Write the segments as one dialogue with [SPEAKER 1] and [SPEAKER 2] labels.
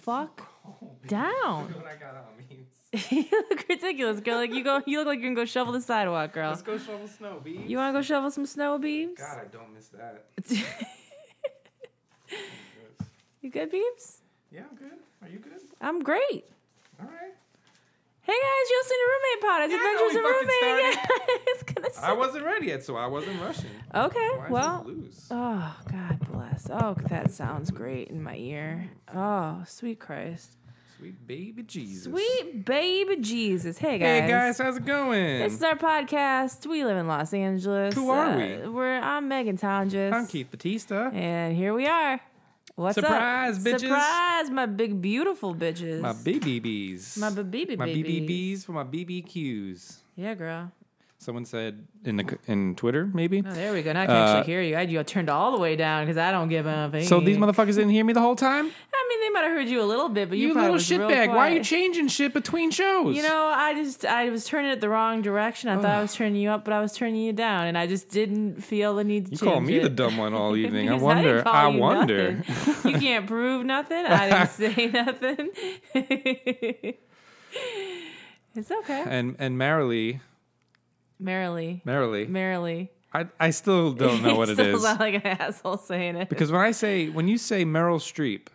[SPEAKER 1] fuck down.
[SPEAKER 2] what I got on me.
[SPEAKER 1] you look ridiculous, girl. Like you go, you look like you're gonna go shovel the sidewalk, girl.
[SPEAKER 2] Let's go shovel snow, B.
[SPEAKER 1] You want to go shovel some snow beams?
[SPEAKER 2] God, I don't miss that.
[SPEAKER 1] you good, beams?
[SPEAKER 2] Yeah, I'm good. Are you good?
[SPEAKER 1] I'm great.
[SPEAKER 2] All right.
[SPEAKER 1] Hey guys, you're listening to Roommate Pod. It's
[SPEAKER 2] Yeah,
[SPEAKER 1] Adventures
[SPEAKER 2] we
[SPEAKER 1] in
[SPEAKER 2] fucking
[SPEAKER 1] Roommate. Yeah, it's gonna.
[SPEAKER 2] I
[SPEAKER 1] Suck.
[SPEAKER 2] wasn't ready yet, so I wasn't rushing.
[SPEAKER 1] okay.
[SPEAKER 2] Why
[SPEAKER 1] well.
[SPEAKER 2] is it loose?
[SPEAKER 1] Oh God bless. Oh, that sounds great in my ear. Oh, sweet Christ.
[SPEAKER 2] Sweet baby Jesus.
[SPEAKER 1] Sweet baby Jesus. Hey guys.
[SPEAKER 2] Hey guys, how's it going?
[SPEAKER 1] This is our podcast. We live in Los Angeles.
[SPEAKER 2] Who are
[SPEAKER 1] Uh,
[SPEAKER 2] we?
[SPEAKER 1] We're I'm Megan Tonjes.
[SPEAKER 2] I'm Keith Batista.
[SPEAKER 1] And here we are. What's
[SPEAKER 2] Surprise,
[SPEAKER 1] up?
[SPEAKER 2] bitches.
[SPEAKER 1] Surprise, my big beautiful bitches.
[SPEAKER 2] My BBBs.
[SPEAKER 1] My BBB.
[SPEAKER 2] My BBBs for my BBQs.
[SPEAKER 1] Yeah, girl.
[SPEAKER 2] Someone said in the in Twitter maybe.
[SPEAKER 1] Oh, there we go. Now I can
[SPEAKER 2] Uh,
[SPEAKER 1] actually hear you. I you turned all the way down because I don't give up.
[SPEAKER 2] So these motherfuckers didn't hear me the whole time.
[SPEAKER 1] I mean, they might have heard you a little bit, but you,
[SPEAKER 2] You
[SPEAKER 1] probably
[SPEAKER 2] little
[SPEAKER 1] was real
[SPEAKER 2] shitbag! Why are you
[SPEAKER 1] quiet.
[SPEAKER 2] changing shit between shows?
[SPEAKER 1] You know, I just I was turning it the wrong direction. I thought I was turning you up, but I was turning you down, and I just didn't feel the need to.
[SPEAKER 2] You call
[SPEAKER 1] change
[SPEAKER 2] me
[SPEAKER 1] it.
[SPEAKER 2] the dumb one all evening. I
[SPEAKER 1] Because
[SPEAKER 2] wonder.
[SPEAKER 1] didn't call
[SPEAKER 2] I
[SPEAKER 1] you
[SPEAKER 2] wonder.
[SPEAKER 1] nothing. you can't prove nothing. I didn't say nothing. it's okay.
[SPEAKER 2] And and merrily,
[SPEAKER 1] Merrily,
[SPEAKER 2] merrily,
[SPEAKER 1] merrily.
[SPEAKER 2] I I still don't know what it
[SPEAKER 1] Still
[SPEAKER 2] is
[SPEAKER 1] sound like an asshole saying it.
[SPEAKER 2] because when I say when you say Meryl Streep,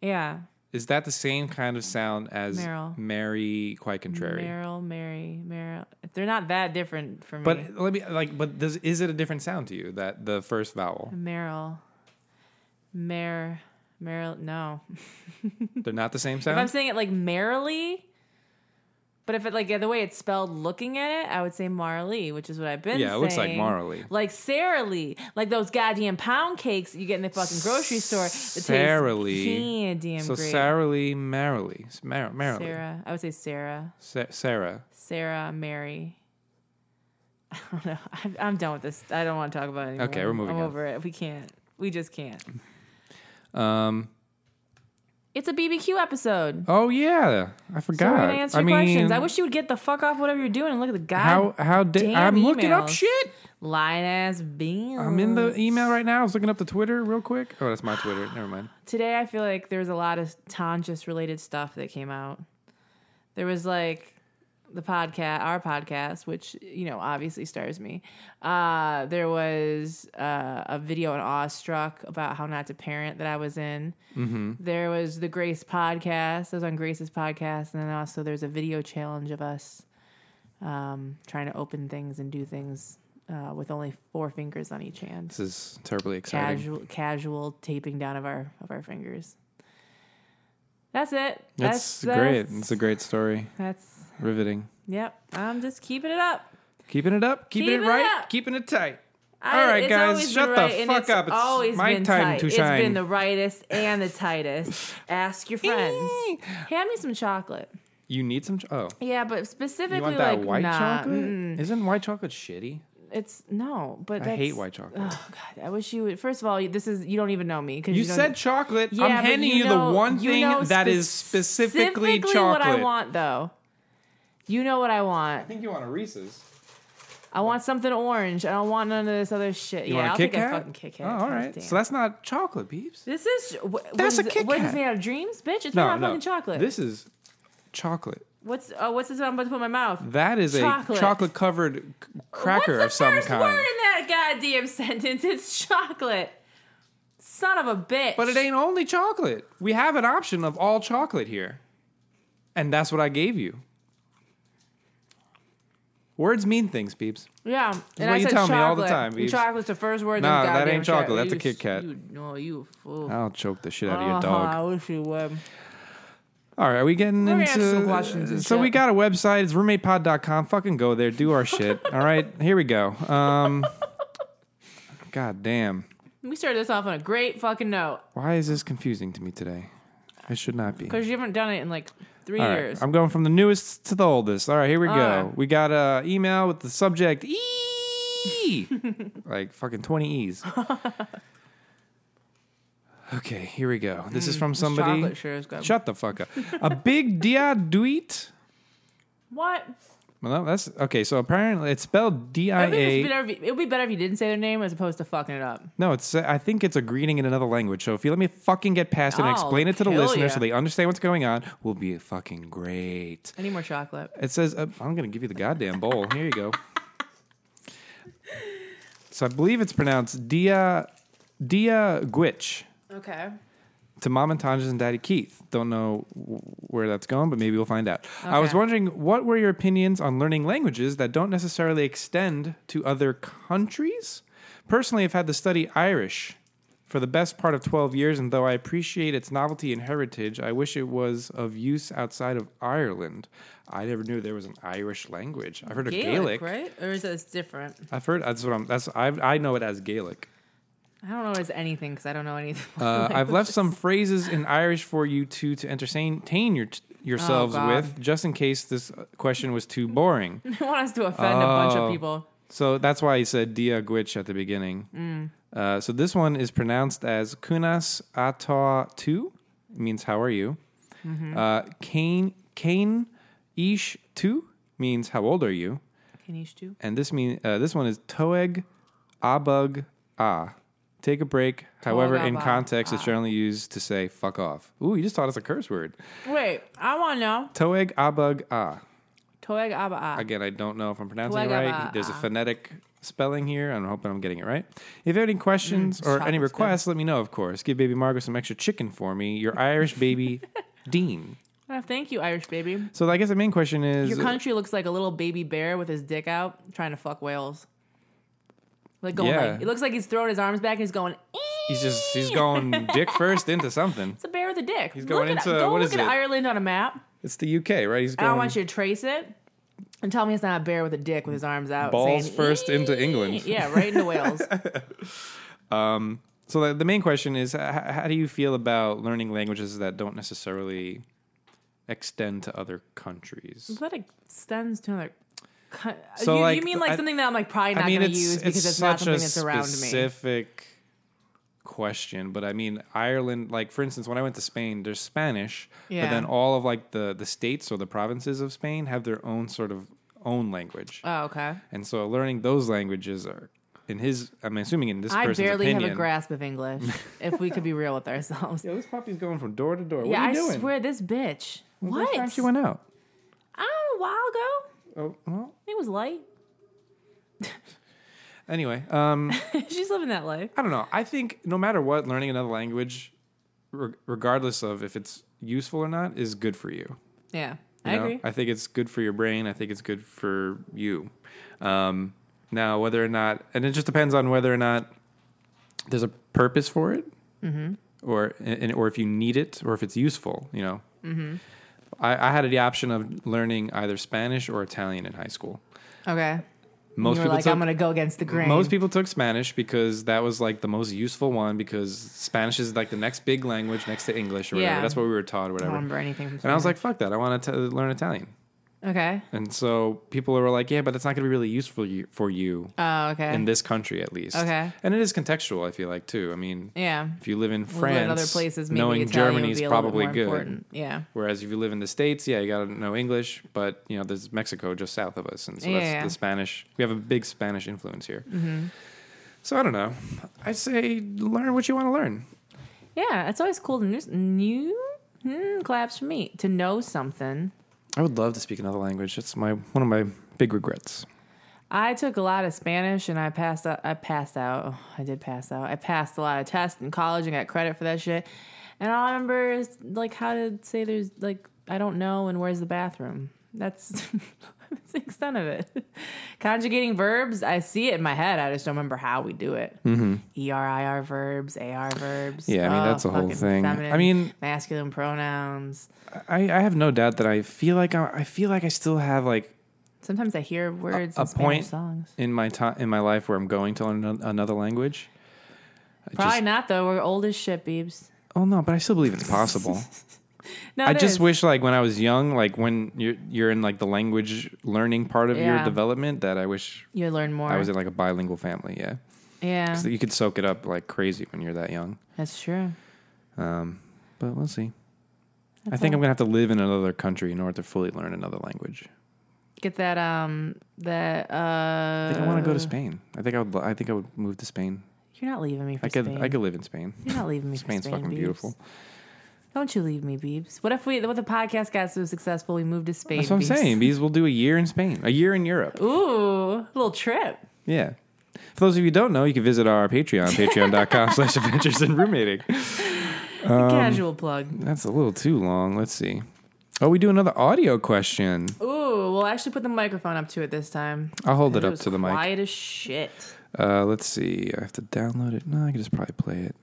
[SPEAKER 1] yeah.
[SPEAKER 2] is that the same kind of sound as
[SPEAKER 1] Meryl.
[SPEAKER 2] Mary? Quite contrary.
[SPEAKER 1] Meryl, Mary, Meryl. They're not that different for me.
[SPEAKER 2] But let me like. But does is it a different sound to you that the first vowel?
[SPEAKER 1] Meryl, Mer, Meryl. No.
[SPEAKER 2] They're not the same
[SPEAKER 1] If I'm
[SPEAKER 2] sound.
[SPEAKER 1] saying it like merrily, but if it like the way it's spelled looking at it, I would say Marley, which is what I've been
[SPEAKER 2] Yeah, it looks like
[SPEAKER 1] saying.
[SPEAKER 2] Marley.
[SPEAKER 1] Like Sara Lee. Like those goddamn pound cakes you get in the fucking grocery store. That taste
[SPEAKER 2] Sara Lee.
[SPEAKER 1] Goddamn
[SPEAKER 2] So
[SPEAKER 1] great.
[SPEAKER 2] Sarah Lee, merrily, S- Mer- merrily,
[SPEAKER 1] Sarah. I would say Sarah.
[SPEAKER 2] Sa- Sarah.
[SPEAKER 1] Sarah, Mary. I don't know. I'm, I'm done with this. I don't want to talk about it anymore.
[SPEAKER 2] Okay, we're moving
[SPEAKER 1] I'm
[SPEAKER 2] on.
[SPEAKER 1] over it. We can't. We just can't.
[SPEAKER 2] Um.
[SPEAKER 1] It's a BBQ episode.
[SPEAKER 2] Oh yeah, I
[SPEAKER 1] So we're
[SPEAKER 2] forgot.
[SPEAKER 1] gonna answer
[SPEAKER 2] I
[SPEAKER 1] your
[SPEAKER 2] mean,
[SPEAKER 1] questions. I wish you would get the fuck off whatever you're doing and look at the guy.
[SPEAKER 2] How how did
[SPEAKER 1] damn
[SPEAKER 2] I'm looking up
[SPEAKER 1] emails.
[SPEAKER 2] shit?
[SPEAKER 1] Lying ass beans.
[SPEAKER 2] I'm in the email right now. I was looking up the Twitter real quick. Oh, that's my Twitter. Never mind.
[SPEAKER 1] Today, I feel like there was a lot of Tanjus related stuff that came out. There was like the podcast, our podcast, which, you know, obviously stars me. Uh, there was uh, a video on Awestruck about how not to parent that I was in. There was the Grace podcast. I was on Grace's podcast. And then also there's a video challenge of us um, trying to open things and do things uh, with only four fingers on each hand
[SPEAKER 2] This is terribly exciting.
[SPEAKER 1] casual casual taping down of our of our fingers. That's it.
[SPEAKER 2] It's
[SPEAKER 1] That's,
[SPEAKER 2] great.
[SPEAKER 1] That's,
[SPEAKER 2] It's a great story.
[SPEAKER 1] that's-
[SPEAKER 2] Riveting.
[SPEAKER 1] yep. I'm just keeping it up.
[SPEAKER 2] Keeping it up. Keeping
[SPEAKER 1] Keep
[SPEAKER 2] it
[SPEAKER 1] it
[SPEAKER 2] right.
[SPEAKER 1] up.
[SPEAKER 2] Keeping it tight.
[SPEAKER 1] I-
[SPEAKER 2] All right,
[SPEAKER 1] it's
[SPEAKER 2] guys,
[SPEAKER 1] always been
[SPEAKER 2] shut the
[SPEAKER 1] right, and
[SPEAKER 2] fuck
[SPEAKER 1] it's
[SPEAKER 2] up. It's
[SPEAKER 1] always
[SPEAKER 2] my
[SPEAKER 1] been
[SPEAKER 2] time
[SPEAKER 1] tight.
[SPEAKER 2] to
[SPEAKER 1] It's
[SPEAKER 2] shine.
[SPEAKER 1] been the rightest and the tightest. Ask your friends. Hand me some chocolate.
[SPEAKER 2] You need some. Ch- oh,
[SPEAKER 1] Yeah, but specifically
[SPEAKER 2] you want that
[SPEAKER 1] like
[SPEAKER 2] white
[SPEAKER 1] nah,
[SPEAKER 2] chocolate?
[SPEAKER 1] mm,
[SPEAKER 2] Isn't white chocolate shitty?
[SPEAKER 1] It's no, but
[SPEAKER 2] I
[SPEAKER 1] that's,
[SPEAKER 2] hate white chocolate.
[SPEAKER 1] Oh god, I wish you would. First of all, this is you don't even know me because
[SPEAKER 2] You,
[SPEAKER 1] don't-
[SPEAKER 2] said chocolate.
[SPEAKER 1] Yeah,
[SPEAKER 2] I'm
[SPEAKER 1] but
[SPEAKER 2] handing
[SPEAKER 1] you
[SPEAKER 2] you,
[SPEAKER 1] know-
[SPEAKER 2] the one
[SPEAKER 1] you
[SPEAKER 2] thing
[SPEAKER 1] know
[SPEAKER 2] that is
[SPEAKER 1] specifically
[SPEAKER 2] specifically,
[SPEAKER 1] what
[SPEAKER 2] chocolate.
[SPEAKER 1] I want though. You know what I want.
[SPEAKER 2] think you want a Reese's.
[SPEAKER 1] I want something orange. I don't want none of this other shit.
[SPEAKER 2] You
[SPEAKER 1] yeah,
[SPEAKER 2] want a
[SPEAKER 1] I'll
[SPEAKER 2] Kit
[SPEAKER 1] take
[SPEAKER 2] Kat?
[SPEAKER 1] a fucking Kit Kat.
[SPEAKER 2] Oh, all right.
[SPEAKER 1] Damn.
[SPEAKER 2] So that's not chocolate, peeps.
[SPEAKER 1] this is wh- what
[SPEAKER 2] That's
[SPEAKER 1] is
[SPEAKER 2] a
[SPEAKER 1] it-
[SPEAKER 2] Kit
[SPEAKER 1] What is
[SPEAKER 2] Kat.
[SPEAKER 1] this made out of dreams, bitch? It's made out
[SPEAKER 2] No,
[SPEAKER 1] of
[SPEAKER 2] no.
[SPEAKER 1] fucking chocolate.
[SPEAKER 2] This is chocolate.
[SPEAKER 1] what's oh, what's this? I'm about to put in my mouth.
[SPEAKER 2] That is
[SPEAKER 1] Chocolate.
[SPEAKER 2] a chocolate covered cracker
[SPEAKER 1] what's the
[SPEAKER 2] of some
[SPEAKER 1] first
[SPEAKER 2] kind.
[SPEAKER 1] word in that goddamn sentence? It's chocolate. Son of a bitch.
[SPEAKER 2] But it ain't only chocolate. We have an option of all chocolate here. And that's what I gave you. Words mean things, peeps.
[SPEAKER 1] Yeah, and
[SPEAKER 2] what
[SPEAKER 1] I
[SPEAKER 2] you
[SPEAKER 1] said
[SPEAKER 2] tell me
[SPEAKER 1] chocolate.
[SPEAKER 2] all the time,
[SPEAKER 1] And
[SPEAKER 2] Beebs.
[SPEAKER 1] chocolate's the first word. in
[SPEAKER 2] Nah,
[SPEAKER 1] this
[SPEAKER 2] that
[SPEAKER 1] goddamn
[SPEAKER 2] ain't chocolate.
[SPEAKER 1] shit.
[SPEAKER 2] That's a
[SPEAKER 1] You
[SPEAKER 2] Kit Kat.
[SPEAKER 1] You, no, you fool.
[SPEAKER 2] I'll choke the shit out of
[SPEAKER 1] Uh-huh,
[SPEAKER 2] your dog.
[SPEAKER 1] I wish you would.
[SPEAKER 2] All right, are we getting
[SPEAKER 1] We're gonna
[SPEAKER 2] into
[SPEAKER 1] answer some questions and
[SPEAKER 2] So
[SPEAKER 1] shit.
[SPEAKER 2] we got a website. It's roommatepod.com. Fucking go there. Do our shit. All right, here we go. Um, God damn.
[SPEAKER 1] We started this off on a great fucking note
[SPEAKER 2] Why is this confusing to me today? I should not be.
[SPEAKER 1] because you haven't done it in like three
[SPEAKER 2] All right,
[SPEAKER 1] years.
[SPEAKER 2] I'm going from the newest to the oldest. All right, here we go.
[SPEAKER 1] right.
[SPEAKER 2] We got a email with the subject E, like fucking 20 E's. okay, here we go. This is from somebody.
[SPEAKER 1] Chocolate sure is good.
[SPEAKER 2] Shut the fuck up. A big dia duit
[SPEAKER 1] what?
[SPEAKER 2] Well, that's okay. So apparently, it's spelled D I
[SPEAKER 1] I think it's
[SPEAKER 2] A.
[SPEAKER 1] better if you- it would be better if you didn't say their name as opposed to fucking it up.
[SPEAKER 2] No, it's. uh, I think it's a greeting in another language. So if you let me fucking get past it and
[SPEAKER 1] I'll
[SPEAKER 2] explain it to the
[SPEAKER 1] kill
[SPEAKER 2] listener
[SPEAKER 1] ya.
[SPEAKER 2] so they understand what's going on, will be fucking great.
[SPEAKER 1] I need more chocolate.
[SPEAKER 2] It says, uh, "I'm going to give you the goddamn bowl." Here you go. So I believe it's pronounced Dia Dia Gwitch
[SPEAKER 1] Okay.
[SPEAKER 2] to Mom and Tanja's and Daddy Keith. Don't know w- where that's going, but maybe we'll find out. I was
[SPEAKER 1] Okay.
[SPEAKER 2] wondering what were your opinions on learning languages that don't necessarily extend to other countries? Personally, I've had to study Irish for the best part of 12 years, and though I appreciate its novelty and heritage, I wish it was of use outside of Ireland. I never knew there was an Irish language. I've heard of Gaelic.
[SPEAKER 1] right? Or is this different?
[SPEAKER 2] I've heard that's what I'm. That's i I know it as Gaelic.
[SPEAKER 1] I don't know. if It's anything because I don't know anything.
[SPEAKER 2] Uh, I've left some phrases in Irish for you two to entertain your, yourselves
[SPEAKER 1] God.
[SPEAKER 2] with, just in case this question was too boring.
[SPEAKER 1] I want us to offend a bunch
[SPEAKER 2] Oh.
[SPEAKER 1] of people.
[SPEAKER 2] so that's why he said Dia Gwich at the beginning. Uh, so this one is pronounced as Kunas Ata Tu, It means how are you? Uh, Kane Kane Ish Tu means how old are you?
[SPEAKER 1] Can you do?
[SPEAKER 2] And this mean uh, this one is Toeg Abug Ah. Take a break. However, in
[SPEAKER 1] abug
[SPEAKER 2] context, it's generally used to say "fuck off." Ooh, you just taught us a curse word.
[SPEAKER 1] Wait, I want to know.
[SPEAKER 2] Toeg Abug Ah.
[SPEAKER 1] Toeg aba ah.
[SPEAKER 2] Again, I don't know if I'm pronouncing it
[SPEAKER 1] Toeg
[SPEAKER 2] right.
[SPEAKER 1] abug
[SPEAKER 2] There's a
[SPEAKER 1] ah.
[SPEAKER 2] phonetic spelling here. I'm hoping I'm getting it right. If you have any questions or any
[SPEAKER 1] chocolate's good.
[SPEAKER 2] requests, let me know. Of course, give Baby Margot some extra chicken for me. Your Irish baby, Dean.
[SPEAKER 1] Ah, Thank you, Irish baby.
[SPEAKER 2] So I guess the main question is
[SPEAKER 1] Your country looks like a little baby bear with his dick out trying to fuck whales. Like going,
[SPEAKER 2] Yeah.
[SPEAKER 1] like, it looks like he's throwing his arms back and he's going. "Ee!"
[SPEAKER 2] he's just he's going dick first into something.
[SPEAKER 1] It's a bear with a dick. He's
[SPEAKER 2] going
[SPEAKER 1] look at,
[SPEAKER 2] into-
[SPEAKER 1] go
[SPEAKER 2] what
[SPEAKER 1] look
[SPEAKER 2] is
[SPEAKER 1] at
[SPEAKER 2] it?
[SPEAKER 1] Ireland on a map.
[SPEAKER 2] It's the UK, right? He's
[SPEAKER 1] I
[SPEAKER 2] going
[SPEAKER 1] don't want you to trace it and tell me it's not a bear with a dick with his arms out.
[SPEAKER 2] balls
[SPEAKER 1] saying,
[SPEAKER 2] first
[SPEAKER 1] "Ee!"
[SPEAKER 2] into England.
[SPEAKER 1] Yeah, right into Wales.
[SPEAKER 2] So the, the main question is, h- how do you feel about learning languages that don't necessarily extend to other countries?
[SPEAKER 1] that extends to another. co-
[SPEAKER 2] So,
[SPEAKER 1] you,
[SPEAKER 2] like,
[SPEAKER 1] you mean like
[SPEAKER 2] I-
[SPEAKER 1] something that I'm like probably not
[SPEAKER 2] I mean,
[SPEAKER 1] going
[SPEAKER 2] it's
[SPEAKER 1] to use
[SPEAKER 2] it's
[SPEAKER 1] because it's,
[SPEAKER 2] such
[SPEAKER 1] not something
[SPEAKER 2] a
[SPEAKER 1] that's around me.
[SPEAKER 2] specific question, but I mean, Ireland, like for instance, when I went to Spain, there's Spanish, but
[SPEAKER 1] Yeah.
[SPEAKER 2] then all of like the the states or the provinces of Spain have their own sort of own language,
[SPEAKER 1] Oh, okay.
[SPEAKER 2] and so learning those languages are. In his, I'm assuming in this
[SPEAKER 1] I
[SPEAKER 2] person's
[SPEAKER 1] barely
[SPEAKER 2] opinion.
[SPEAKER 1] have a grasp of English. if we could be real with ourselves.
[SPEAKER 2] Yo, this puppy's going from door to door. What
[SPEAKER 1] yeah, I
[SPEAKER 2] are you doing?
[SPEAKER 1] swear this bitch.
[SPEAKER 2] What?
[SPEAKER 1] What?
[SPEAKER 2] time she went out.
[SPEAKER 1] oh, a while ago.
[SPEAKER 2] Oh well.
[SPEAKER 1] It was light.
[SPEAKER 2] Anyway, um,
[SPEAKER 1] She's living that life.
[SPEAKER 2] I don't know. I think no matter what, learning another language, re- regardless of if it's useful or not, is good for you.
[SPEAKER 1] Yeah,
[SPEAKER 2] you
[SPEAKER 1] I
[SPEAKER 2] know?
[SPEAKER 1] agree.
[SPEAKER 2] I think it's good for your brain. I think it's good for you. Um, now, whether or not, and it just depends on whether or not there's a purpose for it,
[SPEAKER 1] Mm-hmm.
[SPEAKER 2] or and, or if you need it, or if it's useful. You know,
[SPEAKER 1] Mm-hmm.
[SPEAKER 2] I, I had the option of learning either Spanish or Italian in high school.
[SPEAKER 1] Okay.
[SPEAKER 2] Most
[SPEAKER 1] you were
[SPEAKER 2] people
[SPEAKER 1] like,
[SPEAKER 2] took,
[SPEAKER 1] I'm going to go against the grain.
[SPEAKER 2] most people took Spanish because that was like the most useful one because Spanish is like the next big language next to English or whatever.
[SPEAKER 1] Yeah.
[SPEAKER 2] That's what we were taught or
[SPEAKER 1] I don't
[SPEAKER 2] whatever.
[SPEAKER 1] remember anything from
[SPEAKER 2] And I was like, fuck that. I want to learn Italian.
[SPEAKER 1] okay.
[SPEAKER 2] And so people were like, yeah, but that's not going to be really useful you- for you
[SPEAKER 1] Oh, okay.
[SPEAKER 2] in this country at least.
[SPEAKER 1] Okay.
[SPEAKER 2] And it is contextual, I feel like, too. I mean,
[SPEAKER 1] yeah.
[SPEAKER 2] if you live in
[SPEAKER 1] Well,
[SPEAKER 2] France,
[SPEAKER 1] in other places, maybe
[SPEAKER 2] knowing
[SPEAKER 1] Italian
[SPEAKER 2] Germany
[SPEAKER 1] would
[SPEAKER 2] is
[SPEAKER 1] be a little bit
[SPEAKER 2] probably
[SPEAKER 1] more
[SPEAKER 2] good.
[SPEAKER 1] Important. Yeah.
[SPEAKER 2] Whereas if you live in the states, yeah, you gotta know English, but you know there's Mexico just south of us, and so that's
[SPEAKER 1] Yeah. Mm-hmm.
[SPEAKER 2] the Spanish. We have a big Spanish influence here. So I don't know. I say learn what you want to learn.
[SPEAKER 1] Yeah, it's always cool to new, new hmm, claps for me to know something.
[SPEAKER 2] I would love to speak another language. It's my one of my big regrets.
[SPEAKER 1] I took a lot of Spanish and I passed out. I passed out. Oh, I did pass out. I passed a lot of tests in college and got credit for that shit. And all I remember is like how to say there's like I don't know and where's the bathroom. That's, that's the extent of it. Conjugating verbs, I see it in my head. I just don't remember how we do it. E R I R verbs, A R verbs.
[SPEAKER 2] Mm-hmm. Yeah, I mean, that's the whole
[SPEAKER 1] fucking
[SPEAKER 2] thing. I mean-
[SPEAKER 1] masculine pronouns.
[SPEAKER 2] I, I have no doubt that I feel like I, I feel like I still have like
[SPEAKER 1] Sometimes I hear words
[SPEAKER 2] a
[SPEAKER 1] in Spanish
[SPEAKER 2] point
[SPEAKER 1] songs.
[SPEAKER 2] in my time in my life where I'm going to learn an- another language. I
[SPEAKER 1] Probably
[SPEAKER 2] just,
[SPEAKER 1] not though. We're old as shit, Biebs.
[SPEAKER 2] oh no, but I still believe it's possible.
[SPEAKER 1] No,
[SPEAKER 2] I
[SPEAKER 1] it
[SPEAKER 2] just
[SPEAKER 1] is.
[SPEAKER 2] wish, like when I was young, like when you're you're in like the language learning part of your
[SPEAKER 1] Yeah.
[SPEAKER 2] development, that I wish
[SPEAKER 1] you learn more.
[SPEAKER 2] I was in like a bilingual family. Yeah,
[SPEAKER 1] yeah,
[SPEAKER 2] so you could soak it up like crazy when you're that young.
[SPEAKER 1] that's true.
[SPEAKER 2] Um, but we'll see. I think I'm gonna have to live in another country in order to fully learn another language.
[SPEAKER 1] Get that um that uh
[SPEAKER 2] I think I want to go to Spain. I think I would. lo- I think I would move to Spain.
[SPEAKER 1] You're not leaving me for
[SPEAKER 2] I could.
[SPEAKER 1] Spain.
[SPEAKER 2] I could live in Spain.
[SPEAKER 1] You're not leaving me
[SPEAKER 2] Spain's
[SPEAKER 1] for Spain.
[SPEAKER 2] fucking
[SPEAKER 1] Biebs.
[SPEAKER 2] beautiful.
[SPEAKER 1] Don't you leave me, Beebs. What if we what if the podcast got so successful we moved to Spain?
[SPEAKER 2] That's what I'm
[SPEAKER 1] Biebs?
[SPEAKER 2] saying. Bees will do a year in Spain, a year in Europe.
[SPEAKER 1] Ooh, a little trip.
[SPEAKER 2] Yeah. For those of you who don't know, you can visit our Patreon, patreon.com slash adventures in roommating. Um,
[SPEAKER 1] Casual plug.
[SPEAKER 2] That's a little too long. Let's see. Oh, we do another audio question.
[SPEAKER 1] Oh, Ooh, we'll actually put the microphone up to it this time.
[SPEAKER 2] I'll hold it
[SPEAKER 1] It
[SPEAKER 2] up
[SPEAKER 1] was
[SPEAKER 2] to the mic.
[SPEAKER 1] Quiet as shit.
[SPEAKER 2] Uh, let's see. I have to download it. No, I can just probably play it.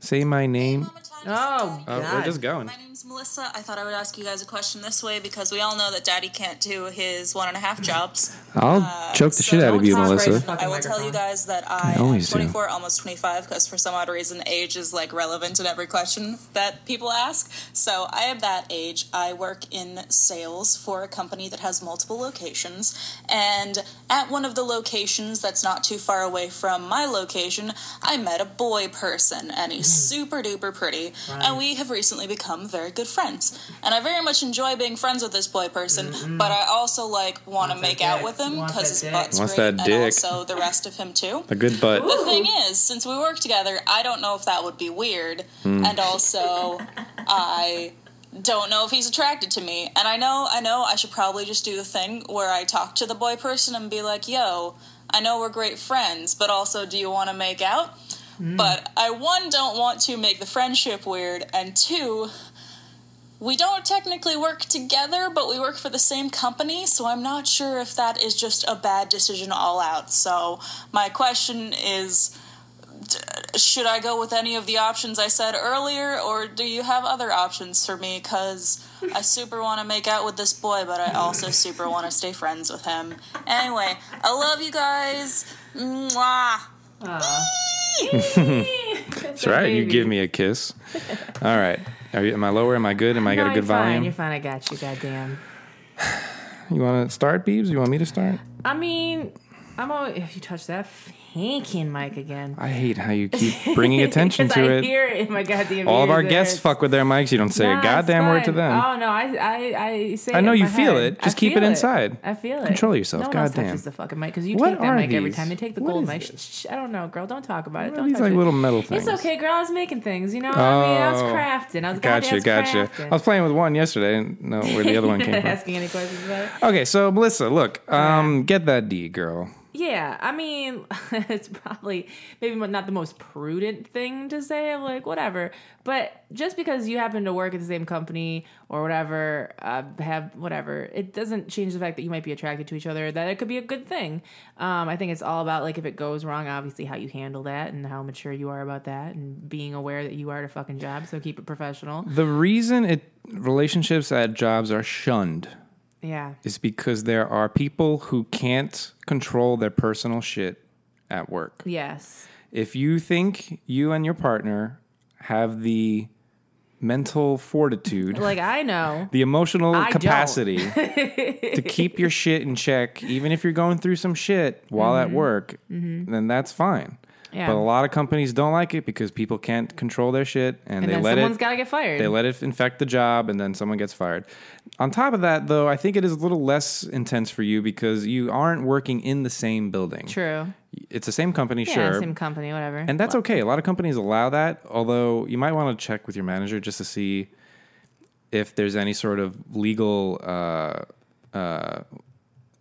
[SPEAKER 2] Say my name.
[SPEAKER 1] Oh,
[SPEAKER 2] Oh,
[SPEAKER 1] God.
[SPEAKER 2] we're just going.
[SPEAKER 3] My name's Melissa. I thought I would ask you guys a question this way because we all know that Daddy can't do his one and a half jobs.
[SPEAKER 2] I'll choke the
[SPEAKER 3] so
[SPEAKER 2] shit out of
[SPEAKER 3] don't
[SPEAKER 2] you,
[SPEAKER 3] talk right
[SPEAKER 2] Melissa.
[SPEAKER 1] Fucking
[SPEAKER 3] I will tell you
[SPEAKER 1] microphone.
[SPEAKER 3] guys that I, am
[SPEAKER 2] always do.
[SPEAKER 3] 24, almost 25, because for some odd reason, age is like relevant in every question that people ask. So I am that age. I work in sales for a company that has multiple locations. And at one of the locations that's not too far away from my location, I met a boy person, and he's super duper pretty. And we have recently become very good friends. And I very much enjoy being friends with this boy person, but I also like want to
[SPEAKER 1] Wants that
[SPEAKER 3] make out
[SPEAKER 1] dick.
[SPEAKER 3] with him
[SPEAKER 1] Wants
[SPEAKER 3] because
[SPEAKER 1] that
[SPEAKER 3] his
[SPEAKER 1] dick.
[SPEAKER 3] butt's
[SPEAKER 2] Wants
[SPEAKER 3] great,
[SPEAKER 2] that
[SPEAKER 3] and
[SPEAKER 2] dick.
[SPEAKER 3] also the rest of him too.
[SPEAKER 2] A good butt.
[SPEAKER 3] The thing is, since we work together, I don't know if that would be weird,
[SPEAKER 2] Hmm.
[SPEAKER 3] and also I don't know if he's attracted to me. And I know, I know, I should probably just do the thing where I talk to the boy person and be like, "Yo, I know we're great friends, but also, do you want to make out?"
[SPEAKER 1] Hmm.
[SPEAKER 3] But I one don't want to make the friendship weird, and two. We don't technically work together, but we work for the same company, so I'm not sure if that is just a bad decision all out. So, my question is d- should I go with any of the options I said earlier, or do you have other options for me? Because I super want to make out with this boy, but I also super want to stay friends with him. Anyway, I love you guys. Mwah.
[SPEAKER 1] That's
[SPEAKER 2] That's right. You give me a kiss. All right. Are you, am I lower? Am I good? Am I got a good
[SPEAKER 1] fine. You're
[SPEAKER 2] volume?
[SPEAKER 1] fine. I got you. Goddamn.
[SPEAKER 2] You want to start, Beebs? You want me to start?
[SPEAKER 1] I mean, I'm always if you touch that fucking mic again.
[SPEAKER 2] I hate how you keep bringing attention
[SPEAKER 1] 'Cause
[SPEAKER 2] to
[SPEAKER 1] I
[SPEAKER 2] it.
[SPEAKER 1] hear it in my goddamn.
[SPEAKER 2] All of
[SPEAKER 1] ears
[SPEAKER 2] our
[SPEAKER 1] and
[SPEAKER 2] guests
[SPEAKER 1] it's-
[SPEAKER 2] fuck with their mics. You don't say
[SPEAKER 1] Nah,
[SPEAKER 2] a
[SPEAKER 1] it's
[SPEAKER 2] goddamn word to
[SPEAKER 1] fine.
[SPEAKER 2] them.
[SPEAKER 1] Oh no, I I I say.
[SPEAKER 2] I
[SPEAKER 1] it
[SPEAKER 2] know
[SPEAKER 1] in
[SPEAKER 2] you
[SPEAKER 1] my
[SPEAKER 2] feel
[SPEAKER 1] head.
[SPEAKER 2] it. Just
[SPEAKER 1] I
[SPEAKER 2] keep it
[SPEAKER 1] feel
[SPEAKER 2] inside.
[SPEAKER 1] I feel it.
[SPEAKER 2] Control yourself.
[SPEAKER 1] No one else
[SPEAKER 2] Goddamn.
[SPEAKER 1] touches the fucking mic because you
[SPEAKER 2] What
[SPEAKER 1] take that
[SPEAKER 2] are
[SPEAKER 1] mic every
[SPEAKER 2] these?
[SPEAKER 1] time. You take the
[SPEAKER 2] What
[SPEAKER 1] gold
[SPEAKER 2] is
[SPEAKER 1] mic.
[SPEAKER 2] this?
[SPEAKER 1] Shh, shh, I don't know, girl. Don't talk about it.
[SPEAKER 2] What are
[SPEAKER 1] Don't
[SPEAKER 2] these
[SPEAKER 1] touch
[SPEAKER 2] like
[SPEAKER 1] it.
[SPEAKER 2] little metal things?
[SPEAKER 1] It's okay, girl. I was making things. You know what I mean? I was
[SPEAKER 2] Oh.
[SPEAKER 1] crafting. I was goddamn
[SPEAKER 2] Gotcha, gotcha.
[SPEAKER 1] crafting.
[SPEAKER 2] I was playing with one yesterday. I didn't know where the other one came from.
[SPEAKER 1] asking any questions about it.
[SPEAKER 2] Okay, so Melissa, look, um, get that D, girl.
[SPEAKER 1] Yeah, I mean, it's probably maybe not the most prudent thing to say, like whatever. But just because you happen to work at the same company or whatever, uh, have whatever, it doesn't change the fact that you might be attracted to each other. That it could be a good thing. Um, I think it's all about like if it goes wrong, obviously how you handle that and how mature you are about that, and being aware that you are at a fucking job, so keep it professional.
[SPEAKER 2] The reason it relationships at jobs are shunned
[SPEAKER 1] Yeah,
[SPEAKER 2] is because there are people who can't control their personal shit at work.
[SPEAKER 1] yes,
[SPEAKER 2] If you think you and your partner have the mental fortitude,
[SPEAKER 1] like I know.
[SPEAKER 2] the emotional
[SPEAKER 1] I don't.
[SPEAKER 2] capacity to keep your shit in check, even if you're going through some shit while at work, then that's fine.
[SPEAKER 1] Mm-hmm. Yeah.
[SPEAKER 2] But a lot of companies don't like it because people can't control their shit and,
[SPEAKER 1] And
[SPEAKER 2] they
[SPEAKER 1] then
[SPEAKER 2] let
[SPEAKER 1] someone's
[SPEAKER 2] it
[SPEAKER 1] got to get fired.
[SPEAKER 2] they let it infect the job and then someone gets fired. On top of that though, I think it is a little less intense for you because you aren't working in the same building.
[SPEAKER 1] True.
[SPEAKER 2] It's the same company,
[SPEAKER 1] Yeah,
[SPEAKER 2] sure.
[SPEAKER 1] same company, whatever.
[SPEAKER 2] And that's okay. A lot of companies allow that, although you might want to check with your manager just to see if there's any sort of legal, uh, uh,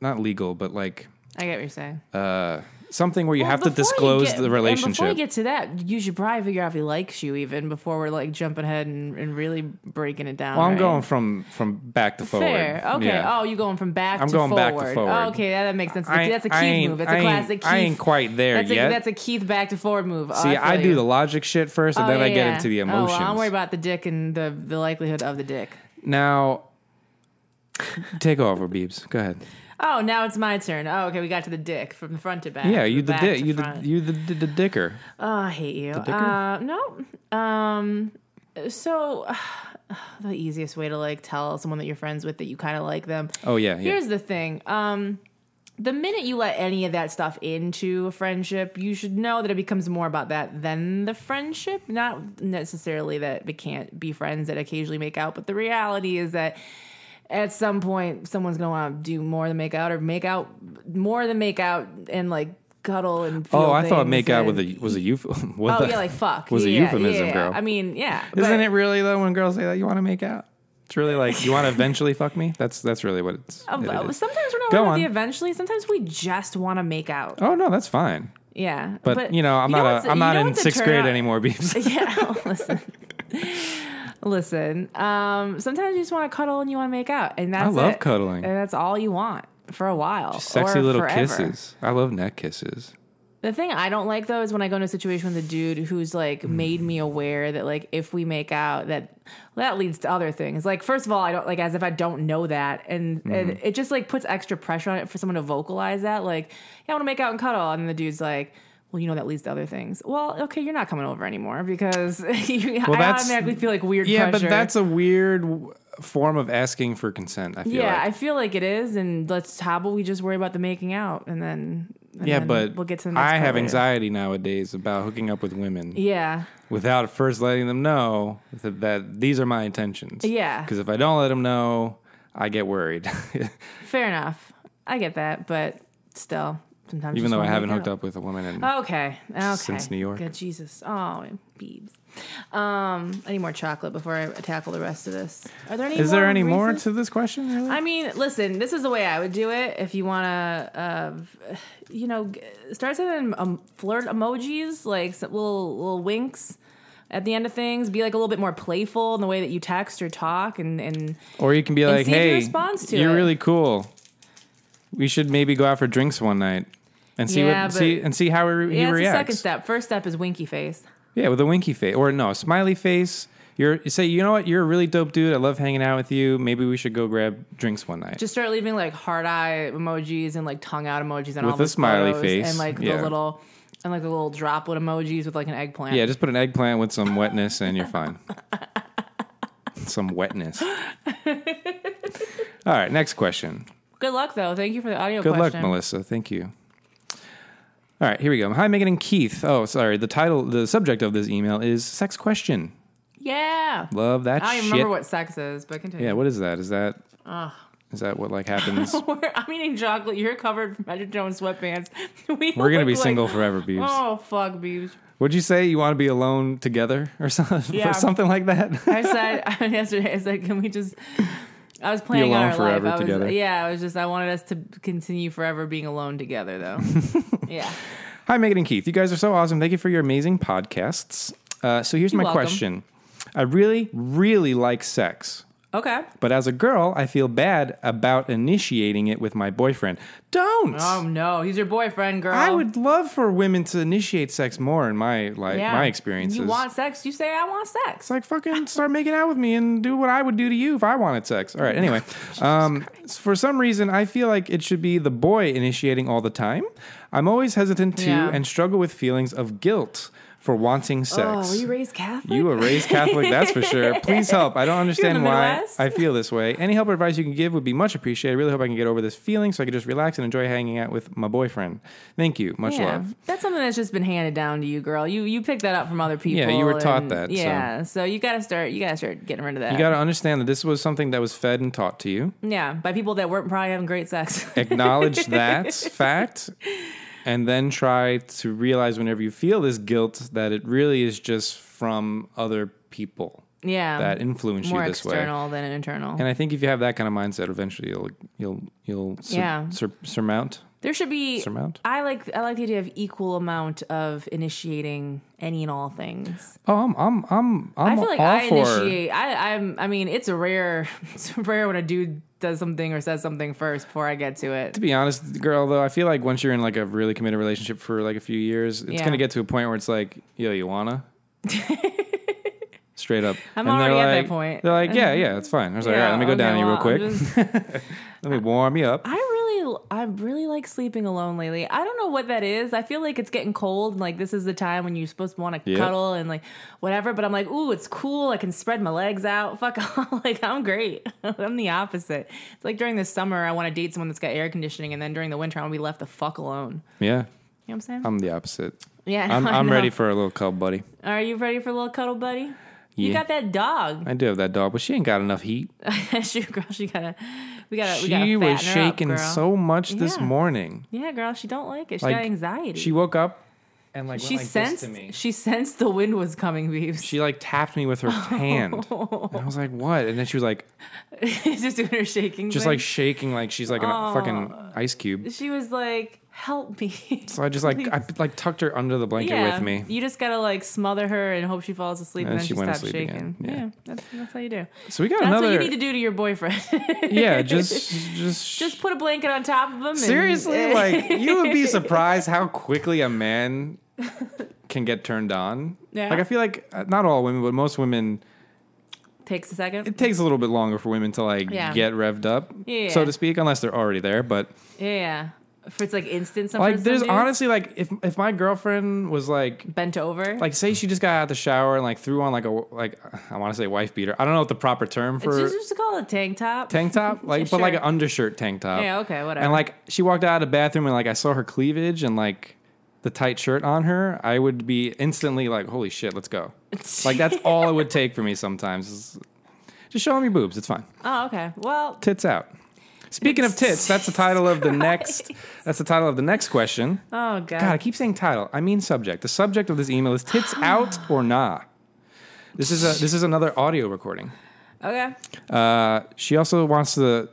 [SPEAKER 2] not legal, but like
[SPEAKER 1] I get what you're saying.
[SPEAKER 2] uh, something where you
[SPEAKER 1] Well,
[SPEAKER 2] have to
[SPEAKER 1] before you
[SPEAKER 2] disclose
[SPEAKER 1] get-
[SPEAKER 2] the
[SPEAKER 1] And before you
[SPEAKER 2] relationship.
[SPEAKER 1] get to that, you should probably figure out if he likes you even before we're like jumping ahead and, and really breaking it down.
[SPEAKER 2] well, I'm
[SPEAKER 1] right?
[SPEAKER 2] going from from back to forward.
[SPEAKER 1] Fair. Okay.
[SPEAKER 2] Yeah.
[SPEAKER 1] Oh, you going from back
[SPEAKER 2] I'm
[SPEAKER 1] to
[SPEAKER 2] going
[SPEAKER 1] forward. Oh,
[SPEAKER 2] back to forward.
[SPEAKER 1] okay, that, that makes sense.
[SPEAKER 2] I-
[SPEAKER 1] that's a
[SPEAKER 2] I
[SPEAKER 1] Keith
[SPEAKER 2] ain't-
[SPEAKER 1] move. It's
[SPEAKER 2] I
[SPEAKER 1] a
[SPEAKER 2] ain't-
[SPEAKER 1] classic Keith.
[SPEAKER 2] I ain't quite there
[SPEAKER 1] that's
[SPEAKER 2] yet.
[SPEAKER 1] A, that's a Keith back to forward move. Oh,
[SPEAKER 2] See,
[SPEAKER 1] I,
[SPEAKER 2] I,
[SPEAKER 1] feel
[SPEAKER 2] do
[SPEAKER 1] you.
[SPEAKER 2] the logic shit first, and
[SPEAKER 1] Oh,
[SPEAKER 2] then I
[SPEAKER 1] yeah,
[SPEAKER 2] get
[SPEAKER 1] yeah.
[SPEAKER 2] into the
[SPEAKER 1] Oh, well,
[SPEAKER 2] emotions.
[SPEAKER 1] I'm worried about the dick and the, the likelihood of the dick.
[SPEAKER 2] now, take over, Beebs. Go ahead.
[SPEAKER 1] Oh, now it's my turn. Oh, okay, we got to the dick from the front to back.
[SPEAKER 2] Yeah,
[SPEAKER 1] from
[SPEAKER 2] you the
[SPEAKER 1] back
[SPEAKER 2] dick.
[SPEAKER 1] to
[SPEAKER 2] You the
[SPEAKER 1] front.
[SPEAKER 2] you the, the, the dicker.
[SPEAKER 1] Oh, I hate you.
[SPEAKER 2] dicker?
[SPEAKER 1] Uh, no. Um, so the easiest way to like tell someone that you're friends with that you kind of like them.
[SPEAKER 2] Oh yeah. yeah.
[SPEAKER 1] Here's the thing. Um, the minute you let any of that stuff into a friendship, you should know that it becomes more about that than the friendship. Not necessarily that we can't be friends that occasionally make out, but the reality is that at some point someone's gonna want to do more than make out or make out more than make out and like cuddle and.
[SPEAKER 2] Oh,
[SPEAKER 1] feel
[SPEAKER 2] I thought
[SPEAKER 1] things
[SPEAKER 2] make out
[SPEAKER 1] and-
[SPEAKER 2] with a was a euphemism.
[SPEAKER 1] Oh yeah, like fuck.
[SPEAKER 2] was a
[SPEAKER 1] Yeah,
[SPEAKER 2] euphemism,
[SPEAKER 1] yeah.
[SPEAKER 2] girl.
[SPEAKER 1] I mean, yeah.
[SPEAKER 2] Isn't
[SPEAKER 1] but-
[SPEAKER 2] it really though when girls say that you want to make out? It's really like you want to eventually fuck me. That's that's really what it's.
[SPEAKER 1] Uh,
[SPEAKER 2] it
[SPEAKER 1] but
[SPEAKER 2] is.
[SPEAKER 1] sometimes we're not
[SPEAKER 2] Go
[SPEAKER 1] one with
[SPEAKER 2] on.
[SPEAKER 1] the eventually. Sometimes we just want to make out.
[SPEAKER 2] Oh no, that's fine.
[SPEAKER 1] Yeah,
[SPEAKER 2] But, you know, I'm not
[SPEAKER 1] what's-
[SPEAKER 2] a, I'm
[SPEAKER 1] you
[SPEAKER 2] not
[SPEAKER 1] know
[SPEAKER 2] in
[SPEAKER 1] what's a
[SPEAKER 2] sixth
[SPEAKER 1] turn
[SPEAKER 2] grade
[SPEAKER 1] on-
[SPEAKER 2] anymore, Beeps.
[SPEAKER 1] Yeah, listen. Listen, um, sometimes you just want to cuddle and you want to make out, and that's
[SPEAKER 2] love
[SPEAKER 1] it.
[SPEAKER 2] cuddling.
[SPEAKER 1] and that's all you want for a while.
[SPEAKER 2] Sexy
[SPEAKER 1] or
[SPEAKER 2] little
[SPEAKER 1] forever.
[SPEAKER 2] kisses. I love neck kisses.
[SPEAKER 1] The thing I don't like though is when I go into a situation with a dude who's like
[SPEAKER 2] Hmm.
[SPEAKER 1] made me aware that like if we make out that that leads to other things. Like first of all, I don't like as if I don't know that, and,
[SPEAKER 2] Hmm.
[SPEAKER 1] and it just like puts extra pressure on it for someone to vocalize that. Like, yeah, I want to make out and cuddle, and the dude's like. Well, you know that leads to other things. Well, okay, you're not coming over anymore because you, I
[SPEAKER 2] that's-
[SPEAKER 1] automatically feel like weird.
[SPEAKER 2] Yeah,
[SPEAKER 1] pressure.
[SPEAKER 2] but that's a weird w- form of asking for consent. I feel
[SPEAKER 1] yeah.
[SPEAKER 2] like.
[SPEAKER 1] I feel like it is, and let's how about we just worry about the making out, and then and
[SPEAKER 2] yeah,
[SPEAKER 1] then
[SPEAKER 2] but
[SPEAKER 1] we'll get to the next
[SPEAKER 2] I
[SPEAKER 1] part
[SPEAKER 2] have
[SPEAKER 1] later.
[SPEAKER 2] anxiety nowadays about hooking up with women
[SPEAKER 1] Yeah,
[SPEAKER 2] without first letting them know that, that these are my intentions.
[SPEAKER 1] Yeah.
[SPEAKER 2] Because if I don't let them know, I get worried.
[SPEAKER 1] Fair enough. I get that, but still, sometimes
[SPEAKER 2] Even
[SPEAKER 1] just
[SPEAKER 2] though I
[SPEAKER 1] wanna
[SPEAKER 2] haven't
[SPEAKER 1] make
[SPEAKER 2] hooked
[SPEAKER 1] out.
[SPEAKER 2] up with a woman in
[SPEAKER 1] Uh, Okay. Okay.
[SPEAKER 2] Since New York.
[SPEAKER 1] Good Jesus. Oh, beebs. Um, I need more chocolate before I tackle the rest of this. Are there any?
[SPEAKER 2] Is
[SPEAKER 1] more
[SPEAKER 2] there any more
[SPEAKER 1] Reese's?
[SPEAKER 2] to this question? Really?
[SPEAKER 1] I mean, listen. This is the way I would do it. If you wanna, uh, you know, g- start sending um, flirt emojis, like some little little winks at the end of things. Be like a little bit more playful in the way that you text or talk, and and
[SPEAKER 2] or you can be like,
[SPEAKER 1] see if he
[SPEAKER 2] "Hey,
[SPEAKER 1] responds to
[SPEAKER 2] you're
[SPEAKER 1] it."
[SPEAKER 2] really cool. We should maybe go out for drinks one night and see
[SPEAKER 1] Yeah,
[SPEAKER 2] what
[SPEAKER 1] but-
[SPEAKER 2] see and see how he, re- he
[SPEAKER 1] yeah, that's the second
[SPEAKER 2] reacts."
[SPEAKER 1] step. First step is winky face.
[SPEAKER 2] Yeah, with a winky face or no smiley face. You're you say, you know what? You're a really dope dude. I love hanging out with you. Maybe we should go grab drinks one night.
[SPEAKER 1] just start leaving like heart eye emojis and like tongue out emojis and
[SPEAKER 2] With
[SPEAKER 1] all
[SPEAKER 2] the
[SPEAKER 1] the
[SPEAKER 2] smiley
[SPEAKER 1] photos
[SPEAKER 2] face,
[SPEAKER 1] and like
[SPEAKER 2] yeah.
[SPEAKER 1] the little and like the little droplet emojis with like an eggplant.
[SPEAKER 2] yeah, just put an eggplant with some wetness and you're fine. some wetness. All right, next question.
[SPEAKER 1] Good luck though. Thank you for the audio
[SPEAKER 2] Good
[SPEAKER 1] question.
[SPEAKER 2] luck, Melissa. Thank you. All right, here we go. Hi, Megan and Keith. Oh, sorry. The title, the subject of this email is sex question.
[SPEAKER 1] Yeah.
[SPEAKER 2] Love that
[SPEAKER 1] I don't even
[SPEAKER 2] shit.
[SPEAKER 1] remember what sex is, but continue.
[SPEAKER 2] yeah, what is that? Is that is that what like happens?
[SPEAKER 1] We're, I'm eating chocolate. You're covered from head to toe in sweatpants. we
[SPEAKER 2] We're gonna
[SPEAKER 1] look
[SPEAKER 2] be
[SPEAKER 1] like-
[SPEAKER 2] single forever, Beebs.
[SPEAKER 1] Oh fuck, Beebs.
[SPEAKER 2] Would you say you want to be alone together or something,
[SPEAKER 1] Yeah.
[SPEAKER 2] or something like that?
[SPEAKER 1] I said I mean, yesterday. I said, can we just? I was planning
[SPEAKER 2] alone
[SPEAKER 1] on our
[SPEAKER 2] forever
[SPEAKER 1] life. I was,
[SPEAKER 2] together.
[SPEAKER 1] Yeah, I was just. I wanted us to continue forever being alone together, though. yeah.
[SPEAKER 2] Hi, Megan and Keith. You guys are so awesome. Thank you for your amazing podcasts. Uh, so here's
[SPEAKER 1] You're
[SPEAKER 2] my
[SPEAKER 1] welcome.
[SPEAKER 2] question. I really, really like sex.
[SPEAKER 1] Okay.
[SPEAKER 2] But as a girl, I feel bad about initiating it with my boyfriend. Don't.
[SPEAKER 1] Oh no, he's your boyfriend, girl.
[SPEAKER 2] I would love for women to initiate sex more in my like my experiences.
[SPEAKER 1] You want sex? You say I want sex.
[SPEAKER 2] it's like fucking start making out with me and do what I would do to you if I wanted sex. All right. Anyway, um, for some reason, I feel like it should be the boy initiating all the time. I'm always hesitant to
[SPEAKER 1] Yeah.
[SPEAKER 2] and struggle with feelings of guilt for wanting sex.
[SPEAKER 1] Oh, were you raised Catholic?
[SPEAKER 2] You were raised Catholic, that's for sure. Please help. I don't understand why
[SPEAKER 1] Midwest?
[SPEAKER 2] I feel this way. Any help or advice you can give would be much appreciated. I really hope I can get over this feeling so I can just relax and enjoy hanging out with my boyfriend. Thank you. Much
[SPEAKER 1] yeah,
[SPEAKER 2] love.
[SPEAKER 1] that's something that's just been handed down to you, girl. You you picked that up from other people.
[SPEAKER 2] Yeah, you were taught
[SPEAKER 1] and-
[SPEAKER 2] that, so-
[SPEAKER 1] Yeah, so. you gotta start. You gotta start getting rid of that.
[SPEAKER 2] You got to understand that this was something that was fed and taught to you.
[SPEAKER 1] yeah, by people that weren't probably having great sex.
[SPEAKER 2] Acknowledge that fact and then try to realize whenever you feel this guilt that it really is just from other people
[SPEAKER 1] yeah,
[SPEAKER 2] that influence
[SPEAKER 1] Mm. more
[SPEAKER 2] you this way.
[SPEAKER 1] external than internal.
[SPEAKER 2] And I think if you have that kind of mindset, eventually you'll you'll you'll sur-
[SPEAKER 1] Yeah.
[SPEAKER 2] sur- surmount
[SPEAKER 1] there should be.
[SPEAKER 2] surmount.
[SPEAKER 1] I like I like the idea of equal amount of initiating any and all things.
[SPEAKER 2] Oh, I'm I'm I'm I'm
[SPEAKER 1] I feel like
[SPEAKER 2] all
[SPEAKER 1] I
[SPEAKER 2] for.
[SPEAKER 1] initiate. I, I'm. I mean, it's a rare, it's rare when a dude does something or says something first before I get to it.
[SPEAKER 2] To be honest, girl, though, I feel like once you're in like a really committed relationship for like a few years, it's
[SPEAKER 1] Yeah.
[SPEAKER 2] gonna get to a point where it's like, yo, you wanna? Straight up. I'm
[SPEAKER 1] already at that
[SPEAKER 2] like,
[SPEAKER 1] point.
[SPEAKER 2] They're like, yeah, yeah, it's fine. I was like, all right, let me go
[SPEAKER 1] okay,
[SPEAKER 2] down
[SPEAKER 1] well,
[SPEAKER 2] here
[SPEAKER 1] I'm
[SPEAKER 2] real quick.
[SPEAKER 1] just-
[SPEAKER 2] Let me warm you up.
[SPEAKER 1] I really, I really like sleeping alone lately. I don't know what that is. I feel like it's getting cold, and like this is the time when you're supposed to want to
[SPEAKER 2] Yep.
[SPEAKER 1] cuddle and like whatever. But I'm like, ooh, it's cool. I can spread my legs out. Fuck, all. like I'm great. I'm the opposite. It's like during the summer, I want to date someone that's got air conditioning, and then during the winter, I want to be left the fuck alone.
[SPEAKER 2] Yeah,
[SPEAKER 1] You know what I'm saying?
[SPEAKER 2] I'm the opposite.
[SPEAKER 1] yeah,
[SPEAKER 2] I'm
[SPEAKER 1] I
[SPEAKER 2] I'm
[SPEAKER 1] know.
[SPEAKER 2] ready for a little cuddle, buddy.
[SPEAKER 1] Are you ready for a little cuddle, buddy? You
[SPEAKER 2] Yeah.
[SPEAKER 1] got that dog.
[SPEAKER 2] I do have that dog, but she ain't got enough heat.
[SPEAKER 1] she, girl, she gotta. Uh, We gotta. we gotta
[SPEAKER 2] she
[SPEAKER 1] fatten
[SPEAKER 2] was
[SPEAKER 1] her up,
[SPEAKER 2] shaking
[SPEAKER 1] girl.
[SPEAKER 2] so much this
[SPEAKER 1] Yeah.
[SPEAKER 2] morning.
[SPEAKER 1] Yeah, girl, she don't like it. She got
[SPEAKER 2] Like,
[SPEAKER 1] anxiety.
[SPEAKER 2] She woke up and like
[SPEAKER 1] she
[SPEAKER 2] went like
[SPEAKER 1] sensed.
[SPEAKER 2] this to me.
[SPEAKER 1] She sensed the wind was coming, Beeves.
[SPEAKER 2] She like tapped me with her hand. And I was like, "What?" And then she was like,
[SPEAKER 1] just doing her shaking.
[SPEAKER 2] just
[SPEAKER 1] thing.
[SPEAKER 2] like shaking, like she's like
[SPEAKER 1] Oh.
[SPEAKER 2] a fucking ice cube.
[SPEAKER 1] she was like, "Help me."
[SPEAKER 2] So I just like I
[SPEAKER 1] Please.
[SPEAKER 2] like tucked her under the blanket with me.
[SPEAKER 1] You just gotta like smother her and hope she falls asleep, and,
[SPEAKER 2] And
[SPEAKER 1] then
[SPEAKER 2] she
[SPEAKER 1] she,
[SPEAKER 2] went to
[SPEAKER 1] stops
[SPEAKER 2] sleep
[SPEAKER 1] shaking.
[SPEAKER 2] again. Yeah.
[SPEAKER 1] Yeah, that's that's how you do.
[SPEAKER 2] So we got
[SPEAKER 1] That's
[SPEAKER 2] another.
[SPEAKER 1] what you need to do to your boyfriend.
[SPEAKER 2] yeah, just just
[SPEAKER 1] just put a blanket on top of him. and-
[SPEAKER 2] seriously, like you would be surprised how quickly a man can get turned on.
[SPEAKER 1] Yeah.
[SPEAKER 2] Like I feel like uh, not all women, but most women,
[SPEAKER 1] takes a second.
[SPEAKER 2] it takes a little bit longer for women to like
[SPEAKER 1] Yeah.
[SPEAKER 2] get revved up,
[SPEAKER 1] Yeah.
[SPEAKER 2] so to speak, unless they're already there. But
[SPEAKER 1] yeah, if it's like instant. some- for
[SPEAKER 2] like,
[SPEAKER 1] some
[SPEAKER 2] there's
[SPEAKER 1] dudes,
[SPEAKER 2] honestly like if if my girlfriend was like
[SPEAKER 1] bent over.
[SPEAKER 2] like say she just got out of the shower and like threw on like a like I want to say wife beater. I don't know what the proper term
[SPEAKER 1] it's
[SPEAKER 2] for
[SPEAKER 1] just, just call it a tank top.
[SPEAKER 2] tank top, like but like
[SPEAKER 1] Sure.
[SPEAKER 2] an undershirt tank top.
[SPEAKER 1] Yeah, okay, whatever.
[SPEAKER 2] And like she walked out of the bathroom and like I saw her cleavage and like the tight shirt on her, I would be instantly like, "Holy shit, let's go!" Like that's all it would take for me sometimes. Is just show them your boobs. It's fine.
[SPEAKER 1] oh, okay. Well,
[SPEAKER 2] Tits out. Speaking of tits, that's the title of the next. That's the title of the next question.
[SPEAKER 1] oh god.
[SPEAKER 2] God, I keep saying title. I mean subject. The subject of this email is tits out or nah. This is a this is another audio recording.
[SPEAKER 1] Okay.
[SPEAKER 2] Uh, she also wants to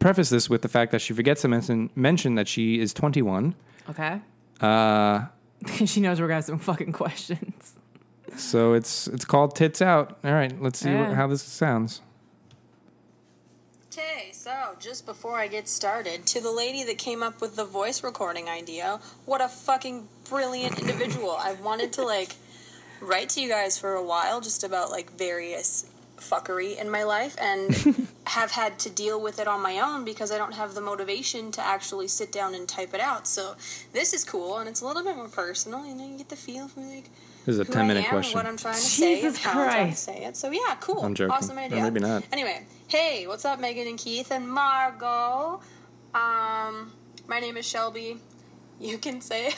[SPEAKER 2] preface this with the fact that she forgets to mention mention that she is 21.
[SPEAKER 1] Okay.
[SPEAKER 2] Uh,
[SPEAKER 1] she knows we're gonna have some fucking questions.
[SPEAKER 2] so it's it's called tits out. All right, let's see
[SPEAKER 1] Yeah.
[SPEAKER 2] how this sounds.
[SPEAKER 4] Okay, so just before I get started, to the lady that came up with the voice recording idea, what a fucking brilliant individual. I wanted to like write to you guys for a while just about like various fuckery in my life and have had to deal with it on my own because I don't have the motivation to actually sit down and type it out. So this is cool and it's a little bit more personal, you know, you get the feel from like
[SPEAKER 2] This is a
[SPEAKER 4] who
[SPEAKER 2] 10
[SPEAKER 4] I
[SPEAKER 2] minute
[SPEAKER 4] am,
[SPEAKER 2] question.
[SPEAKER 4] What I'm trying to say and
[SPEAKER 1] Jesus
[SPEAKER 4] how I'm trying to
[SPEAKER 1] Christ.
[SPEAKER 4] say it. So yeah, cool.
[SPEAKER 2] I'm joking.
[SPEAKER 4] Awesome
[SPEAKER 2] Or
[SPEAKER 4] idea.
[SPEAKER 2] maybe not.
[SPEAKER 4] Anyway, hey, what's up, Megan and Keith and Margot? Um, my name is Shelby. You can say,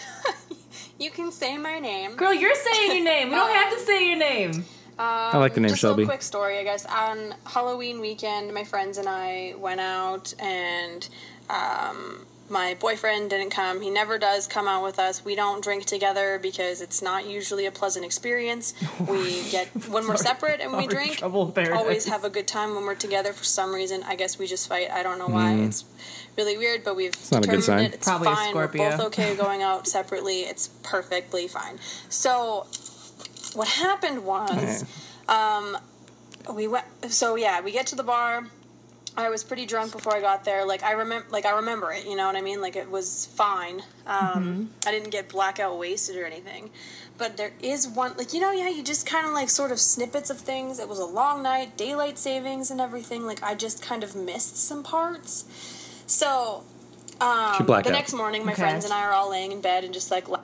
[SPEAKER 4] you can say my name.
[SPEAKER 1] Girl, you're saying your name. We don't have to say your name.
[SPEAKER 2] I like the name
[SPEAKER 4] Just a
[SPEAKER 2] Shelby.
[SPEAKER 4] little quick story, I guess. On Halloween weekend, my friends and I went out, and um, my boyfriend didn't come. He never does come out with us. We don't drink together because it's not usually a pleasant experience. We get when we're separate and we
[SPEAKER 1] Already
[SPEAKER 4] drink.
[SPEAKER 1] trouble there.
[SPEAKER 4] Always have a good time when we're together. For some reason, I guess we just fight. I don't know why. It's really weird, but we've
[SPEAKER 2] Hmm. not a good
[SPEAKER 4] determined
[SPEAKER 2] sign.
[SPEAKER 4] it. It's
[SPEAKER 1] Probably a
[SPEAKER 4] fine. We're
[SPEAKER 1] Scorpio.
[SPEAKER 4] both okay going out separately. It's perfectly fine. So what happened was um, we went so yeah we get to the bar i was pretty drunk before i got there like i remember like i remember it you know what i mean like it was fine
[SPEAKER 1] Mm-hmm.
[SPEAKER 4] um, i didn't get blackout wasted or anything but there is one like you know yeah you just kind of like sort of snippets of things it was a long night daylight savings and everything like i just kind of missed some parts so
[SPEAKER 2] she blacked
[SPEAKER 4] the
[SPEAKER 2] out.
[SPEAKER 4] next morning my
[SPEAKER 1] Okay.
[SPEAKER 4] friends and i are all laying in bed and just like la-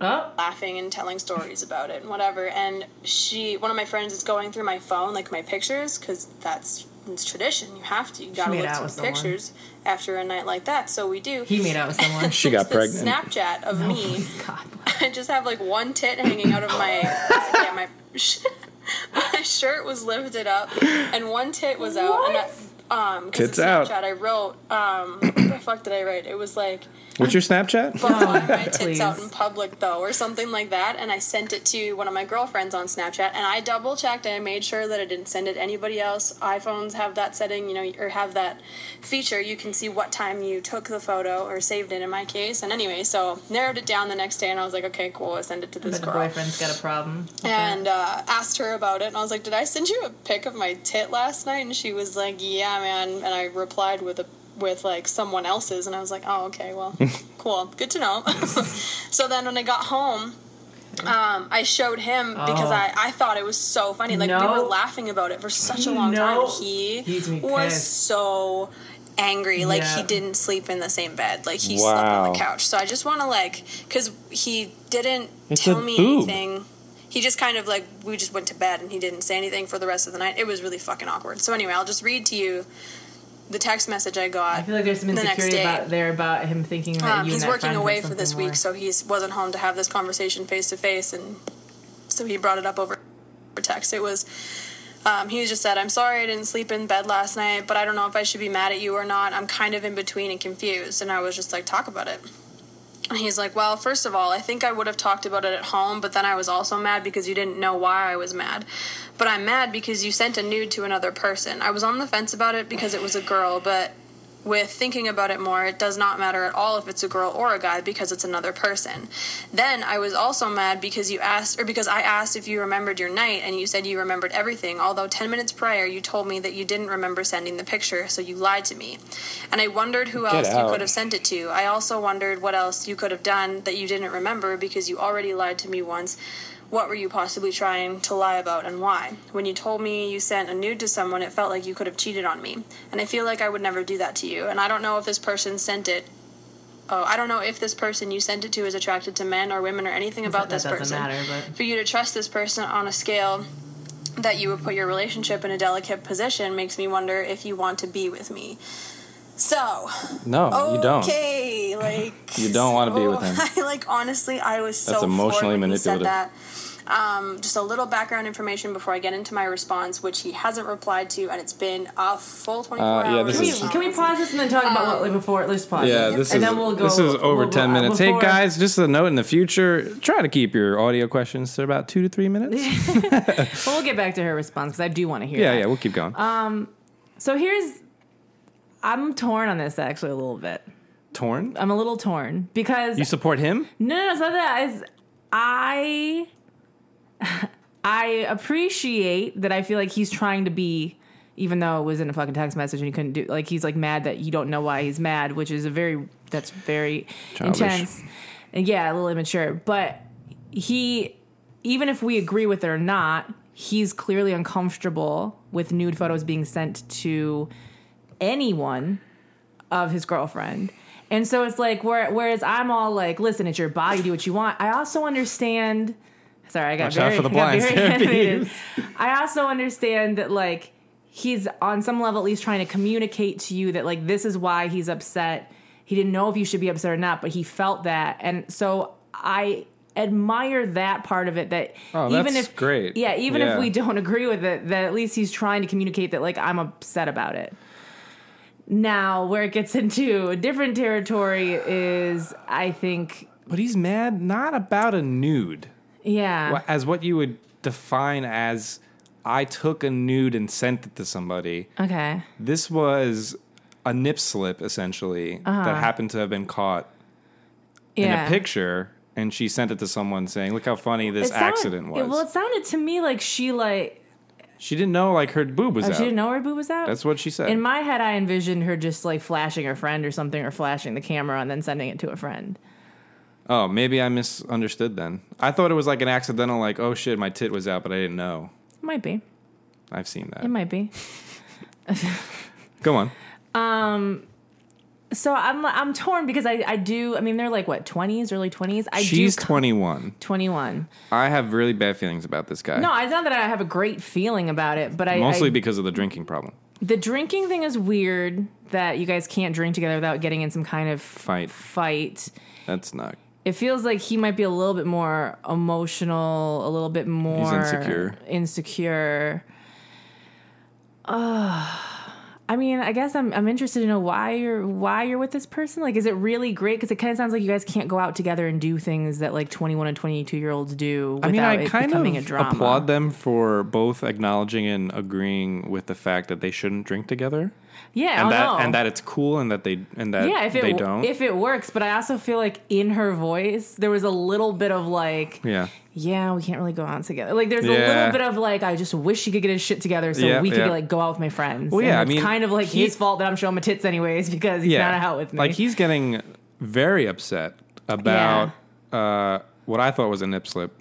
[SPEAKER 1] Oh,
[SPEAKER 4] laughing and telling stories about it and whatever. And she, one of my friends, is going through my phone, like my pictures, because that's it's tradition. You have to. You gotta
[SPEAKER 1] made
[SPEAKER 4] look
[SPEAKER 1] out
[SPEAKER 4] through
[SPEAKER 1] with someone.
[SPEAKER 4] pictures after a night like that. So we do.
[SPEAKER 1] he made out with someone.
[SPEAKER 2] she got
[SPEAKER 4] There's
[SPEAKER 2] pregnant.
[SPEAKER 4] this Snapchat of me.
[SPEAKER 1] God.
[SPEAKER 4] I just have like one tit hanging out of my. yeah, my. My shirt was lifted up, and one tit was out. And
[SPEAKER 1] What?
[SPEAKER 4] I, um, 'cause
[SPEAKER 2] Tits
[SPEAKER 4] of
[SPEAKER 2] out.
[SPEAKER 4] Snapchat, I wrote. Um, what the fuck did I write? It was like
[SPEAKER 2] What's your Snapchat?
[SPEAKER 4] both of my tits
[SPEAKER 1] please.
[SPEAKER 4] out in public though or something like that and i sent it to one of my girlfriends on snapchat and i double checked and i made sure that i didn't send it to anybody else iphones have that setting you know or have that feature you can see what time you took the photo or saved it in my case and anyway so narrowed it down the next day and i was like okay cool i send it to this
[SPEAKER 1] But the
[SPEAKER 4] girl
[SPEAKER 1] boyfriend's got a problem.
[SPEAKER 4] and uh, asked her about it and i was like did i send you a pic of my tit last night and she was like yeah man and i replied with a with like someone else's and i was like oh okay well cool good to know so then when i got home um, i showed him because
[SPEAKER 1] Oh.
[SPEAKER 4] I, I thought it was so funny like we
[SPEAKER 1] No.
[SPEAKER 4] were laughing about it for such a long time
[SPEAKER 1] No.
[SPEAKER 4] and he
[SPEAKER 1] He's me
[SPEAKER 4] was
[SPEAKER 1] pissed.
[SPEAKER 4] so angry like he
[SPEAKER 1] Yeah.
[SPEAKER 4] didn't sleep in the same bed like he slept on
[SPEAKER 2] Wow.
[SPEAKER 4] the couch so i just want to like because he didn't
[SPEAKER 2] It's
[SPEAKER 4] tell
[SPEAKER 2] a
[SPEAKER 4] me
[SPEAKER 2] boob.
[SPEAKER 4] anything he just kind of like we just went to bed and he didn't say anything for the rest of the night. It was really fucking awkward. So anyway, I'll just read to you the text message I got.
[SPEAKER 1] I feel like there's some
[SPEAKER 4] the next
[SPEAKER 1] insecurity
[SPEAKER 4] day.
[SPEAKER 1] about there about him thinking that
[SPEAKER 4] Um,
[SPEAKER 1] you. and
[SPEAKER 4] he's
[SPEAKER 1] that
[SPEAKER 4] working
[SPEAKER 1] friend
[SPEAKER 4] away
[SPEAKER 1] had
[SPEAKER 4] for this
[SPEAKER 1] something
[SPEAKER 4] week, so he wasn't home to have this conversation face to face, and so he brought it up over text. text. It was, um, he just said, I'm sorry I didn't sleep in bed last night, but I don't know if I should be mad at you or not. I'm kind of in between and confused. And I was just like, talk about it. And he's like, Well, first of all, I think I would have talked about it at home, but then I was also mad because you didn't know why I was mad. But I'm mad because you sent a nude to another person. I was on the fence about it because it was a girl, but with thinking about it more, it does not matter at all if it's a girl or a guy because it's another person. Then I was also mad because you asked, or because I asked if you remembered your night, and you said you remembered everything, although 10 minutes prior you told me that you didn't remember sending the picture, so you lied to me. And I wondered who
[SPEAKER 2] Get
[SPEAKER 4] else
[SPEAKER 2] out.
[SPEAKER 4] you could have sent it to. I also wondered what else you could have done that you didn't remember because you already lied to me once. What were you possibly trying to lie about and why? When you told me you sent a nude to someone, it felt like you could have cheated on me. And I feel like I would never do that to you. And I don't know if this person sent it. Oh, I don't know if this person you sent it to is attracted to men or women or anything about
[SPEAKER 1] that
[SPEAKER 4] this
[SPEAKER 1] doesn't
[SPEAKER 4] person.
[SPEAKER 1] matter, but
[SPEAKER 4] For you to trust this person on a scale that you would put your relationship in a delicate position makes me wonder if you want to be with me. So,
[SPEAKER 5] No, you don't.
[SPEAKER 4] Okay, like
[SPEAKER 5] You don't wanna be with him.
[SPEAKER 4] I like honestly, I was so
[SPEAKER 5] That's emotionally
[SPEAKER 4] floored when he said
[SPEAKER 5] manipulative.
[SPEAKER 4] that. Um, just a little background information before I get into my response, which he hasn't replied to, and it's been a full twenty-four
[SPEAKER 5] Uh, yeah,
[SPEAKER 4] hours.
[SPEAKER 5] this
[SPEAKER 1] Can we,
[SPEAKER 5] is-
[SPEAKER 1] can we pause this and then talk
[SPEAKER 4] Um,
[SPEAKER 1] about what like before? Let's pause.
[SPEAKER 5] Yeah,
[SPEAKER 1] it.
[SPEAKER 5] this
[SPEAKER 1] and
[SPEAKER 5] is
[SPEAKER 1] then we'll go.
[SPEAKER 5] this is over
[SPEAKER 1] we'll go
[SPEAKER 5] ten
[SPEAKER 1] out
[SPEAKER 5] minutes.
[SPEAKER 1] before-
[SPEAKER 5] Hey guys, just a note in the future: try to keep your audio questions to about two to three minutes.
[SPEAKER 1] Well, we'll get back to her response because I do want to hear.
[SPEAKER 5] Yeah,
[SPEAKER 1] that.
[SPEAKER 5] yeah, we'll keep going.
[SPEAKER 1] Um, So here's, I'm torn on this actually a little bit.
[SPEAKER 5] Torn,
[SPEAKER 1] I'm a little torn because
[SPEAKER 5] you support him?
[SPEAKER 1] No, no, no, it's not that. It's, I I appreciate that. I feel like he's trying to be, even though it was in a fucking text message and he couldn't do. Like he's like mad that you don't know why he's mad, which is a very that's very
[SPEAKER 5] Childish.
[SPEAKER 1] intense and yeah, a little immature. But he, even if we agree with it or not, he's clearly uncomfortable with nude photos being sent to anyone of his girlfriend. And so it's like, where, whereas I'm all like, listen, it's your body, do what you want. I also understand. Sorry, I got
[SPEAKER 5] Watch out
[SPEAKER 1] very,
[SPEAKER 5] for the
[SPEAKER 1] I got
[SPEAKER 5] blinds,
[SPEAKER 1] very
[SPEAKER 5] Debbie.
[SPEAKER 1] animated. I also understand that like he's on some level at least trying to communicate to you that like this is why he's upset. He didn't know if you should be upset or not, but he felt that, and so I admire that part of it. That
[SPEAKER 5] Oh,
[SPEAKER 1] even
[SPEAKER 5] that's
[SPEAKER 1] if
[SPEAKER 5] great.
[SPEAKER 1] yeah, even
[SPEAKER 5] Yeah.
[SPEAKER 1] if we don't agree with it, that at least he's trying to communicate that like I'm upset about it. Now, where it gets into a different territory is, I think,
[SPEAKER 2] But he's mad not about a nude,
[SPEAKER 1] yeah,
[SPEAKER 2] wha- as what you would define as I took a nude and sent it to somebody.
[SPEAKER 1] okay,
[SPEAKER 2] This was a nip slip, essentially, that happened to have been caught
[SPEAKER 1] Uh-huh. yeah.
[SPEAKER 2] in a picture, and she sent it to someone saying, "Look how funny this
[SPEAKER 1] sounded-
[SPEAKER 2] accident was."
[SPEAKER 1] it- well, it sounded to me like she like
[SPEAKER 2] she didn't know like her boob was
[SPEAKER 1] oh,
[SPEAKER 2] out.
[SPEAKER 1] she didn't know her boob was out.
[SPEAKER 2] That's what she said.
[SPEAKER 1] in my head, I envisioned her just like flashing her friend or something, or flashing the camera and then sending it to a friend.
[SPEAKER 2] oh, maybe I misunderstood then. I thought it was like an accidental, like, "Oh shit, my tit was out," but I didn't know.
[SPEAKER 1] Might be,
[SPEAKER 2] I've seen that.
[SPEAKER 1] it might be.
[SPEAKER 2] Go on.
[SPEAKER 1] So I'm I'm torn because I I do I mean they're like what twenties early twenties I
[SPEAKER 2] She's
[SPEAKER 1] do
[SPEAKER 2] 21.
[SPEAKER 1] twenty one.
[SPEAKER 2] I have really bad feelings about this guy.
[SPEAKER 1] No, it's not that I have a great feeling about it, but I
[SPEAKER 2] Mostly
[SPEAKER 1] I,
[SPEAKER 2] because of the drinking problem.
[SPEAKER 1] the drinking thing is weird that you guys can't drink together without getting in some kind of
[SPEAKER 2] Fight.
[SPEAKER 1] fight.
[SPEAKER 2] That's not.
[SPEAKER 1] it feels like he might be a little bit more emotional, a little bit more
[SPEAKER 2] insecure.
[SPEAKER 1] Insecure. Ugh. I mean, I guess I'm I'm interested to know why you're why you're with this person. Like, is it really great? Because it kind of sounds like you guys can't go out together and do things that like 21 and 22 year olds do. Without
[SPEAKER 2] I mean, I
[SPEAKER 1] it
[SPEAKER 2] kind
[SPEAKER 1] becoming a
[SPEAKER 2] of
[SPEAKER 1] drama.
[SPEAKER 2] applaud them for both acknowledging and agreeing with the fact that they shouldn't drink together,
[SPEAKER 1] Yeah,
[SPEAKER 2] and
[SPEAKER 1] oh,
[SPEAKER 2] that
[SPEAKER 1] no.
[SPEAKER 2] and that it's cool, and that they and that
[SPEAKER 1] yeah, if it
[SPEAKER 2] they
[SPEAKER 1] w-
[SPEAKER 2] don't.
[SPEAKER 1] if it works, but I also feel like in her voice there was a little bit of like
[SPEAKER 2] yeah,
[SPEAKER 1] yeah, we can't really go out together. Like, there's a
[SPEAKER 2] Yeah.
[SPEAKER 1] little bit of like, I just wish he could get his shit together so
[SPEAKER 2] Yeah,
[SPEAKER 1] we could
[SPEAKER 2] yeah.
[SPEAKER 1] like go out with my friends.
[SPEAKER 2] Well, yeah,
[SPEAKER 1] And
[SPEAKER 2] I
[SPEAKER 1] it's
[SPEAKER 2] mean,
[SPEAKER 1] kind of like
[SPEAKER 2] he-
[SPEAKER 1] his fault that I'm showing my tits anyways because he's
[SPEAKER 2] yeah.
[SPEAKER 1] not out with me.
[SPEAKER 2] Like he's getting very upset about uh, what I thought was a nip slip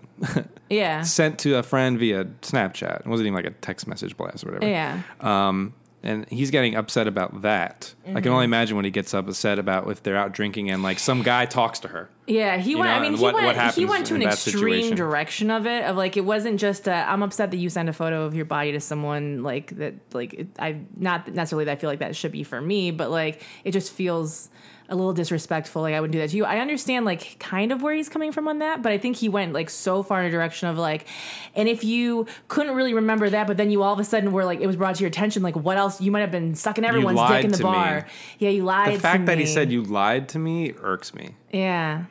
[SPEAKER 1] yeah,
[SPEAKER 2] sent to a friend via Snapchat. It wasn't even like a text message blast or whatever.
[SPEAKER 1] yeah,
[SPEAKER 2] Um, and he's getting upset about that. I can
[SPEAKER 1] Mm-hmm.
[SPEAKER 2] only imagine when he gets upset about if they're out drinking and like some guy talks to her.
[SPEAKER 1] yeah. He went.
[SPEAKER 2] know,
[SPEAKER 1] I mean,
[SPEAKER 2] and
[SPEAKER 1] he
[SPEAKER 2] what-
[SPEAKER 1] went.
[SPEAKER 2] what
[SPEAKER 1] he
[SPEAKER 2] happens
[SPEAKER 1] went to
[SPEAKER 2] in
[SPEAKER 1] an
[SPEAKER 2] that
[SPEAKER 1] extreme
[SPEAKER 2] situation.
[SPEAKER 1] direction of it. Of like, it wasn't just. A, I'm upset that you send a photo of your body to someone like that. Like, it, I not necessarily that I feel like that should be for me, but like, it just feels. a little disrespectful. Like I wouldn't do that to you. I understand like kind of where he's coming from on that, but I think he went like so far in a direction of like, and if you couldn't really remember that, but then you all of a sudden were like, it was brought to your attention. Like what else? You might have been sucking everyone's dick
[SPEAKER 2] lied
[SPEAKER 1] in the
[SPEAKER 2] to me.
[SPEAKER 1] bar. Yeah, you lied.
[SPEAKER 5] The fact
[SPEAKER 1] to
[SPEAKER 5] that he
[SPEAKER 1] me.
[SPEAKER 5] said you lied to me irks me
[SPEAKER 1] Yeah.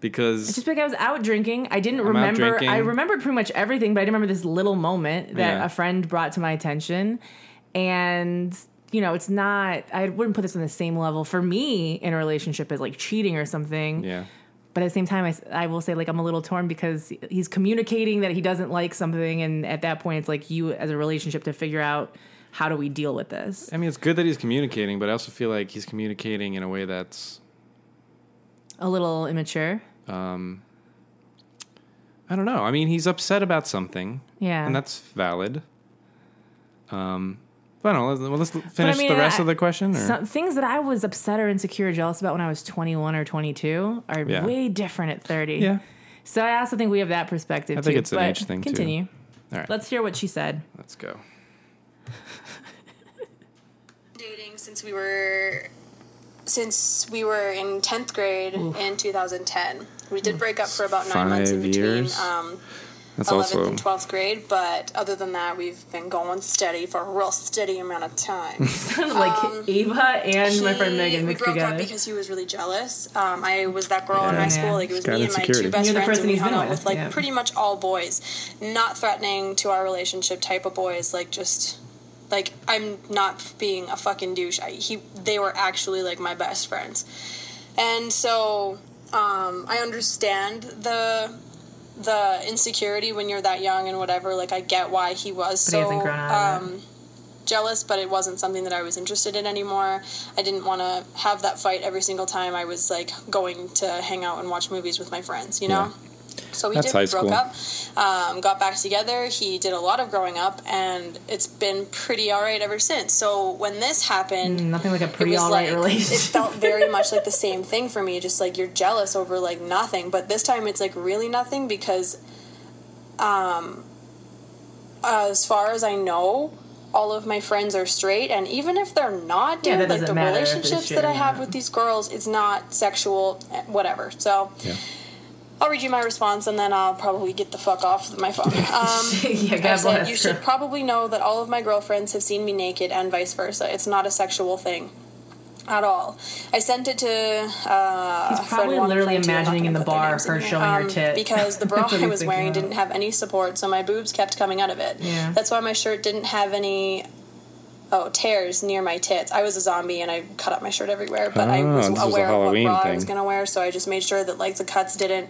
[SPEAKER 5] because
[SPEAKER 1] Just like I was out drinking, I didn't
[SPEAKER 5] out
[SPEAKER 1] remember.
[SPEAKER 5] drinking.
[SPEAKER 1] I remembered pretty much everything, but I didn't remember this little moment that
[SPEAKER 5] Yeah.
[SPEAKER 1] a friend brought to my attention. And you know, it's not. I wouldn't put this on the same level for me in a relationship as like cheating or something.
[SPEAKER 5] yeah,
[SPEAKER 1] But at the same time, I s- I, will say like I'm a little torn because he's communicating that he doesn't like something, and at that point, it's like you as a relationship to figure out how do we deal with this.
[SPEAKER 5] I mean it's good that he's communicating, but I also feel like he's communicating in a way that's
[SPEAKER 1] A little immature.
[SPEAKER 5] I don't know. I mean he's upset about something,
[SPEAKER 1] Yeah.
[SPEAKER 5] and that's valid. Um, but I don't know. Let's- Well, let's l- finish
[SPEAKER 1] mean,
[SPEAKER 5] the rest
[SPEAKER 1] I-
[SPEAKER 5] of the question. Or?
[SPEAKER 1] Some, things that I was upset or insecure or jealous about when I was 21 or 22 are
[SPEAKER 5] Yeah.
[SPEAKER 1] way different at 30.
[SPEAKER 5] yeah,
[SPEAKER 1] So I also think we have that perspective.
[SPEAKER 5] I think
[SPEAKER 1] too,
[SPEAKER 5] it's an
[SPEAKER 1] but
[SPEAKER 5] age thing, too.
[SPEAKER 1] Continue.
[SPEAKER 5] all right, let's,
[SPEAKER 1] Let's hear what she said.
[SPEAKER 5] go.
[SPEAKER 4] dating since we were since we were in 10th grade in 2010 we did break up for about nine months in
[SPEAKER 5] Five
[SPEAKER 4] between
[SPEAKER 5] years.
[SPEAKER 4] um,
[SPEAKER 5] That's
[SPEAKER 4] 11th
[SPEAKER 5] also
[SPEAKER 4] and 12th grade but other than that we've been going steady for a real steady amount of time
[SPEAKER 1] like Ava and my friend
[SPEAKER 4] He-
[SPEAKER 1] Megan
[SPEAKER 4] we
[SPEAKER 1] mixed
[SPEAKER 4] Um, broke
[SPEAKER 1] together.
[SPEAKER 4] up because he was really jealous um, i was that girl in high school
[SPEAKER 1] Yeah.
[SPEAKER 4] like it was
[SPEAKER 5] got
[SPEAKER 4] me and my
[SPEAKER 5] insecurity.
[SPEAKER 4] two best
[SPEAKER 1] You're the
[SPEAKER 4] friends
[SPEAKER 1] person
[SPEAKER 4] and we
[SPEAKER 1] he's
[SPEAKER 4] hung
[SPEAKER 1] been
[SPEAKER 4] out
[SPEAKER 1] with,
[SPEAKER 4] with like
[SPEAKER 1] yeah.
[SPEAKER 4] pretty much all boys not threatening to our relationship type of boys like just like i'm not being a fucking douche I, he they were actually like my best friends and so um, i understand the the insecurity when you're that young and whatever like i get why he was
[SPEAKER 1] But
[SPEAKER 4] so
[SPEAKER 1] he hasn't grown out of
[SPEAKER 4] um, jealous but it wasn't something that i was interested in anymore i didn't want to have that fight every single time i was like going to hang out and watch movies with my friends you know so we
[SPEAKER 5] That's
[SPEAKER 4] did
[SPEAKER 5] high
[SPEAKER 4] we broke
[SPEAKER 5] school.
[SPEAKER 4] up um, got back together he did a lot of growing up and it's been pretty all right ever since so when this happened
[SPEAKER 1] Nothing like a pretty
[SPEAKER 4] it was
[SPEAKER 1] all right
[SPEAKER 4] like,
[SPEAKER 1] relationship.
[SPEAKER 4] It felt very much like the same thing for me. Just like you're jealous over like nothing, but this time it's like really nothing because, um, as far as I know, all of my friends are straight, and even if they're not, dude,
[SPEAKER 1] Yeah, that
[SPEAKER 4] like
[SPEAKER 1] doesn't
[SPEAKER 4] the
[SPEAKER 1] matter if it's
[SPEAKER 4] relationships
[SPEAKER 1] straight
[SPEAKER 4] that
[SPEAKER 1] or
[SPEAKER 4] I have
[SPEAKER 1] not.
[SPEAKER 4] with these girls, it's not sexual, eh, whatever. So. I'll read you my response and then I'll probably get the fuck off my phone. Um,
[SPEAKER 1] yeah,
[SPEAKER 4] I
[SPEAKER 1] God
[SPEAKER 4] said,
[SPEAKER 1] bless.
[SPEAKER 4] you
[SPEAKER 1] her.
[SPEAKER 4] should probably know that all of my girlfriends have seen me naked and vice versa. It's not a sexual thing at all. I sent it to. Uh,
[SPEAKER 1] He's
[SPEAKER 4] friend
[SPEAKER 1] probably
[SPEAKER 4] one,
[SPEAKER 1] literally
[SPEAKER 4] friend two, I'm not
[SPEAKER 1] imagining
[SPEAKER 4] gonna
[SPEAKER 1] in the
[SPEAKER 4] put their
[SPEAKER 1] bar
[SPEAKER 4] names in
[SPEAKER 1] her
[SPEAKER 4] here,
[SPEAKER 1] showing her
[SPEAKER 4] um,
[SPEAKER 1] tit.
[SPEAKER 4] Because the bra
[SPEAKER 1] That's what
[SPEAKER 4] I
[SPEAKER 1] he's
[SPEAKER 4] was
[SPEAKER 1] thinking
[SPEAKER 4] wearing
[SPEAKER 1] about.
[SPEAKER 4] didn't have any support, so my boobs kept coming out of it.
[SPEAKER 1] Yeah.
[SPEAKER 4] That's why my shirt didn't have any. Oh, tears near my tits. I was a zombie and I cut up my shirt everywhere, but I
[SPEAKER 5] Ah,
[SPEAKER 4] was
[SPEAKER 5] this was a
[SPEAKER 4] aware of what
[SPEAKER 5] Halloween
[SPEAKER 4] bra I
[SPEAKER 5] thing.
[SPEAKER 4] was going to wear, so I just made sure that like the cuts didn't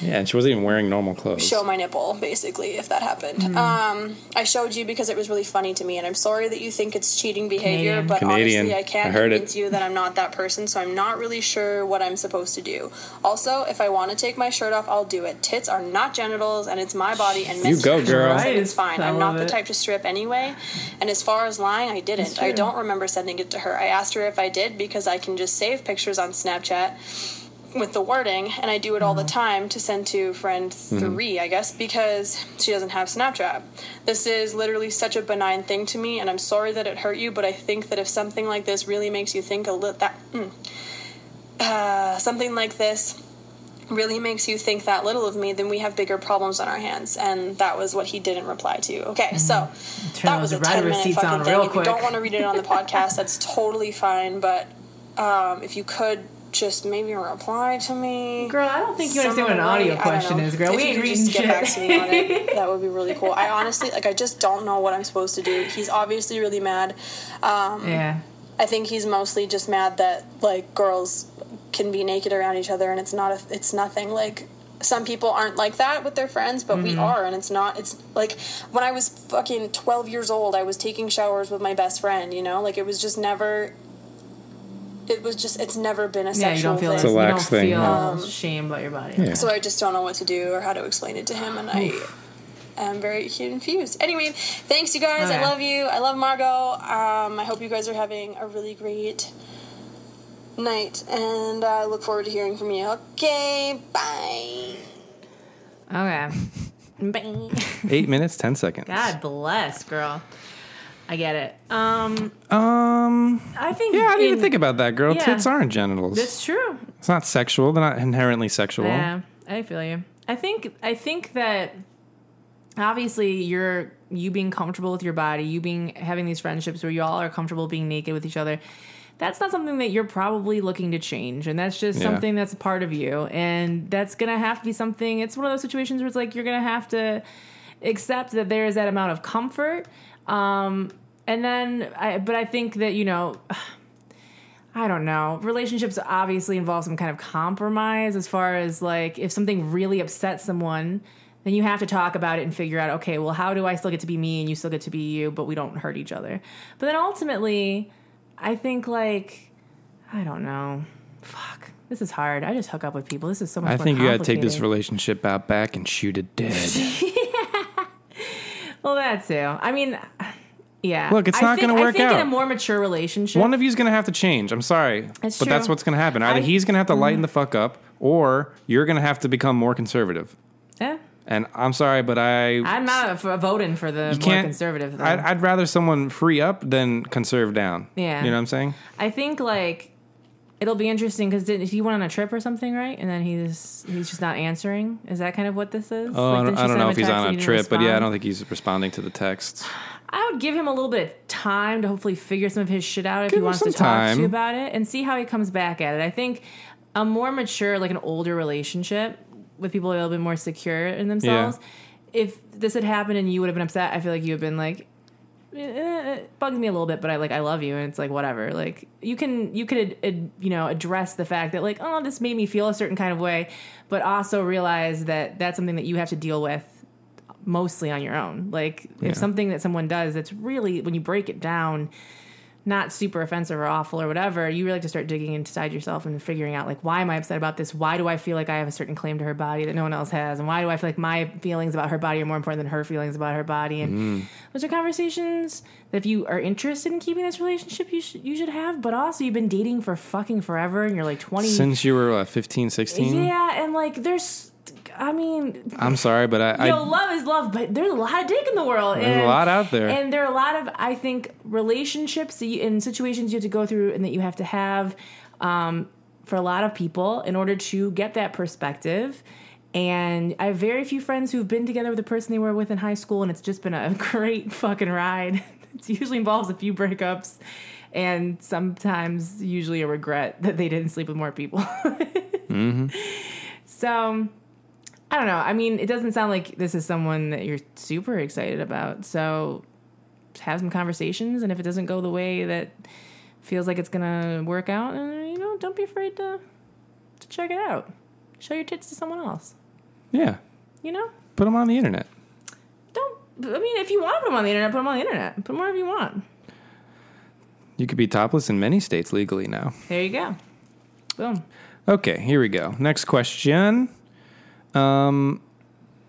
[SPEAKER 5] Yeah, and she wasn't even wearing normal clothes.
[SPEAKER 4] show my nipple, basically, if that happened.
[SPEAKER 1] Hmm.
[SPEAKER 4] Um, I showed you because it was really funny to me, and I'm sorry that you think it's cheating behavior,
[SPEAKER 1] Canadian.
[SPEAKER 4] but
[SPEAKER 5] Canadian.
[SPEAKER 4] honestly, I
[SPEAKER 5] I
[SPEAKER 4] can't
[SPEAKER 5] heard it.
[SPEAKER 4] convince you that I'm not that person, so I'm not really sure what I'm supposed to do. Also, if I want to take my shirt off, I'll do it. Tits are not genitals, and it's my body, and
[SPEAKER 5] You go,
[SPEAKER 4] menstrual
[SPEAKER 5] girl.
[SPEAKER 4] cycles, and it's
[SPEAKER 1] Right.
[SPEAKER 4] fine.
[SPEAKER 1] I
[SPEAKER 4] I'm not
[SPEAKER 1] love
[SPEAKER 4] the
[SPEAKER 1] it.
[SPEAKER 4] type to strip anyway. And as far as lying, I didn't. I
[SPEAKER 1] true.
[SPEAKER 4] don't remember sending it to her. I asked her if I did because I can just save pictures on Snapchat with the wording, and I do it all the time to send to friend 3 I guess, because she doesn't have Snapchat. This is literally such a benign thing to me, and I'm sorry that it hurt you, but I think that if something like this really makes you think a little that mm. uh, something like this really makes you think that little of me, then we have bigger problems on our hands, and that was what he didn't reply to. Okay, so
[SPEAKER 1] Mm-hmm. Turn
[SPEAKER 4] that
[SPEAKER 1] those
[SPEAKER 4] was a
[SPEAKER 1] rider
[SPEAKER 4] 10 minute
[SPEAKER 1] receipts on
[SPEAKER 4] fucking thing.
[SPEAKER 1] real
[SPEAKER 4] If you don't
[SPEAKER 1] quick.
[SPEAKER 4] want to read it on the podcast, that's totally fine, but um, if you could just maybe reply to me.
[SPEAKER 1] Girl, I don't think you
[SPEAKER 4] some
[SPEAKER 1] understand what an
[SPEAKER 4] other way.
[SPEAKER 1] audio
[SPEAKER 4] I don't
[SPEAKER 1] question
[SPEAKER 4] know.
[SPEAKER 1] is, girl.
[SPEAKER 4] If
[SPEAKER 1] we
[SPEAKER 4] you
[SPEAKER 1] ain't
[SPEAKER 4] could
[SPEAKER 1] reading
[SPEAKER 4] just
[SPEAKER 1] shit.
[SPEAKER 4] get back to me on it, that would be really cool. I honestly, like, I just don't know what I'm supposed to do. He's obviously really mad. Um,
[SPEAKER 1] yeah.
[SPEAKER 4] I think he's mostly just mad that like girls can be naked around each other and it's not a, it's nothing like some people aren't like that with their friends but
[SPEAKER 1] Mm-hmm.
[SPEAKER 4] we are and it's not it's like when I was fucking 12 years old I was taking showers with my best friend you know like it was just never it was just it's never been a
[SPEAKER 1] Yeah, you
[SPEAKER 4] sexual Um,
[SPEAKER 1] don't feel
[SPEAKER 4] thing
[SPEAKER 1] like, you don't
[SPEAKER 5] lax thing,
[SPEAKER 1] feel
[SPEAKER 5] yeah.
[SPEAKER 1] shame about your body.
[SPEAKER 5] Yeah.
[SPEAKER 4] so I just don't know what to do or how to explain it to him, and I am very confused. Anyway, thanks you guys.
[SPEAKER 1] Okay.
[SPEAKER 4] I love you. I love Margot. Um, I hope you guys are having a really great night, and I look forward to hearing from you. Okay, bye.
[SPEAKER 1] Okay. Bye.
[SPEAKER 5] Eight minutes, ten seconds.
[SPEAKER 1] God bless, girl. I get it. Um,
[SPEAKER 2] Um,
[SPEAKER 1] I think.
[SPEAKER 2] yeah, I didn't even
[SPEAKER 1] in-
[SPEAKER 2] think about that, girl.
[SPEAKER 1] Yeah.
[SPEAKER 2] Tits aren't genitals.
[SPEAKER 1] That's true.
[SPEAKER 2] it's not sexual. They're not inherently sexual.
[SPEAKER 1] Yeah, I feel you. I think I think that obviously you're you being comfortable with your body, you being having these friendships where you all are comfortable being naked with each other. That's not something that you're probably looking to change, and that's just
[SPEAKER 2] Yeah.
[SPEAKER 1] something that's a part of you, and that's gonna have to be something. It's one of those situations where it's like you're gonna have to accept that there is that amount of comfort. Um, and then, I, but I think that you know, I don't know. Relationships obviously involve some kind of compromise as far as like if something really upsets someone, then you have to talk about it and figure out, okay, well, how do I still get to be me and you still get to be you, but we don't hurt each other? But then ultimately, I think like, I don't know. Fuck. This is hard. I just hook up with people. This is so much
[SPEAKER 2] I
[SPEAKER 1] more
[SPEAKER 2] think you gotta take this
[SPEAKER 1] complicated.
[SPEAKER 2] relationship out back and shoot it dead.
[SPEAKER 1] Well, that too. I mean, yeah.
[SPEAKER 2] Look, it's
[SPEAKER 1] I
[SPEAKER 2] not
[SPEAKER 1] think-
[SPEAKER 2] gonna work
[SPEAKER 1] I think in a
[SPEAKER 2] out.
[SPEAKER 1] more mature relationship.
[SPEAKER 2] One of you's gonna have to change. I'm sorry,
[SPEAKER 1] It's true.
[SPEAKER 2] but that's what's gonna happen. Either
[SPEAKER 1] I- Mm-hmm.
[SPEAKER 2] he's gonna have to lighten the fuck up, or you're gonna have to become more conservative.
[SPEAKER 1] Eh,
[SPEAKER 2] And I'm sorry, but I
[SPEAKER 1] I'm not f- voting for the
[SPEAKER 2] you
[SPEAKER 1] more
[SPEAKER 2] can't-
[SPEAKER 1] conservative. Though.
[SPEAKER 2] I'd, I'd rather someone free up than conserve down.
[SPEAKER 1] Yeah.
[SPEAKER 2] you know what I'm saying.
[SPEAKER 1] I think like it'll be interesting because didn't he went on a trip or something, right? And then he's he's just not answering. Is that kind of what this is?
[SPEAKER 2] Oh,
[SPEAKER 1] Like, didn't
[SPEAKER 2] I don't,
[SPEAKER 1] she
[SPEAKER 2] I don't
[SPEAKER 1] send
[SPEAKER 2] know
[SPEAKER 1] him
[SPEAKER 2] if he's
[SPEAKER 1] text and
[SPEAKER 2] on
[SPEAKER 1] he
[SPEAKER 2] a
[SPEAKER 1] didn't
[SPEAKER 2] trip, but yeah, I
[SPEAKER 1] respond?
[SPEAKER 2] don't think he's responding to the texts.
[SPEAKER 1] I would give him a little bit of time to hopefully figure some of his shit out if
[SPEAKER 2] Give
[SPEAKER 1] he
[SPEAKER 2] him
[SPEAKER 1] wants
[SPEAKER 2] some
[SPEAKER 1] to talk to
[SPEAKER 2] time.
[SPEAKER 1] you about it and see how he comes back at it. I think a more mature, like an older relationship with people a little bit more secure in themselves. If this had happened and you would have been upset, I feel like you would have been like, eh, eh, it bugs me a little bit, but I like I love you, and it's like whatever. Like you can you could ad, ad- you know address the fact that like oh this made me feel a certain kind of way, but also realize that that's something that you have to deal with mostly on your own. Like if something that someone does that's really when you break it down, not super offensive or awful or whatever, you really have to start digging inside yourself and figuring out like why am I upset about this? Why do I feel like I have a certain claim to her body that no one else has? And why do I feel like my feelings about her body are more important than her feelings about her body? And those are conversations that if you are interested in keeping this relationship, you should you should have. But also you've been dating for fucking forever and you're like twenty.
[SPEAKER 2] Since you were uh, 15, 16,
[SPEAKER 1] Mm. yeah, and like there's I mean,
[SPEAKER 2] I'm sorry, but I,
[SPEAKER 1] Yo,
[SPEAKER 2] I
[SPEAKER 1] love is love, but there's a lot of dick in the world. There's
[SPEAKER 2] a lot out there.
[SPEAKER 1] And there are a lot of, I think, relationships that you, and situations you have to go through and that you have to have um, for a lot of people in order to get that perspective. And I have very few friends who've been together with the person they were with in high school, and it's just been a great fucking ride. it usually involves a few breakups and sometimes, usually, a regret that they didn't sleep with more people.
[SPEAKER 2] Mm-hmm.
[SPEAKER 1] So I don't know. I mean, it doesn't sound like this is someone that you're super excited about. So have some conversations, and if it doesn't go the way that feels like it's gonna work out, uh, you know, don't be afraid to to check it out. Show your tits to someone else.
[SPEAKER 2] yeah,
[SPEAKER 1] You know,
[SPEAKER 2] put them on the internet.
[SPEAKER 1] don't. I mean, if you want to put them on the internet, put them on the internet. Put them wherever you want.
[SPEAKER 2] You could be topless in many states legally now.
[SPEAKER 1] There you go. Boom.
[SPEAKER 2] Okay, here we go. Next question. Um,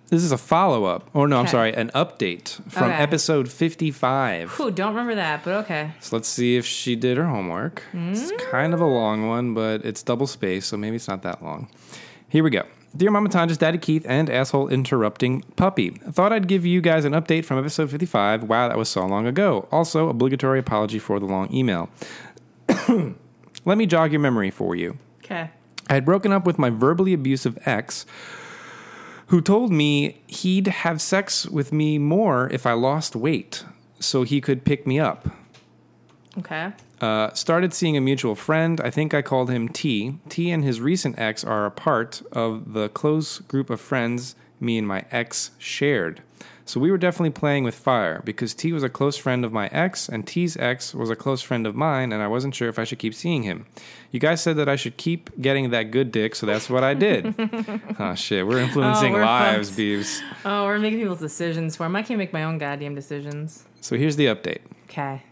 [SPEAKER 2] this is a follow up, or no, I'm
[SPEAKER 1] Okay.
[SPEAKER 2] sorry, an update from
[SPEAKER 1] Okay.
[SPEAKER 2] episode 55.
[SPEAKER 1] Whew, don't remember that, but okay.
[SPEAKER 2] So let's see if she did her homework. It's kind of a long one, but it's double spaced, so maybe it's not that long. Here we go. Dear Mama Tanjas, Daddy Keith, and asshole interrupting puppy. Thought I'd give you guys an update from episode 55. Wow, that was so long ago. Also, obligatory apology for the long email. Let me jog your memory for you.
[SPEAKER 1] Okay.
[SPEAKER 2] I had broken up with my verbally abusive ex, who told me he'd have sex with me more if I lost weight so he could pick me up.
[SPEAKER 1] Okay.
[SPEAKER 2] Uh, started seeing a mutual friend. I think I called him T. T and his recent ex are a part of the close group of friends me and my ex shared. So we were definitely playing with fire because T was a close friend of my ex, and T's ex was a close friend of mine, and I wasn't sure if I should keep seeing him. You guys said that I should keep getting that good dick, so that's what I did. oh shit, we're influencing
[SPEAKER 1] we're
[SPEAKER 2] lives,
[SPEAKER 1] fucked.
[SPEAKER 2] Beeves.
[SPEAKER 1] Oh, we're making people's decisions for them. I can't make my own goddamn decisions.
[SPEAKER 2] So here's the update.
[SPEAKER 1] Okay.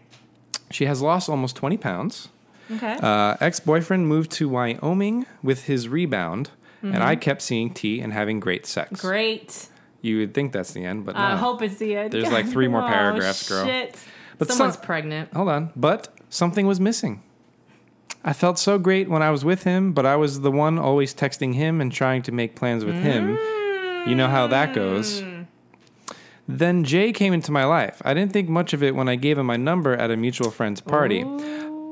[SPEAKER 2] She has lost almost 20 pounds.
[SPEAKER 1] Okay.
[SPEAKER 2] Uh, Ex boyfriend moved to Wyoming with his rebound, and I kept seeing T and having great sex.
[SPEAKER 1] Great. Uh,
[SPEAKER 2] You would think that's the end, but
[SPEAKER 1] I
[SPEAKER 2] no.
[SPEAKER 1] hope it's the end. Oh,
[SPEAKER 2] There's like three more paragraphs, girl.
[SPEAKER 1] Shit.
[SPEAKER 2] But
[SPEAKER 1] Someone's
[SPEAKER 2] some-
[SPEAKER 1] pregnant.
[SPEAKER 2] Hold on. But something was missing. I felt so great when I was with him, but I was the one always texting him and trying to make plans with him. You know how that goes. Then Jay came into my life. I didn't think much of it when I gave him my number at a mutual friend's party.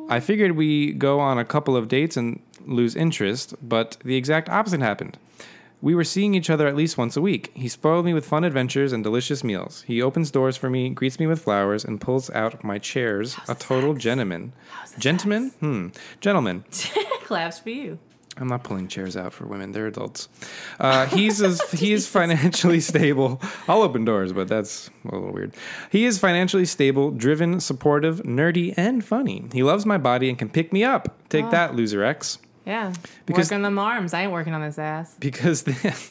[SPEAKER 2] I figured we go on a couple of dates and lose interest, but the exact opposite happened. We were seeing each other at least once a week. He spoiled me with fun adventures and delicious meals. He opens doors for me, greets me with flowers, and pulls out my chairs. a total gentleman. Gentleman? Hmm. Gentleman.
[SPEAKER 1] Claps for you.
[SPEAKER 2] I'm not pulling chairs out for women. They're adults. Uh, he's as, he is financially stable. I'll open doors, but that's a little weird. He is financially stable, driven, supportive, nerdy, and funny. He loves my body and can pick me up. Take
[SPEAKER 1] Oh.
[SPEAKER 2] that, loser X.
[SPEAKER 1] Yeah.
[SPEAKER 2] Because-
[SPEAKER 1] working on them arms. I ain't working on this ass.
[SPEAKER 2] Because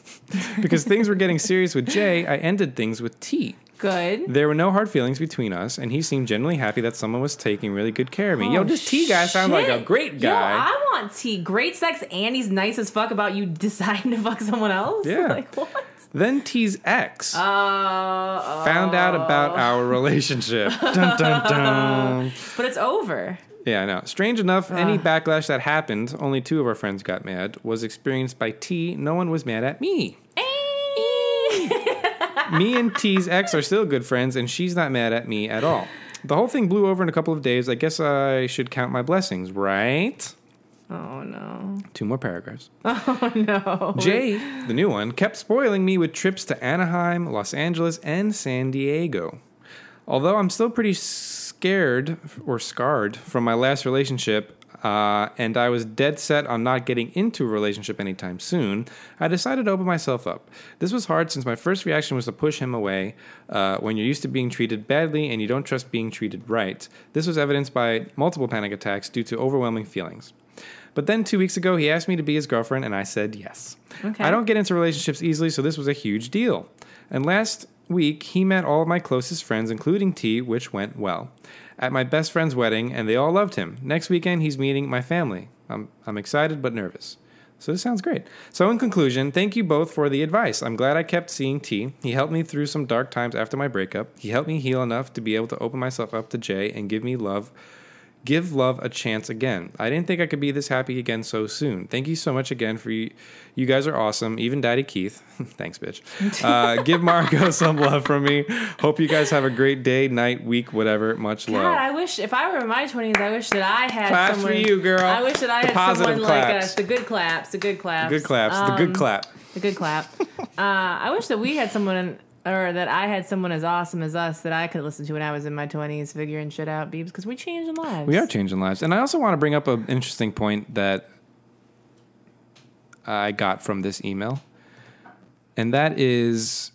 [SPEAKER 2] because things were getting serious with Jay, I ended things with T.
[SPEAKER 1] Good.
[SPEAKER 2] There were no hard feelings between us, and he seemed genuinely happy that someone was taking really good care of me. Yo,
[SPEAKER 1] Oh,
[SPEAKER 2] this T guy sounds like a
[SPEAKER 1] shit.
[SPEAKER 2] great
[SPEAKER 1] Yo,
[SPEAKER 2] guy.
[SPEAKER 1] I want T. Great sex, and he's nice as fuck about you deciding to fuck someone else.
[SPEAKER 2] Yeah.
[SPEAKER 1] Like what?
[SPEAKER 2] then T's ex.
[SPEAKER 1] Uh, uh,
[SPEAKER 2] found out about our relationship. dun, dun, dun.
[SPEAKER 1] but it's over.
[SPEAKER 2] Yeah, I know. Strange enough, any backlash that happened, only two of our friends got mad, was experienced by T. No one was mad at me.
[SPEAKER 1] Eh.
[SPEAKER 2] me and T's ex are still good friends, and she's not mad at me at all. The whole thing blew over in a couple of days. I guess I should count my blessings, right?
[SPEAKER 1] oh no.
[SPEAKER 2] Two more paragraphs. Oh no. Jay, the new one, kept spoiling me with trips to Anaheim, Los Angeles, and San Diego. Although I'm still pretty scared or scarred from my last relationship, uh, and I was dead set on not getting into a relationship anytime soon, I decided to open myself up. This was hard since my first reaction was to push him away uh, when you're used to being treated badly and you don't trust being treated right. This was evidenced by multiple panic attacks due to overwhelming feelings. But then two weeks ago, he asked me to be his girlfriend, and I said yes.
[SPEAKER 1] Okay.
[SPEAKER 2] I don't get into relationships easily, so this was a huge deal. And last week, he met all of my closest friends, including T, which went well, at my best friend's wedding, and they all loved him. Next weekend, he's meeting my family. I'm, I'm excited but nervous. So this sounds great. So in conclusion, thank you both for the advice. I'm glad I kept seeing T. He helped me through some dark times after my breakup. He helped me heal enough to be able to open myself up to Jay and give me love give love a chance again. I didn't think I could be this happy again so soon. Thank you so much again for you. You guys are awesome. Even Daddy Keith. Thanks, bitch. Uh, give Marco some love from me. Hope you guys have a great day, night, week, whatever. Much
[SPEAKER 1] God,
[SPEAKER 2] love.
[SPEAKER 1] I wish if I were in my twenties, I wish that I had
[SPEAKER 2] Claps for
[SPEAKER 1] someone.
[SPEAKER 2] you, girl.
[SPEAKER 1] I wish that I
[SPEAKER 2] The
[SPEAKER 1] had
[SPEAKER 2] positive
[SPEAKER 1] someone like
[SPEAKER 2] claps.
[SPEAKER 1] us. The good claps. The good claps.
[SPEAKER 2] good claps. the
[SPEAKER 1] Um,
[SPEAKER 2] good clap.
[SPEAKER 1] The good clap. uh, I wish that we had someone, or that I had someone as awesome as us that I could listen to when I was in my twenties, figuring shit out, beeps, because we changed lives.
[SPEAKER 2] We are changing lives. And I also want to bring up an interesting point that I got from this email. And that is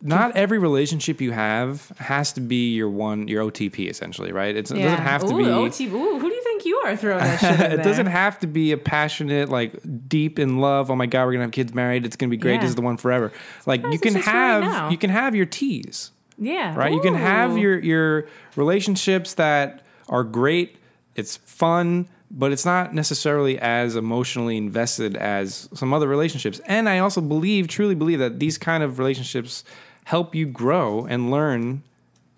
[SPEAKER 2] not every relationship you have has to be your one your OTP essentially, right? It's, It doesn't have to
[SPEAKER 1] ooh,
[SPEAKER 2] be
[SPEAKER 1] OT, ooh, who do you think you are throwing that shit in there?
[SPEAKER 2] it doesn't have to be a passionate like deep in love oh my god we're gonna have kids married it's gonna be great
[SPEAKER 1] Yeah.
[SPEAKER 2] this is the one forever like you
[SPEAKER 1] it's
[SPEAKER 2] can
[SPEAKER 1] just right
[SPEAKER 2] have
[SPEAKER 1] now.
[SPEAKER 2] you can have your teas
[SPEAKER 1] Yeah.
[SPEAKER 2] right? You can have
[SPEAKER 1] Ooh.
[SPEAKER 2] your your relationships that are great. It's fun, but it's not necessarily as emotionally invested as some other relationships. And I also believe, truly believe, that these kind of relationships help you grow and learn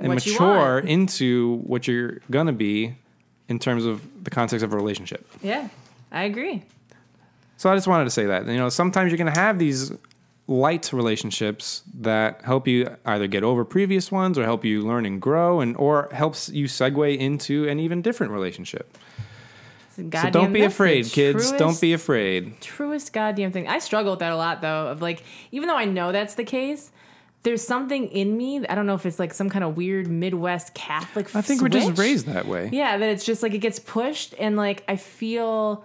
[SPEAKER 2] and
[SPEAKER 1] What you
[SPEAKER 2] mature
[SPEAKER 1] want.
[SPEAKER 2] into what you're gonna be in terms of the context of a relationship.
[SPEAKER 1] Yeah, I agree.
[SPEAKER 2] So I just wanted to say that. You know, sometimes you're going to have these light relationships that help you either get over previous ones or help you learn and grow and or helps you segue into an even different relationship.
[SPEAKER 1] It's a
[SPEAKER 2] So
[SPEAKER 1] goddamn-
[SPEAKER 2] don't be
[SPEAKER 1] that's the
[SPEAKER 2] afraid, kids. Don't
[SPEAKER 1] truest-
[SPEAKER 2] be afraid.
[SPEAKER 1] truest goddamn thing. I struggle with that a lot though, of like, even though I know that's the case, there's something in me, I don't know if it's like some kind of weird Midwest Catholic
[SPEAKER 2] I think we're just
[SPEAKER 1] switch.
[SPEAKER 2] raised that way.
[SPEAKER 1] Yeah, that it's just like it gets pushed and like I feel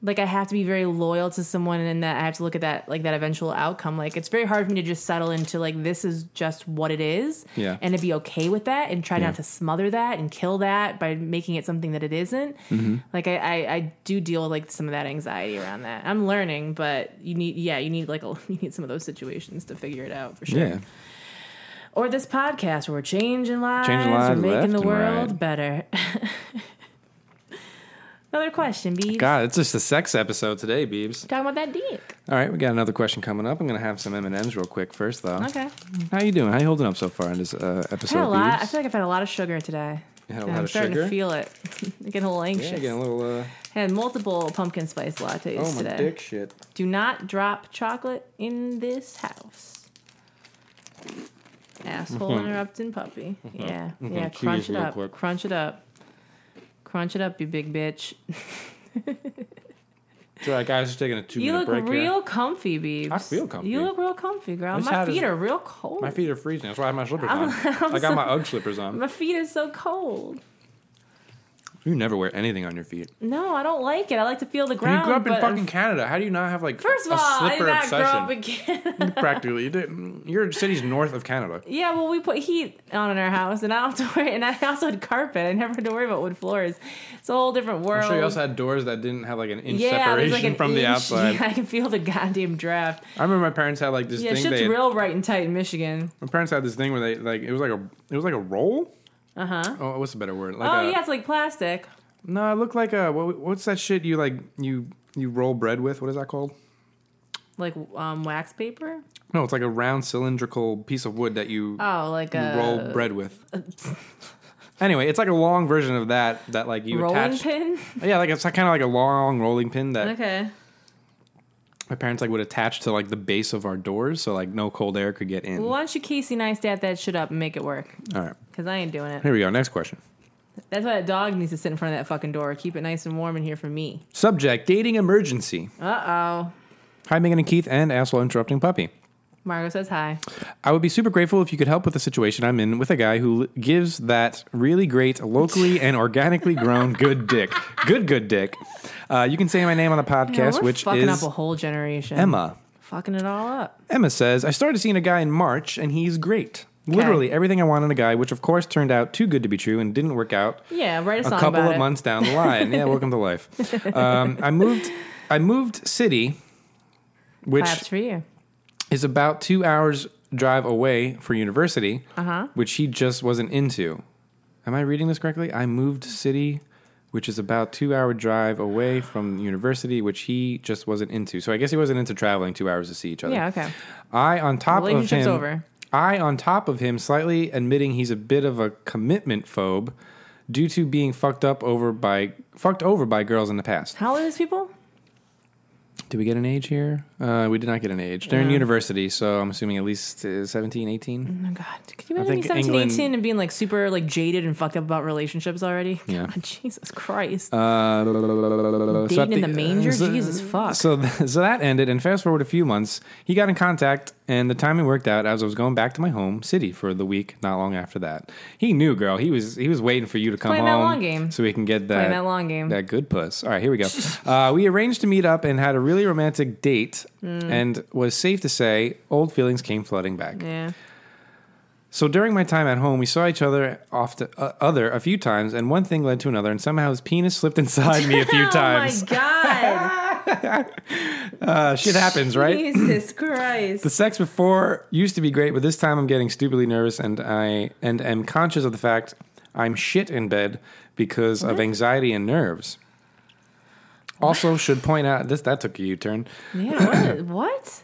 [SPEAKER 1] like I have to be very loyal to someone and that I have to look at that like that eventual outcome. Like it's very hard for me to just settle into like this is just what it is.
[SPEAKER 2] Yeah.
[SPEAKER 1] And to be okay with that and try
[SPEAKER 2] Yeah.
[SPEAKER 1] not to smother that and kill that by making it something that it isn't.
[SPEAKER 2] Mm-hmm.
[SPEAKER 1] Like I, I, I do deal with like some of that anxiety around that. I'm learning, but you need yeah, you need like a, you need some of those situations to figure it out for sure
[SPEAKER 2] Yeah.
[SPEAKER 1] or this podcast where we're changing lives,
[SPEAKER 2] Changing lives
[SPEAKER 1] we're making
[SPEAKER 2] left
[SPEAKER 1] the
[SPEAKER 2] and
[SPEAKER 1] world
[SPEAKER 2] right.
[SPEAKER 1] better. Another question, B.
[SPEAKER 2] God, it's just a sex episode today, Beebs.
[SPEAKER 1] Talking about that dick.
[SPEAKER 2] All right, we got another question coming up. I'm gonna have some M and M's real quick first, though.
[SPEAKER 1] Okay.
[SPEAKER 2] How you doing? How you holding up so far in this uh,
[SPEAKER 1] I had
[SPEAKER 2] episode,
[SPEAKER 1] a lot. I
[SPEAKER 2] Biebs?
[SPEAKER 1] feel like I've had a lot of sugar today.
[SPEAKER 2] You had a
[SPEAKER 1] And
[SPEAKER 2] lot
[SPEAKER 1] I'm
[SPEAKER 2] of
[SPEAKER 1] starting
[SPEAKER 2] sugar?
[SPEAKER 1] to feel it. I'm getting a little
[SPEAKER 2] yeah,
[SPEAKER 1] anxious.
[SPEAKER 2] getting a little. Uh,
[SPEAKER 1] Had multiple pumpkin spice lattes
[SPEAKER 2] oh my
[SPEAKER 1] today.
[SPEAKER 2] dick shit.
[SPEAKER 1] Do not drop chocolate in this house. Ow.
[SPEAKER 2] Mm-hmm.
[SPEAKER 1] asshole interrupting puppy. Yeah, yeah.
[SPEAKER 5] Cheers
[SPEAKER 1] Crunch it
[SPEAKER 5] real
[SPEAKER 1] up.
[SPEAKER 5] quick.
[SPEAKER 1] Crunch it up. Crunch it up, you big bitch.
[SPEAKER 2] So, like, guys, just taking a two
[SPEAKER 1] You
[SPEAKER 2] minute
[SPEAKER 1] look
[SPEAKER 2] break
[SPEAKER 1] real
[SPEAKER 2] here.
[SPEAKER 1] comfy, Beebs.
[SPEAKER 2] I feel comfy.
[SPEAKER 1] You look real comfy, girl.
[SPEAKER 2] This
[SPEAKER 1] My
[SPEAKER 2] hat is-
[SPEAKER 1] feet are real cold.
[SPEAKER 2] My feet are freezing. That's why I have my slippers
[SPEAKER 1] I'm-
[SPEAKER 2] on.
[SPEAKER 1] I'm
[SPEAKER 2] I got
[SPEAKER 1] so-
[SPEAKER 2] my UGG slippers on.
[SPEAKER 1] My feet are so cold.
[SPEAKER 2] You never wear anything on your feet.
[SPEAKER 1] No, I don't like it. I like to feel the
[SPEAKER 2] You
[SPEAKER 1] ground.
[SPEAKER 2] grew up in
[SPEAKER 1] but-
[SPEAKER 2] fucking Canada. How do you not have like
[SPEAKER 1] First of
[SPEAKER 2] a
[SPEAKER 1] all, I did
[SPEAKER 2] slipper
[SPEAKER 1] not
[SPEAKER 2] obsession?
[SPEAKER 1] grow up in Canada.
[SPEAKER 2] Practically, you did- your city's north of Canada.
[SPEAKER 1] yeah, well, we put heat on in our house, and I don't have to worry. And I also had carpet. I never had to worry about wood floors. It's a whole different world.
[SPEAKER 2] I'm sure you also had doors that didn't have like an inch
[SPEAKER 1] yeah, there's
[SPEAKER 2] separation
[SPEAKER 1] like an
[SPEAKER 2] from the
[SPEAKER 1] inch-
[SPEAKER 2] outside.
[SPEAKER 1] Yeah, I can feel the goddamn draft.
[SPEAKER 2] I remember my parents had like this
[SPEAKER 1] Yeah,
[SPEAKER 2] thing.
[SPEAKER 1] shit's
[SPEAKER 2] They had-
[SPEAKER 1] real right and tight in Michigan.
[SPEAKER 2] my parents had this thing where they like it was like a it was like a roll. Uh huh. Oh, what's a better word? Like
[SPEAKER 1] Uh-huh. oh
[SPEAKER 2] a,
[SPEAKER 1] yeah, it's like plastic.
[SPEAKER 2] No, it looked like a what, what's that shit you like you you roll bread with? What is that called?
[SPEAKER 1] Like um, wax paper?
[SPEAKER 2] No, it's like a round cylindrical piece of wood that you
[SPEAKER 1] Oh, like
[SPEAKER 2] you
[SPEAKER 1] a
[SPEAKER 2] roll bread with. anyway, it's like a long version of that that like you
[SPEAKER 1] rolling
[SPEAKER 2] attach.
[SPEAKER 1] pin?
[SPEAKER 2] Yeah, like it's kind of like a long rolling pin that
[SPEAKER 1] okay.
[SPEAKER 2] my parents like would attach to like the base of our doors, so like no cold air could get in.
[SPEAKER 1] Well, why don't you Casey Neistat that shit up and make it work?
[SPEAKER 2] All right,
[SPEAKER 1] Because I ain't doing it.
[SPEAKER 2] here we go. Next question.
[SPEAKER 1] That's why that dog needs to sit in front of that fucking door. Keep it nice and warm in here for me.
[SPEAKER 2] Subject: Dating emergency.
[SPEAKER 1] Uh oh.
[SPEAKER 2] Hi, Megan and Keith, and asshole interrupting puppy.
[SPEAKER 1] Margo says hi.
[SPEAKER 2] I would be super grateful if you could help with the situation I'm in with a guy who l- gives that really great, locally and organically grown good dick. Good, good dick. Uh, you can say my name on the
[SPEAKER 1] Yeah,
[SPEAKER 2] podcast,
[SPEAKER 1] we're
[SPEAKER 2] which
[SPEAKER 1] fucking
[SPEAKER 2] is
[SPEAKER 1] up a whole generation.
[SPEAKER 2] Emma.
[SPEAKER 1] Fucking it all up.
[SPEAKER 2] Emma says, I started seeing a guy in March, and he's great. Literally everything I want in a guy, which of course turned out too good to be true and didn't work out
[SPEAKER 1] Yeah, write a
[SPEAKER 2] a
[SPEAKER 1] song
[SPEAKER 2] couple
[SPEAKER 1] about
[SPEAKER 2] of
[SPEAKER 1] it.
[SPEAKER 2] months down the line. yeah, welcome to life. Um, I moved. I moved city, which
[SPEAKER 1] Claps for you.
[SPEAKER 2] is about two hours drive away for university,
[SPEAKER 1] Uh-huh.
[SPEAKER 2] which he just wasn't into. Am I reading this correctly? I moved city, which is about two hour drive away from university, which he just wasn't into. So I guess he wasn't into traveling two hours to see each other.
[SPEAKER 1] Yeah, okay.
[SPEAKER 2] I on top of
[SPEAKER 1] Relationship's
[SPEAKER 2] him.
[SPEAKER 1] over.
[SPEAKER 2] I on top of him, slightly admitting he's a bit of a commitment phobe, due to being fucked up over by fucked over by girls in the past.
[SPEAKER 1] How old are these people? Oh
[SPEAKER 2] Did we get an age here? Uh, we did not get an age. They're in university, so I'm assuming at least uh, 17, 18.
[SPEAKER 1] Oh my god. Could you imagine being
[SPEAKER 2] think
[SPEAKER 1] 17,
[SPEAKER 2] England-
[SPEAKER 1] 18 and being like super like jaded and fucked up about relationships already?
[SPEAKER 2] Yeah.
[SPEAKER 1] God, Jesus Christ.
[SPEAKER 2] Uh, so
[SPEAKER 1] Dating
[SPEAKER 2] at
[SPEAKER 1] in the manger?
[SPEAKER 2] so-
[SPEAKER 1] Jesus fuck.
[SPEAKER 2] So, th- so that ended, and fast forward a few months, he got in contact, and the timing worked out as I was going back to my home city for the week. Not long after that, he knew, girl. He was he was waiting for you to come
[SPEAKER 1] Playing that
[SPEAKER 2] home,
[SPEAKER 1] long game.
[SPEAKER 2] so we can get that
[SPEAKER 1] that long game.
[SPEAKER 2] that good puss. All right, here we go. uh, we arranged to meet up and had a really romantic date,
[SPEAKER 1] Hmm.
[SPEAKER 2] and was safe to say, old feelings came flooding back.
[SPEAKER 1] yeah.
[SPEAKER 2] So during my time at home, we saw each other often, uh, other a few times, and one thing led to another, and somehow his penis slipped inside me a few times.
[SPEAKER 1] Oh my god.
[SPEAKER 2] Uh, shit happens, right?
[SPEAKER 1] Jesus Christ.
[SPEAKER 2] The sex before used to be great, but this time I'm getting stupidly nervous, and I and am conscious of the fact I'm shit in bed because
[SPEAKER 1] Mm-hmm.
[SPEAKER 2] of anxiety and nerves. Also, should point out this that took a U-turn.
[SPEAKER 1] yeah, what? what?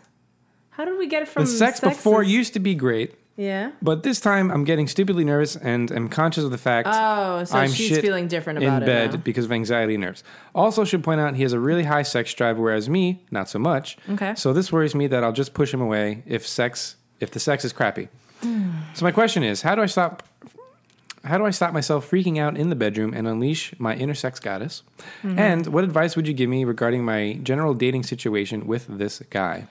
[SPEAKER 1] How did we get from
[SPEAKER 2] The sex before
[SPEAKER 1] is-
[SPEAKER 2] used to be great,
[SPEAKER 1] Yeah.
[SPEAKER 2] But this time, I'm getting stupidly nervous and am conscious of the fact.
[SPEAKER 1] Oh, so she's
[SPEAKER 2] shit
[SPEAKER 1] feeling different about
[SPEAKER 2] in
[SPEAKER 1] it
[SPEAKER 2] bed
[SPEAKER 1] now.
[SPEAKER 2] because of anxiety and nerves. Also, should point out he has a really high sex drive, whereas me, not so much.
[SPEAKER 1] Okay.
[SPEAKER 2] So this worries me that I'll just push him away if sex, if the sex is crappy. so my question is, how do I stop? How do I stop myself freaking out in the bedroom and unleash my inner sex goddess?
[SPEAKER 1] Mm-hmm.
[SPEAKER 2] And what advice would you give me regarding my general dating situation with this guy?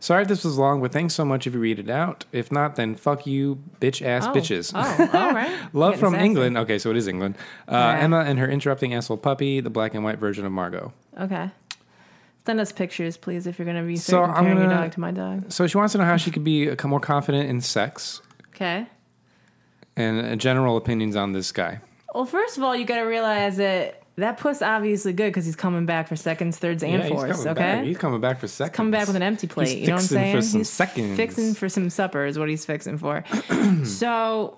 [SPEAKER 2] Sorry if this was long, but thanks so much if you read it out. If not, then fuck you, bitch ass
[SPEAKER 1] Oh.
[SPEAKER 2] bitches.
[SPEAKER 1] Oh, all right.
[SPEAKER 2] Love
[SPEAKER 1] Getting
[SPEAKER 2] from
[SPEAKER 1] sassy.
[SPEAKER 2] England. Okay, so it is England. Uh,
[SPEAKER 1] Yeah.
[SPEAKER 2] Emma and her interrupting asshole puppy, the black and white version of Margot.
[SPEAKER 1] Okay. Send us pictures, please, if you're going to be
[SPEAKER 2] So
[SPEAKER 1] so
[SPEAKER 2] I'm
[SPEAKER 1] comparing your
[SPEAKER 2] gonna-
[SPEAKER 1] dog to my dog.
[SPEAKER 2] So she wants to know how she could be more confident in sex
[SPEAKER 1] Okay.
[SPEAKER 2] and uh, general opinions on this guy.
[SPEAKER 1] Well, first of all, you got to realize that that puss obviously good because he's coming back for seconds, thirds, and
[SPEAKER 2] he's
[SPEAKER 1] fourths.
[SPEAKER 2] coming
[SPEAKER 1] Okay.
[SPEAKER 2] back. He's coming back for seconds.
[SPEAKER 1] Come back with an empty plate. you know what I'm
[SPEAKER 2] fixing
[SPEAKER 1] saying?
[SPEAKER 2] for some
[SPEAKER 1] he's
[SPEAKER 2] seconds.
[SPEAKER 1] fixing for some supper is what he's fixing for. so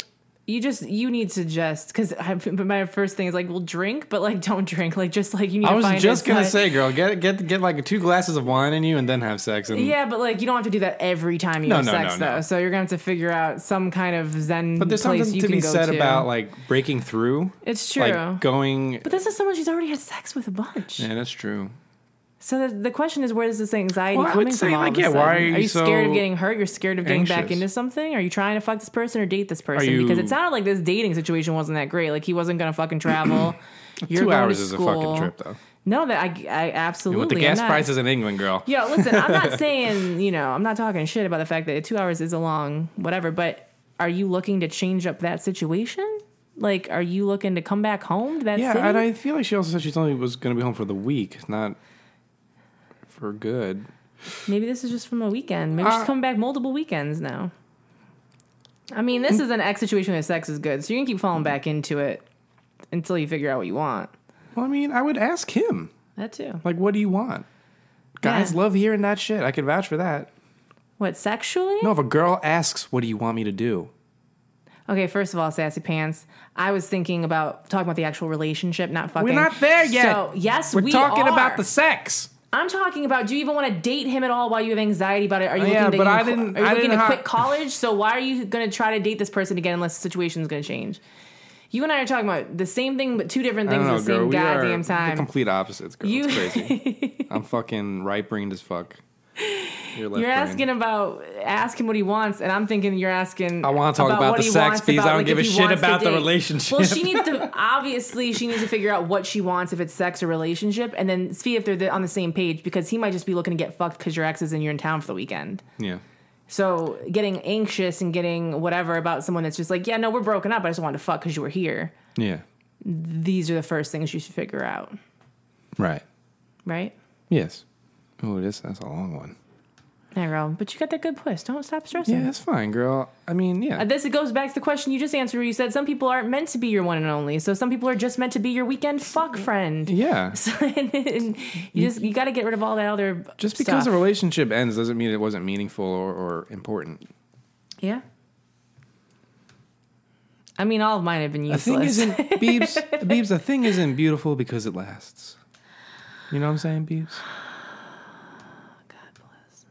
[SPEAKER 1] you just you need to just because my first thing is like, well, drink, but like don't drink. Like just like you need.
[SPEAKER 2] I
[SPEAKER 1] to
[SPEAKER 2] was
[SPEAKER 1] find
[SPEAKER 2] just gonna
[SPEAKER 1] outside.
[SPEAKER 2] say, girl, get get get like two glasses of wine in you and then have sex. And,
[SPEAKER 1] Yeah, but like you don't have to do that every time you
[SPEAKER 2] No,
[SPEAKER 1] have
[SPEAKER 2] no,
[SPEAKER 1] sex,
[SPEAKER 2] no, no.
[SPEAKER 1] though. So you're gonna have to figure out some kind of zen.
[SPEAKER 2] But there's
[SPEAKER 1] place
[SPEAKER 2] something
[SPEAKER 1] you
[SPEAKER 2] to
[SPEAKER 1] can
[SPEAKER 2] be
[SPEAKER 1] go
[SPEAKER 2] said
[SPEAKER 1] to.
[SPEAKER 2] about like breaking through.
[SPEAKER 1] It's true.
[SPEAKER 2] Like going.
[SPEAKER 1] but this is someone she's already had sex with a bunch.
[SPEAKER 2] Yeah, that's true.
[SPEAKER 1] So the, the question is, where is this anxiety
[SPEAKER 2] Well, I would
[SPEAKER 1] coming
[SPEAKER 2] say,
[SPEAKER 1] from? all
[SPEAKER 2] like,
[SPEAKER 1] of a
[SPEAKER 2] yeah, why
[SPEAKER 1] sudden?
[SPEAKER 2] are you
[SPEAKER 1] scared
[SPEAKER 2] so
[SPEAKER 1] of getting hurt? You're scared of getting back
[SPEAKER 2] anxious?
[SPEAKER 1] into something? Are you trying to fuck this person or date this person?
[SPEAKER 2] you-
[SPEAKER 1] Because it sounded like this dating situation wasn't that great. Like he wasn't going to fucking travel. You're
[SPEAKER 2] Two
[SPEAKER 1] going
[SPEAKER 2] hours
[SPEAKER 1] to
[SPEAKER 2] is a
[SPEAKER 1] school.
[SPEAKER 2] fucking trip, though.
[SPEAKER 1] No, that I, I absolutely.
[SPEAKER 2] With the
[SPEAKER 1] I'm
[SPEAKER 2] gas
[SPEAKER 1] not-
[SPEAKER 2] prices in England, girl.
[SPEAKER 1] Yo, listen, I'm not saying, you know, I'm not talking shit about the fact that two hours is a long whatever, but are you looking to change up that situation? Like, are you looking to come back home to that
[SPEAKER 2] Yeah,
[SPEAKER 1] city?
[SPEAKER 2] and I feel like she also said she only was going to be home for the week, not for good.
[SPEAKER 1] Maybe this is just from a weekend. Maybe
[SPEAKER 2] Uh,
[SPEAKER 1] she's coming back multiple weekends now. I mean, this is an ex situation where sex is good, so you can keep falling back into it until you figure out what you want.
[SPEAKER 2] Well, I mean, I would ask him,
[SPEAKER 1] That too.
[SPEAKER 2] like, what do you want? Guys
[SPEAKER 1] Yeah.
[SPEAKER 2] love hearing that shit. I could vouch for that.
[SPEAKER 1] What, sexually?
[SPEAKER 2] No, if a girl asks, what do you want me to do?
[SPEAKER 1] Okay, first of all, sassy pants. I was thinking about talking about the actual relationship, not fucking.
[SPEAKER 2] We're not there yet.
[SPEAKER 1] So yes,
[SPEAKER 2] We're
[SPEAKER 1] we're
[SPEAKER 2] talking about the sex.
[SPEAKER 1] I'm talking about. Do you even want to date him at all? While you have anxiety about it, are you
[SPEAKER 2] Oh, Yeah,
[SPEAKER 1] looking to
[SPEAKER 2] but
[SPEAKER 1] get in
[SPEAKER 2] I
[SPEAKER 1] co-
[SPEAKER 2] didn't-
[SPEAKER 1] Are you
[SPEAKER 2] I
[SPEAKER 1] looking
[SPEAKER 2] didn't
[SPEAKER 1] to
[SPEAKER 2] ha-
[SPEAKER 1] quit college? So why are you going to try to date this person again unless the situation is going to change? You and I are talking about the same thing, but two different
[SPEAKER 2] I
[SPEAKER 1] things
[SPEAKER 2] don't
[SPEAKER 1] at
[SPEAKER 2] know,
[SPEAKER 1] the
[SPEAKER 2] girl.
[SPEAKER 1] same
[SPEAKER 2] We are
[SPEAKER 1] goddamn
[SPEAKER 2] the
[SPEAKER 1] time.
[SPEAKER 2] complete opposites, girl.
[SPEAKER 1] You-
[SPEAKER 2] It's crazy. I'm fucking right brained as fuck. You're left
[SPEAKER 1] You're asking about ask him what he wants, and I'm thinking you're asking.
[SPEAKER 2] I wanna talk about
[SPEAKER 1] what
[SPEAKER 2] the
[SPEAKER 1] he
[SPEAKER 2] sex
[SPEAKER 1] wants,
[SPEAKER 2] because
[SPEAKER 1] about,
[SPEAKER 2] I don't
[SPEAKER 1] like,
[SPEAKER 2] give
[SPEAKER 1] if
[SPEAKER 2] a
[SPEAKER 1] he
[SPEAKER 2] shit
[SPEAKER 1] wants to
[SPEAKER 2] about the
[SPEAKER 1] date.
[SPEAKER 2] relationship.
[SPEAKER 1] Well, she needs to obviously she needs to figure out what she wants if it's sex or relationship, and then see if they're the, on the same page because he might just be looking to get fucked because your ex is and you're in town for the weekend.
[SPEAKER 2] Yeah.
[SPEAKER 1] So getting anxious and getting whatever about someone that's just like, yeah, no, we're broken up. I just wanted to fuck because you were here.
[SPEAKER 2] Yeah.
[SPEAKER 1] These are the first things you should figure out,
[SPEAKER 2] Right.
[SPEAKER 1] right?
[SPEAKER 2] Yes. Oh, this that's a long one.
[SPEAKER 1] Yeah, girl. But you got that good puss. Don't stop stressing.
[SPEAKER 2] Yeah, that's fine, girl. I mean, yeah.
[SPEAKER 1] Uh, This goes back to the question you just answered where you said some people aren't meant to be your one and only. So some people are just meant to be your weekend fuck friend.
[SPEAKER 2] yeah.
[SPEAKER 1] and, and you just you got to get rid of all that other
[SPEAKER 2] Just because
[SPEAKER 1] stuff.
[SPEAKER 2] a relationship ends doesn't mean it wasn't meaningful or, or important.
[SPEAKER 1] yeah. I mean, all of mine have been
[SPEAKER 2] The
[SPEAKER 1] useless.
[SPEAKER 2] thing isn't Beebs Beebs, the thing isn't beautiful because it lasts. You know what I'm saying, Beebs?
[SPEAKER 1] God bless.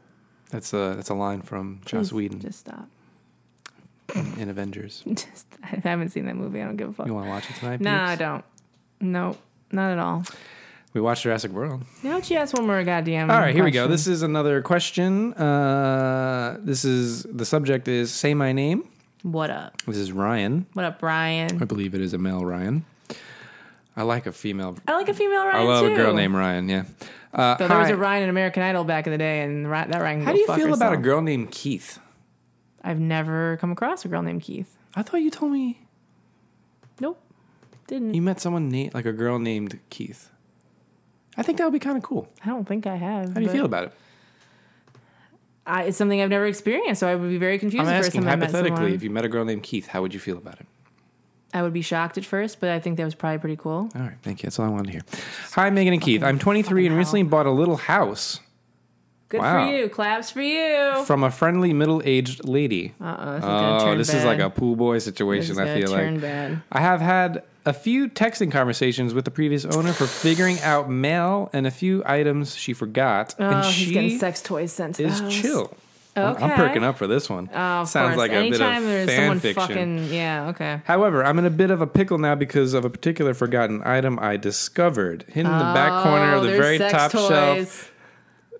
[SPEAKER 2] That's a that's a line from Joss
[SPEAKER 1] Please
[SPEAKER 2] Whedon
[SPEAKER 1] Just stop.
[SPEAKER 2] in Avengers.
[SPEAKER 1] Just I haven't seen that movie. I don't give a fuck.
[SPEAKER 2] You want to watch it tonight?
[SPEAKER 1] Nah, I
[SPEAKER 2] Beebs?
[SPEAKER 1] don't. No, not at all.
[SPEAKER 2] We watched Jurassic World.
[SPEAKER 1] Now she asked one more goddamn.
[SPEAKER 2] All right, here we go.
[SPEAKER 1] question.
[SPEAKER 2] This is another question. Uh, this is the subject is say my name.
[SPEAKER 1] what up?
[SPEAKER 2] This is Ryan.
[SPEAKER 1] What up,
[SPEAKER 2] I
[SPEAKER 1] Brian?
[SPEAKER 2] believe it is a male Ryan. I like a female.
[SPEAKER 1] I like a female Ryan
[SPEAKER 2] I love
[SPEAKER 1] too.
[SPEAKER 2] a girl named Ryan. Yeah. Uh,
[SPEAKER 1] So there was
[SPEAKER 2] hi.
[SPEAKER 1] a Ryan in American Idol back in the day, and Ry- that Ryan. can
[SPEAKER 2] How
[SPEAKER 1] go
[SPEAKER 2] do you
[SPEAKER 1] fuck
[SPEAKER 2] feel about a
[SPEAKER 1] herself.
[SPEAKER 2] girl named Keith?
[SPEAKER 1] I've never come across a girl named Keith.
[SPEAKER 2] I thought you told me
[SPEAKER 1] Nope, didn't.
[SPEAKER 2] you met someone named like a girl named Keith. I think that would be kind of cool.
[SPEAKER 1] I don't think I have.
[SPEAKER 2] How do you feel about it?
[SPEAKER 1] I, it's something I've never experienced, so I would be very confused.
[SPEAKER 2] I'm
[SPEAKER 1] the first
[SPEAKER 2] asking
[SPEAKER 1] time I met someone.
[SPEAKER 2] hypothetically if you met a girl named Keith, how would you feel about it?
[SPEAKER 1] I would be shocked at first, but I think that was probably pretty cool.
[SPEAKER 2] All right, thank you. That's all I wanted to hear. Hi, Megan and Keith. I'm 23 and
[SPEAKER 1] fucking
[SPEAKER 2] recently bought a little house
[SPEAKER 1] Good
[SPEAKER 2] Wow.
[SPEAKER 1] for you. Claps for you.
[SPEAKER 2] from a friendly middle-aged lady.
[SPEAKER 1] Uh-uh, this is gonna
[SPEAKER 2] Oh,
[SPEAKER 1] turn
[SPEAKER 2] this is like a
[SPEAKER 1] bad.
[SPEAKER 2] pool boy
[SPEAKER 1] This
[SPEAKER 2] situation.
[SPEAKER 1] is
[SPEAKER 2] I
[SPEAKER 1] gonna
[SPEAKER 2] feel
[SPEAKER 1] turn
[SPEAKER 2] like
[SPEAKER 1] bad.
[SPEAKER 2] I have had a few texting conversations with the previous owner for figuring out mail and a few items she forgot,
[SPEAKER 1] Oh,
[SPEAKER 2] and
[SPEAKER 1] he's
[SPEAKER 2] she
[SPEAKER 1] getting sex toys sent to the
[SPEAKER 2] is
[SPEAKER 1] house.
[SPEAKER 2] chill. I'm- I'm
[SPEAKER 1] Okay.
[SPEAKER 2] perking up for this one.
[SPEAKER 1] Oh, of
[SPEAKER 2] Sounds
[SPEAKER 1] course.
[SPEAKER 2] like a
[SPEAKER 1] Anytime
[SPEAKER 2] bit
[SPEAKER 1] there's
[SPEAKER 2] of fan
[SPEAKER 1] someone
[SPEAKER 2] fiction.
[SPEAKER 1] fucking yeah, okay.
[SPEAKER 2] However, I'm in a bit of a pickle now because of a particular forgotten item I discovered hidden in the back corner of the
[SPEAKER 1] Oh, there's
[SPEAKER 2] very
[SPEAKER 1] sex
[SPEAKER 2] top
[SPEAKER 1] toys.
[SPEAKER 2] shelf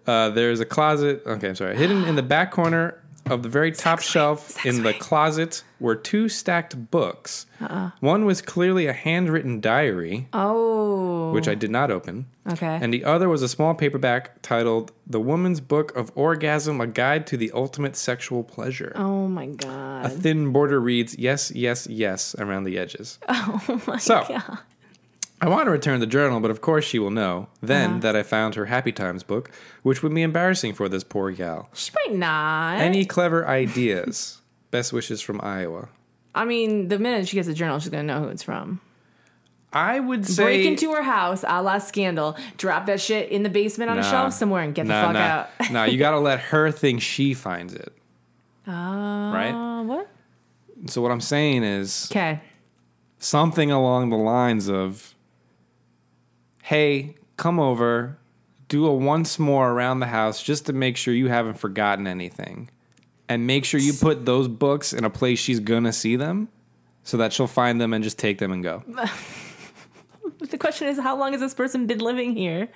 [SPEAKER 2] Uh, there's a closet. Okay, I'm sorry. Hidden in the back corner of the very top shelf in the closet were two stacked books.
[SPEAKER 1] Uh-uh.
[SPEAKER 2] One was clearly a handwritten diary,
[SPEAKER 1] Oh,
[SPEAKER 2] which I did not open.
[SPEAKER 1] okay.
[SPEAKER 2] And the other was a small paperback titled The Woman's Book of Orgasm A Guide to the Ultimate Sexual Pleasure.
[SPEAKER 1] oh my god.
[SPEAKER 2] A thin border reads yes, yes, yes around the edges. Oh my so,
[SPEAKER 1] God.
[SPEAKER 2] I want to return the journal, but of course she will know then
[SPEAKER 1] Uh-huh.
[SPEAKER 2] that I found her Happy Times book, which would be embarrassing for this poor gal.
[SPEAKER 1] She might not.
[SPEAKER 2] Any clever ideas? Best wishes from Iowa.
[SPEAKER 1] I mean, the minute she gets a journal, she's gonna know who it's from.
[SPEAKER 2] I would say
[SPEAKER 1] Break into her house, a la Scandal. Drop that shit in the basement on a
[SPEAKER 2] Nah.
[SPEAKER 1] shelf somewhere and get
[SPEAKER 2] nah,
[SPEAKER 1] the fuck
[SPEAKER 2] nah,
[SPEAKER 1] out.
[SPEAKER 2] nah, you gotta let her think she finds it.
[SPEAKER 1] Uh, what?
[SPEAKER 2] So what I'm saying is
[SPEAKER 1] Okay.
[SPEAKER 2] something along the lines of hey come over do a once more around the house just to make sure you haven't forgotten anything and make sure you put those books in a place she's gonna see them so that she'll find them and just take them and go
[SPEAKER 1] The question is, how long has this person been living here?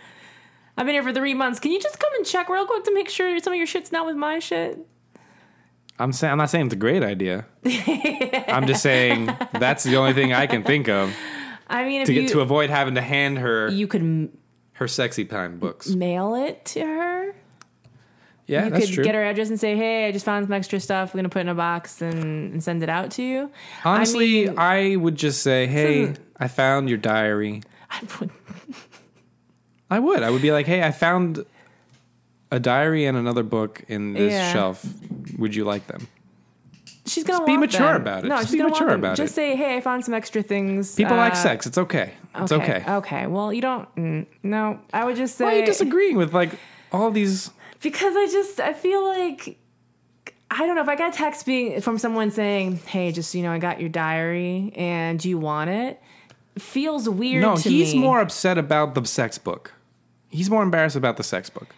[SPEAKER 1] I've been here for three months. Can you just come and check real quick to make sure some of your shit's not with my shit?
[SPEAKER 2] I'm saying I'm not saying it's a great idea. I'm just saying that's the only thing I can think of
[SPEAKER 1] I mean, if
[SPEAKER 2] to
[SPEAKER 1] you
[SPEAKER 2] get to avoid having to hand her
[SPEAKER 1] you could m-
[SPEAKER 2] her sexy time books.
[SPEAKER 1] mail it to her.
[SPEAKER 2] Yeah,
[SPEAKER 1] You
[SPEAKER 2] that's
[SPEAKER 1] could
[SPEAKER 2] true.
[SPEAKER 1] get her address and say, "Hey, I just found some extra stuff. We're gonna put it in a box and, and send it out to you." I
[SPEAKER 2] Honestly,
[SPEAKER 1] mean,
[SPEAKER 2] I would just say, "Hey,
[SPEAKER 1] isn't-
[SPEAKER 2] I found your diary."
[SPEAKER 1] I would-
[SPEAKER 2] I would. I would be like, "Hey, I found a diary and another book in this
[SPEAKER 1] Yeah.
[SPEAKER 2] shelf. Would you like them?"
[SPEAKER 1] she's gonna
[SPEAKER 2] Just be
[SPEAKER 1] want
[SPEAKER 2] mature
[SPEAKER 1] them.
[SPEAKER 2] about it.
[SPEAKER 1] No,
[SPEAKER 2] Just
[SPEAKER 1] she's
[SPEAKER 2] be
[SPEAKER 1] gonna
[SPEAKER 2] mature
[SPEAKER 1] want them.
[SPEAKER 2] about
[SPEAKER 1] Just
[SPEAKER 2] it.
[SPEAKER 1] say, "Hey, I found some extra things."
[SPEAKER 2] People like
[SPEAKER 1] uh,
[SPEAKER 2] sex. It's okay. It's okay.
[SPEAKER 1] Okay. Well, you don't. mm, No, I would just say.
[SPEAKER 2] Why are you disagreeing with like all these?
[SPEAKER 1] Because I just I feel like I don't know if I got a text being from someone saying, "Hey, just so you know, I got your diary and do you want it?" Feels weird.
[SPEAKER 2] No,
[SPEAKER 1] to
[SPEAKER 2] he's
[SPEAKER 1] me.
[SPEAKER 2] more upset about the sex book. He's more embarrassed about the sex book.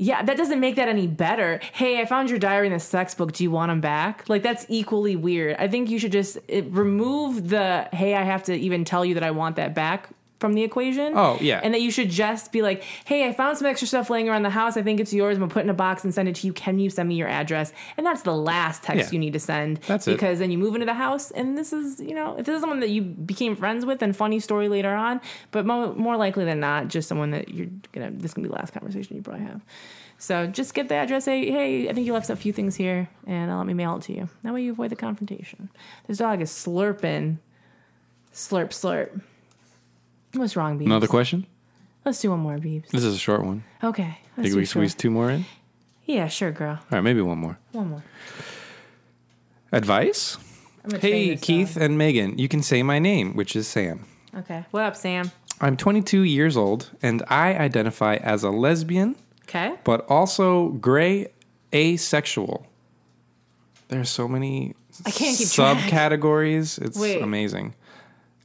[SPEAKER 1] Yeah, that doesn't make that any better. Hey, I found your diary in the sex book. Do you want them back? Like that's equally weird. I think you should just it, remove the hey, I have to even tell you that I want that back from the equation.
[SPEAKER 2] Oh, yeah.
[SPEAKER 1] and that you should just be like, hey, I found some extra stuff laying around the house. I think it's yours. I'm gonna put it in a box and send it to you. Can you send me your address? And that's the last text
[SPEAKER 2] Yeah.
[SPEAKER 1] you need to send.
[SPEAKER 2] That's it.
[SPEAKER 1] because then you move into the house, and this is you know if this is someone that you became friends with, and funny story later on, but mo- more likely than not, just someone that you're gonna this is gonna be the last conversation you probably have. So just get the address. Say, hey, I think you left a few things here, and uh, let me mail it to you. That way you avoid the confrontation. This dog is slurping, slurp slurp. What's wrong, Beebs?
[SPEAKER 5] Another question?
[SPEAKER 1] Let's do one more, Beebs.
[SPEAKER 5] This is a short one.
[SPEAKER 1] Okay. Let's
[SPEAKER 5] Think
[SPEAKER 1] do
[SPEAKER 5] we
[SPEAKER 1] sure.
[SPEAKER 5] squeeze two more in? All
[SPEAKER 1] Yeah, sure, girl.
[SPEAKER 5] right, maybe one more.
[SPEAKER 1] One more.
[SPEAKER 2] Advice?
[SPEAKER 1] I'm gonna train
[SPEAKER 2] Hey,
[SPEAKER 1] this
[SPEAKER 2] Keith and Megan, you can say my name, which is Sam.
[SPEAKER 1] dog. Okay. What up, Sam?
[SPEAKER 2] I'm 22 years old and I identify as a lesbian,
[SPEAKER 1] Okay.
[SPEAKER 2] but also gray asexual. There are so many
[SPEAKER 1] I can't keep track.
[SPEAKER 2] subcategories. It's
[SPEAKER 1] Wait.
[SPEAKER 2] amazing.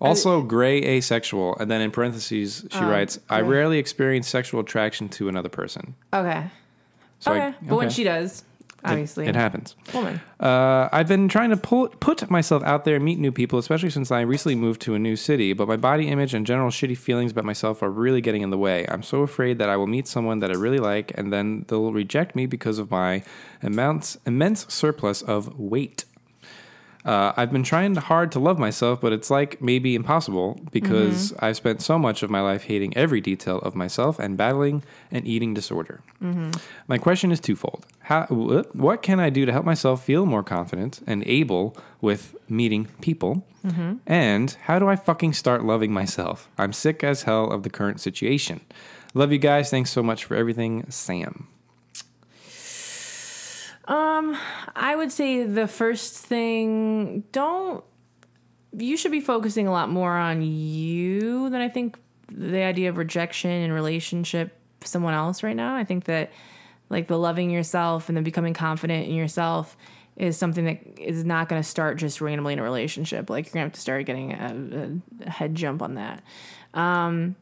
[SPEAKER 2] Also, gray asexual. And then in parentheses,
[SPEAKER 1] Oh,
[SPEAKER 2] she writes, I
[SPEAKER 1] gray.
[SPEAKER 2] rarely experience sexual attraction to another person.
[SPEAKER 1] Okay.
[SPEAKER 2] So I-
[SPEAKER 1] okay. But when
[SPEAKER 2] okay.
[SPEAKER 1] she does, obviously,
[SPEAKER 2] it happens.
[SPEAKER 1] woman.
[SPEAKER 2] Uh, I've been trying to pull, put myself out there and meet new people, especially since I recently moved to a new city. But my body image and general shitty feelings about myself are really getting in the way. I'm so afraid that I will meet someone that I really like, and then they'll reject me because of my immense, immense surplus of weight. Uh, I've been trying hard to love myself, but it's like maybe impossible because I've spent so much of my life hating every detail of myself and battling an eating disorder. My question is twofold. How, wh- what can I do to help myself feel more confident and able with meeting people?
[SPEAKER 1] Mm-hmm.
[SPEAKER 2] And how do I fucking start loving myself? I'm sick as hell of the current situation. Love you guys. Thanks so much for everything, Sam.
[SPEAKER 1] I would say the first thing don't you should be focusing a lot more on you than I think the idea of rejection and relationship with someone else right now. I think that like the loving yourself and then becoming confident in yourself is something that is not going to start just randomly in a relationship. Like you're going to have to start getting a, a head jump on that. Um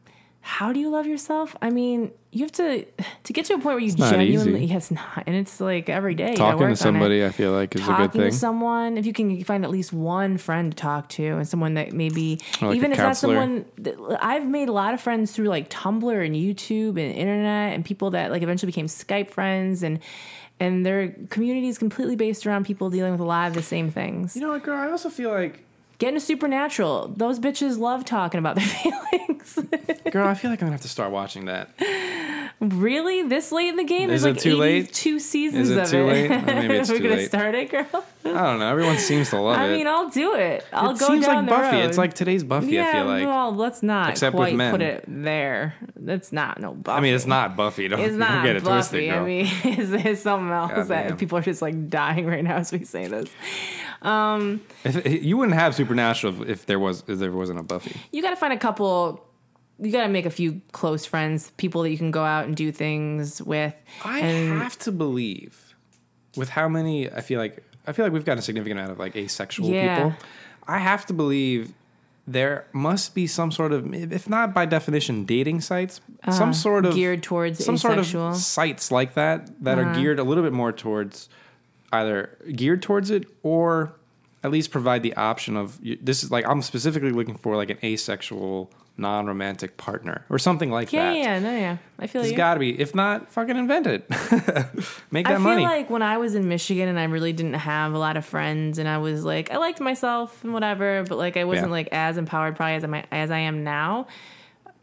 [SPEAKER 1] how do you love yourself? I mean, you have to to get to a point where you
[SPEAKER 5] not
[SPEAKER 1] genuinely
[SPEAKER 5] easy.
[SPEAKER 1] yes, not. And it's like every day you gotta
[SPEAKER 5] Talking
[SPEAKER 1] work on
[SPEAKER 5] to
[SPEAKER 1] it
[SPEAKER 5] somebody, I feel like, is a good
[SPEAKER 1] talking
[SPEAKER 5] thing.
[SPEAKER 1] to someone if you can find at least one friend to talk to and someone that maybe
[SPEAKER 2] Oh,
[SPEAKER 5] like
[SPEAKER 1] even
[SPEAKER 5] a
[SPEAKER 1] if not
[SPEAKER 5] counselor.
[SPEAKER 1] someone that- i've made a lot of friends through like tumblr and youtube and internet and people that like eventually became skype friends and and their community is completely based around people dealing with a lot of the same things
[SPEAKER 2] know what, girl? I also feel like,
[SPEAKER 1] get into supernatural those bitches love talking about their feelings
[SPEAKER 2] girl, I feel like I'm gonna have to start watching that.
[SPEAKER 1] really this late in the game
[SPEAKER 2] Is
[SPEAKER 1] there's
[SPEAKER 2] it
[SPEAKER 1] like
[SPEAKER 2] too late?
[SPEAKER 1] two seasons
[SPEAKER 2] it
[SPEAKER 1] of
[SPEAKER 2] too
[SPEAKER 1] it
[SPEAKER 2] late? Or maybe it's
[SPEAKER 1] we're
[SPEAKER 2] too
[SPEAKER 1] gonna
[SPEAKER 2] late.
[SPEAKER 1] start it girl
[SPEAKER 2] I don't know. Everyone seems to love
[SPEAKER 1] i
[SPEAKER 2] it.
[SPEAKER 1] mean i'll do it i'll
[SPEAKER 2] it
[SPEAKER 1] go
[SPEAKER 2] seems
[SPEAKER 1] down
[SPEAKER 2] like
[SPEAKER 1] the
[SPEAKER 2] Buffy.
[SPEAKER 1] road.
[SPEAKER 2] It's like today's Buffy. I feel like.
[SPEAKER 1] well, let's not
[SPEAKER 2] Except with
[SPEAKER 1] quite
[SPEAKER 2] men.
[SPEAKER 1] put it there. That's not no Buffy.
[SPEAKER 2] I mean, it's not Buffy. Don't,
[SPEAKER 1] It's not
[SPEAKER 2] don't get it
[SPEAKER 1] Buffy.
[SPEAKER 2] twisted, girl.
[SPEAKER 1] I mean, it's, it's something else
[SPEAKER 2] Goddamn.
[SPEAKER 1] that people are just like dying right now as we say this.
[SPEAKER 2] If- you wouldn't have Supernatural if there was if there wasn't a Buffy.
[SPEAKER 1] You got to find a couple. You got to make a few close friends, people that you can go out and do things with.
[SPEAKER 2] I
[SPEAKER 1] and
[SPEAKER 2] have to believe with how many I feel like I feel like we've got a significant amount of like asexual
[SPEAKER 1] Yeah.
[SPEAKER 2] people. I have to believe there must be some sort of if not by definition dating sites, some sort of
[SPEAKER 1] Uh, geared towards
[SPEAKER 2] some sort
[SPEAKER 1] asexual. Uh-huh.
[SPEAKER 2] of sites like that that are geared a little bit more towards either geared towards it or at least provide the option of you- this is like I'm specifically looking for like an asexual, non-romantic partner or something like
[SPEAKER 1] Yeah,
[SPEAKER 2] that.
[SPEAKER 1] yeah, no, yeah. I feel
[SPEAKER 2] It's
[SPEAKER 1] you.
[SPEAKER 2] got to be. If not, fucking invent it. Make
[SPEAKER 1] I
[SPEAKER 2] that
[SPEAKER 1] feel
[SPEAKER 2] money.
[SPEAKER 1] like when I was in Michigan and I really didn't have a lot of friends, and I was like, I liked myself and whatever, but like I wasn't
[SPEAKER 2] Yeah.
[SPEAKER 1] like as empowered probably as I might- as I am now.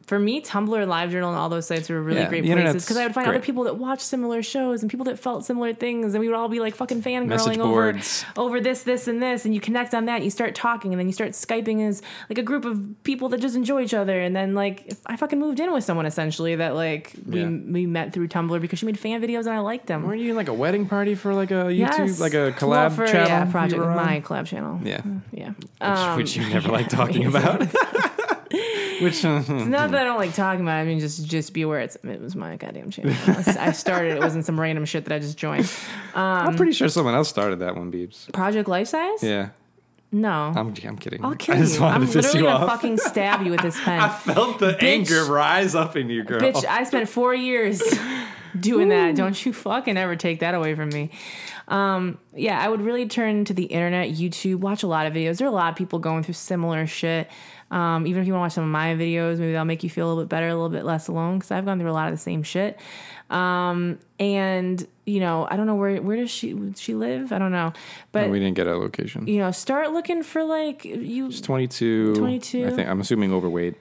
[SPEAKER 1] For me, Tumblr, LiveJournal, and all those sites were really
[SPEAKER 2] Yeah,
[SPEAKER 1] great
[SPEAKER 2] the
[SPEAKER 1] places
[SPEAKER 2] internet's
[SPEAKER 1] because I would find
[SPEAKER 2] great.
[SPEAKER 1] other people that watched similar shows and people that felt similar things, and we would all be like fucking
[SPEAKER 2] Message
[SPEAKER 1] fangirling over
[SPEAKER 2] boards.
[SPEAKER 1] over this, this, and this, and you connect on that. You start talking, and then you start skyping as like a group of people that just enjoy each other. And then like I fucking moved in with someone essentially that like we
[SPEAKER 2] Yeah.
[SPEAKER 1] we met through Tumblr because she made fan videos and I liked them.
[SPEAKER 2] Weren't you in like a wedding party for like a YouTube,
[SPEAKER 1] Yes.
[SPEAKER 2] like a collab
[SPEAKER 1] Well, for-
[SPEAKER 2] channel?
[SPEAKER 1] Yeah,
[SPEAKER 2] you
[SPEAKER 1] project
[SPEAKER 2] were on?
[SPEAKER 1] my collab channel.
[SPEAKER 2] Yeah.
[SPEAKER 1] Yeah.
[SPEAKER 2] Which-
[SPEAKER 1] Um,
[SPEAKER 2] which you never like talking about. Which uh,
[SPEAKER 1] it's not that I don't like talking about. it. I mean, just just be aware it's it was my goddamn channel. I started. It wasn't some random shit that I just joined.
[SPEAKER 2] I'm pretty sure someone else started that one, Beebs.
[SPEAKER 1] Project Life Size?
[SPEAKER 2] Yeah,
[SPEAKER 1] No,
[SPEAKER 2] I'm, I'm kidding.
[SPEAKER 1] will kill
[SPEAKER 2] I just
[SPEAKER 1] you.
[SPEAKER 2] wanted
[SPEAKER 1] I'm
[SPEAKER 2] to piss
[SPEAKER 1] literally
[SPEAKER 2] you
[SPEAKER 1] gonna
[SPEAKER 2] off.
[SPEAKER 1] fucking stab you with this pen.
[SPEAKER 2] I felt the anger rise up in you, girl.
[SPEAKER 1] Bitch, I spent four years doing that. Don't you fucking ever take that away from me. Um, yeah, I would really turn to the internet, YouTube, watch a lot of videos. There are a lot of people going through similar shit. Um, even if you want to watch some of my videos, maybe that'll make you feel a little bit better, a little bit less alone, because I've gone through a lot of the same shit. Um, and you know, I don't know where where does she would she live? I don't know, but
[SPEAKER 2] Oh, we didn't get a location.
[SPEAKER 1] you know, start looking for like you
[SPEAKER 2] 22.
[SPEAKER 1] 22.
[SPEAKER 2] I think I'm assuming overweight.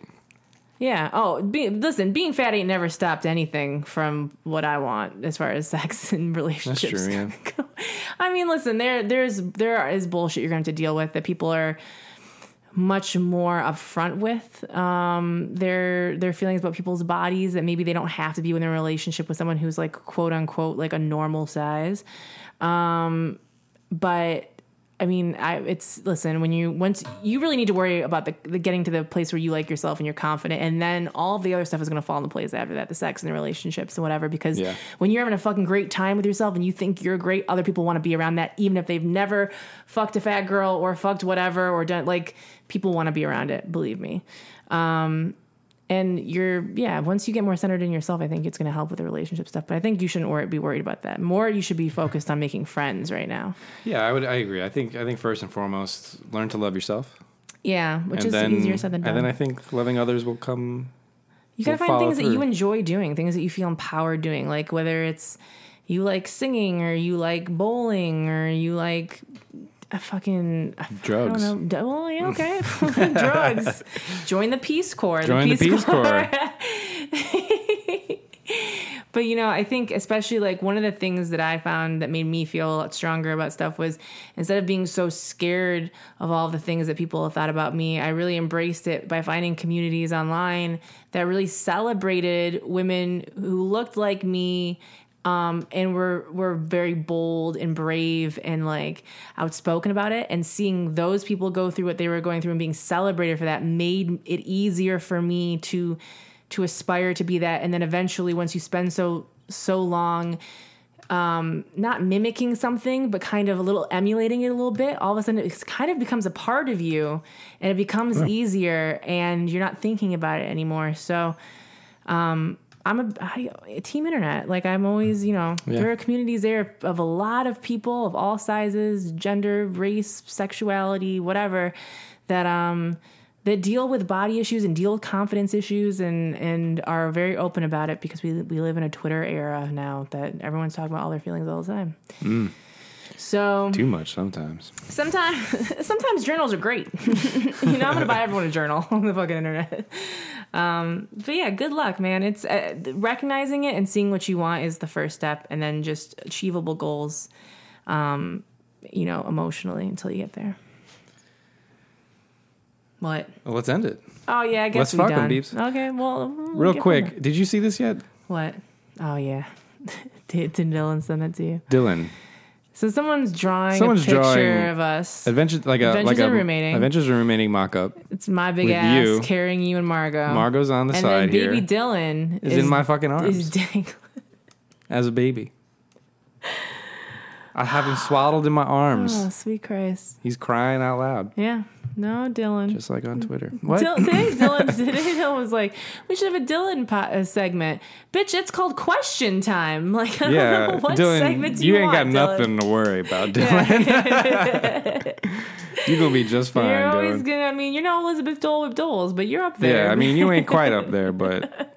[SPEAKER 1] Yeah. Oh, be, listen, being fat ain't never stopped anything from what I want as far as sex and relationships
[SPEAKER 2] true, yeah.
[SPEAKER 1] go. I mean, listen, there there's there is bullshit you're going to have to deal with that people are much more upfront with um, their their feelings about people's bodies that maybe they don't have to be in a relationship with someone who's like quote unquote like a normal size. Um, but I mean, I it's listen when you once you really need to worry about the, the getting to the place where you like yourself and you're confident, and then all of the other stuff is going to fall into place after that, the sex and the relationships and whatever. Because
[SPEAKER 2] Yeah.
[SPEAKER 1] when you're having a fucking great time with yourself and you think you're great, other people want to be around that, even if they've never fucked a fat girl or fucked whatever or done like people want to be around it. Believe me. Um, and you're yeah. Once you get more centered in yourself, I think it's going to help with the relationship stuff. But I think you shouldn't worry, be worried about that. More, you should be focused on making friends right now.
[SPEAKER 2] Yeah, I would. I agree. I think. I think first and foremost, learn to love yourself,
[SPEAKER 1] Yeah, which is easier said than done.
[SPEAKER 2] and then I think loving others will come.
[SPEAKER 1] you gotta
[SPEAKER 2] will
[SPEAKER 1] find
[SPEAKER 2] follow
[SPEAKER 1] things that you
[SPEAKER 2] through.
[SPEAKER 1] enjoy doing, things that you feel empowered doing, like whether it's you like singing or you like bowling or you like a fucking I f-
[SPEAKER 2] Drugs.
[SPEAKER 1] I don't know. d- Well, yeah, okay, drugs. Join the Peace Corps.
[SPEAKER 2] Join the Peace Corps.
[SPEAKER 1] But you know, I think especially like one of the things that I found that made me feel a lot stronger about stuff was instead of being so scared of all the things that people thought about me, I really embraced it by finding communities online that really celebrated women who looked like me um, and were were very bold and brave and like outspoken about it. And seeing those people go through what they were going through and being celebrated for that made it easier for me to to aspire to be that. And then eventually, once you spend so so long um, not mimicking something, but kind of a little emulating it a little bit, all of a sudden it kind of becomes a part of you and it becomes easier and you're not thinking about it anymore. So, um, I'm a, I, a team internet. Like I'm always, you know, there are communities there of a lot of people of all sizes, gender, race, sexuality, whatever that, um, that deal with body issues and deal with confidence issues and and are very open about it because we we live in a Twitter era now that everyone's talking about all their feelings all the time. So
[SPEAKER 2] Too much sometimes.
[SPEAKER 1] sometimes sometimes journals are great. you know, I'm gonna buy everyone a journal on the fucking internet. Um, but yeah, good luck, man. It's uh, recognizing it and seeing what you want is the first step, and then just achievable goals. Um, you know, emotionally until you get there. What?
[SPEAKER 2] Well, let's end it
[SPEAKER 1] Oh yeah, I guess
[SPEAKER 2] Let's
[SPEAKER 1] we
[SPEAKER 2] fuck 'em,
[SPEAKER 1] done.
[SPEAKER 2] Beeps.
[SPEAKER 1] Okay, well, we'll
[SPEAKER 2] real
[SPEAKER 1] get from
[SPEAKER 2] quick. Did you see this yet,
[SPEAKER 1] it. What? Oh yeah, did, did Dylan send that to you?
[SPEAKER 2] Dylan?
[SPEAKER 1] So someone's drawing
[SPEAKER 2] Someone's
[SPEAKER 1] a picture
[SPEAKER 2] drawing-
[SPEAKER 1] of us.
[SPEAKER 2] Adventures like a
[SPEAKER 1] Adventures
[SPEAKER 2] like
[SPEAKER 1] in
[SPEAKER 2] a
[SPEAKER 1] Remaining.
[SPEAKER 2] Adventures in Remaining mock-up.
[SPEAKER 1] It's my big
[SPEAKER 2] with
[SPEAKER 1] ass
[SPEAKER 2] you.
[SPEAKER 1] carrying you and Margot.
[SPEAKER 2] Margot's on the
[SPEAKER 1] and
[SPEAKER 2] side
[SPEAKER 1] then baby
[SPEAKER 2] here.
[SPEAKER 1] Dylan
[SPEAKER 2] Is in my fucking arms.
[SPEAKER 1] Is dang-
[SPEAKER 2] as a baby. I have him swaddled in my arms.
[SPEAKER 1] oh, sweet Christ.
[SPEAKER 2] He's crying out loud,
[SPEAKER 1] Yeah. No, Dylan.
[SPEAKER 2] just like on Twitter. What?
[SPEAKER 1] Dil- today, Dylan, today Dylan was like, "We should have a Dylan po- uh, segment, bitch. It's called question time. Like, I
[SPEAKER 2] yeah,
[SPEAKER 1] don't know what
[SPEAKER 2] Dylan,
[SPEAKER 1] segment do you,
[SPEAKER 2] ain't
[SPEAKER 1] want,
[SPEAKER 2] got
[SPEAKER 1] Dylan?
[SPEAKER 2] nothing to worry about, Dylan. You're gonna be just fine.
[SPEAKER 1] You're always
[SPEAKER 2] dude.
[SPEAKER 1] gonna. I mean, you're not Elizabeth Dole with Doles, but you're up there.
[SPEAKER 2] yeah, I mean, you ain't quite up there, but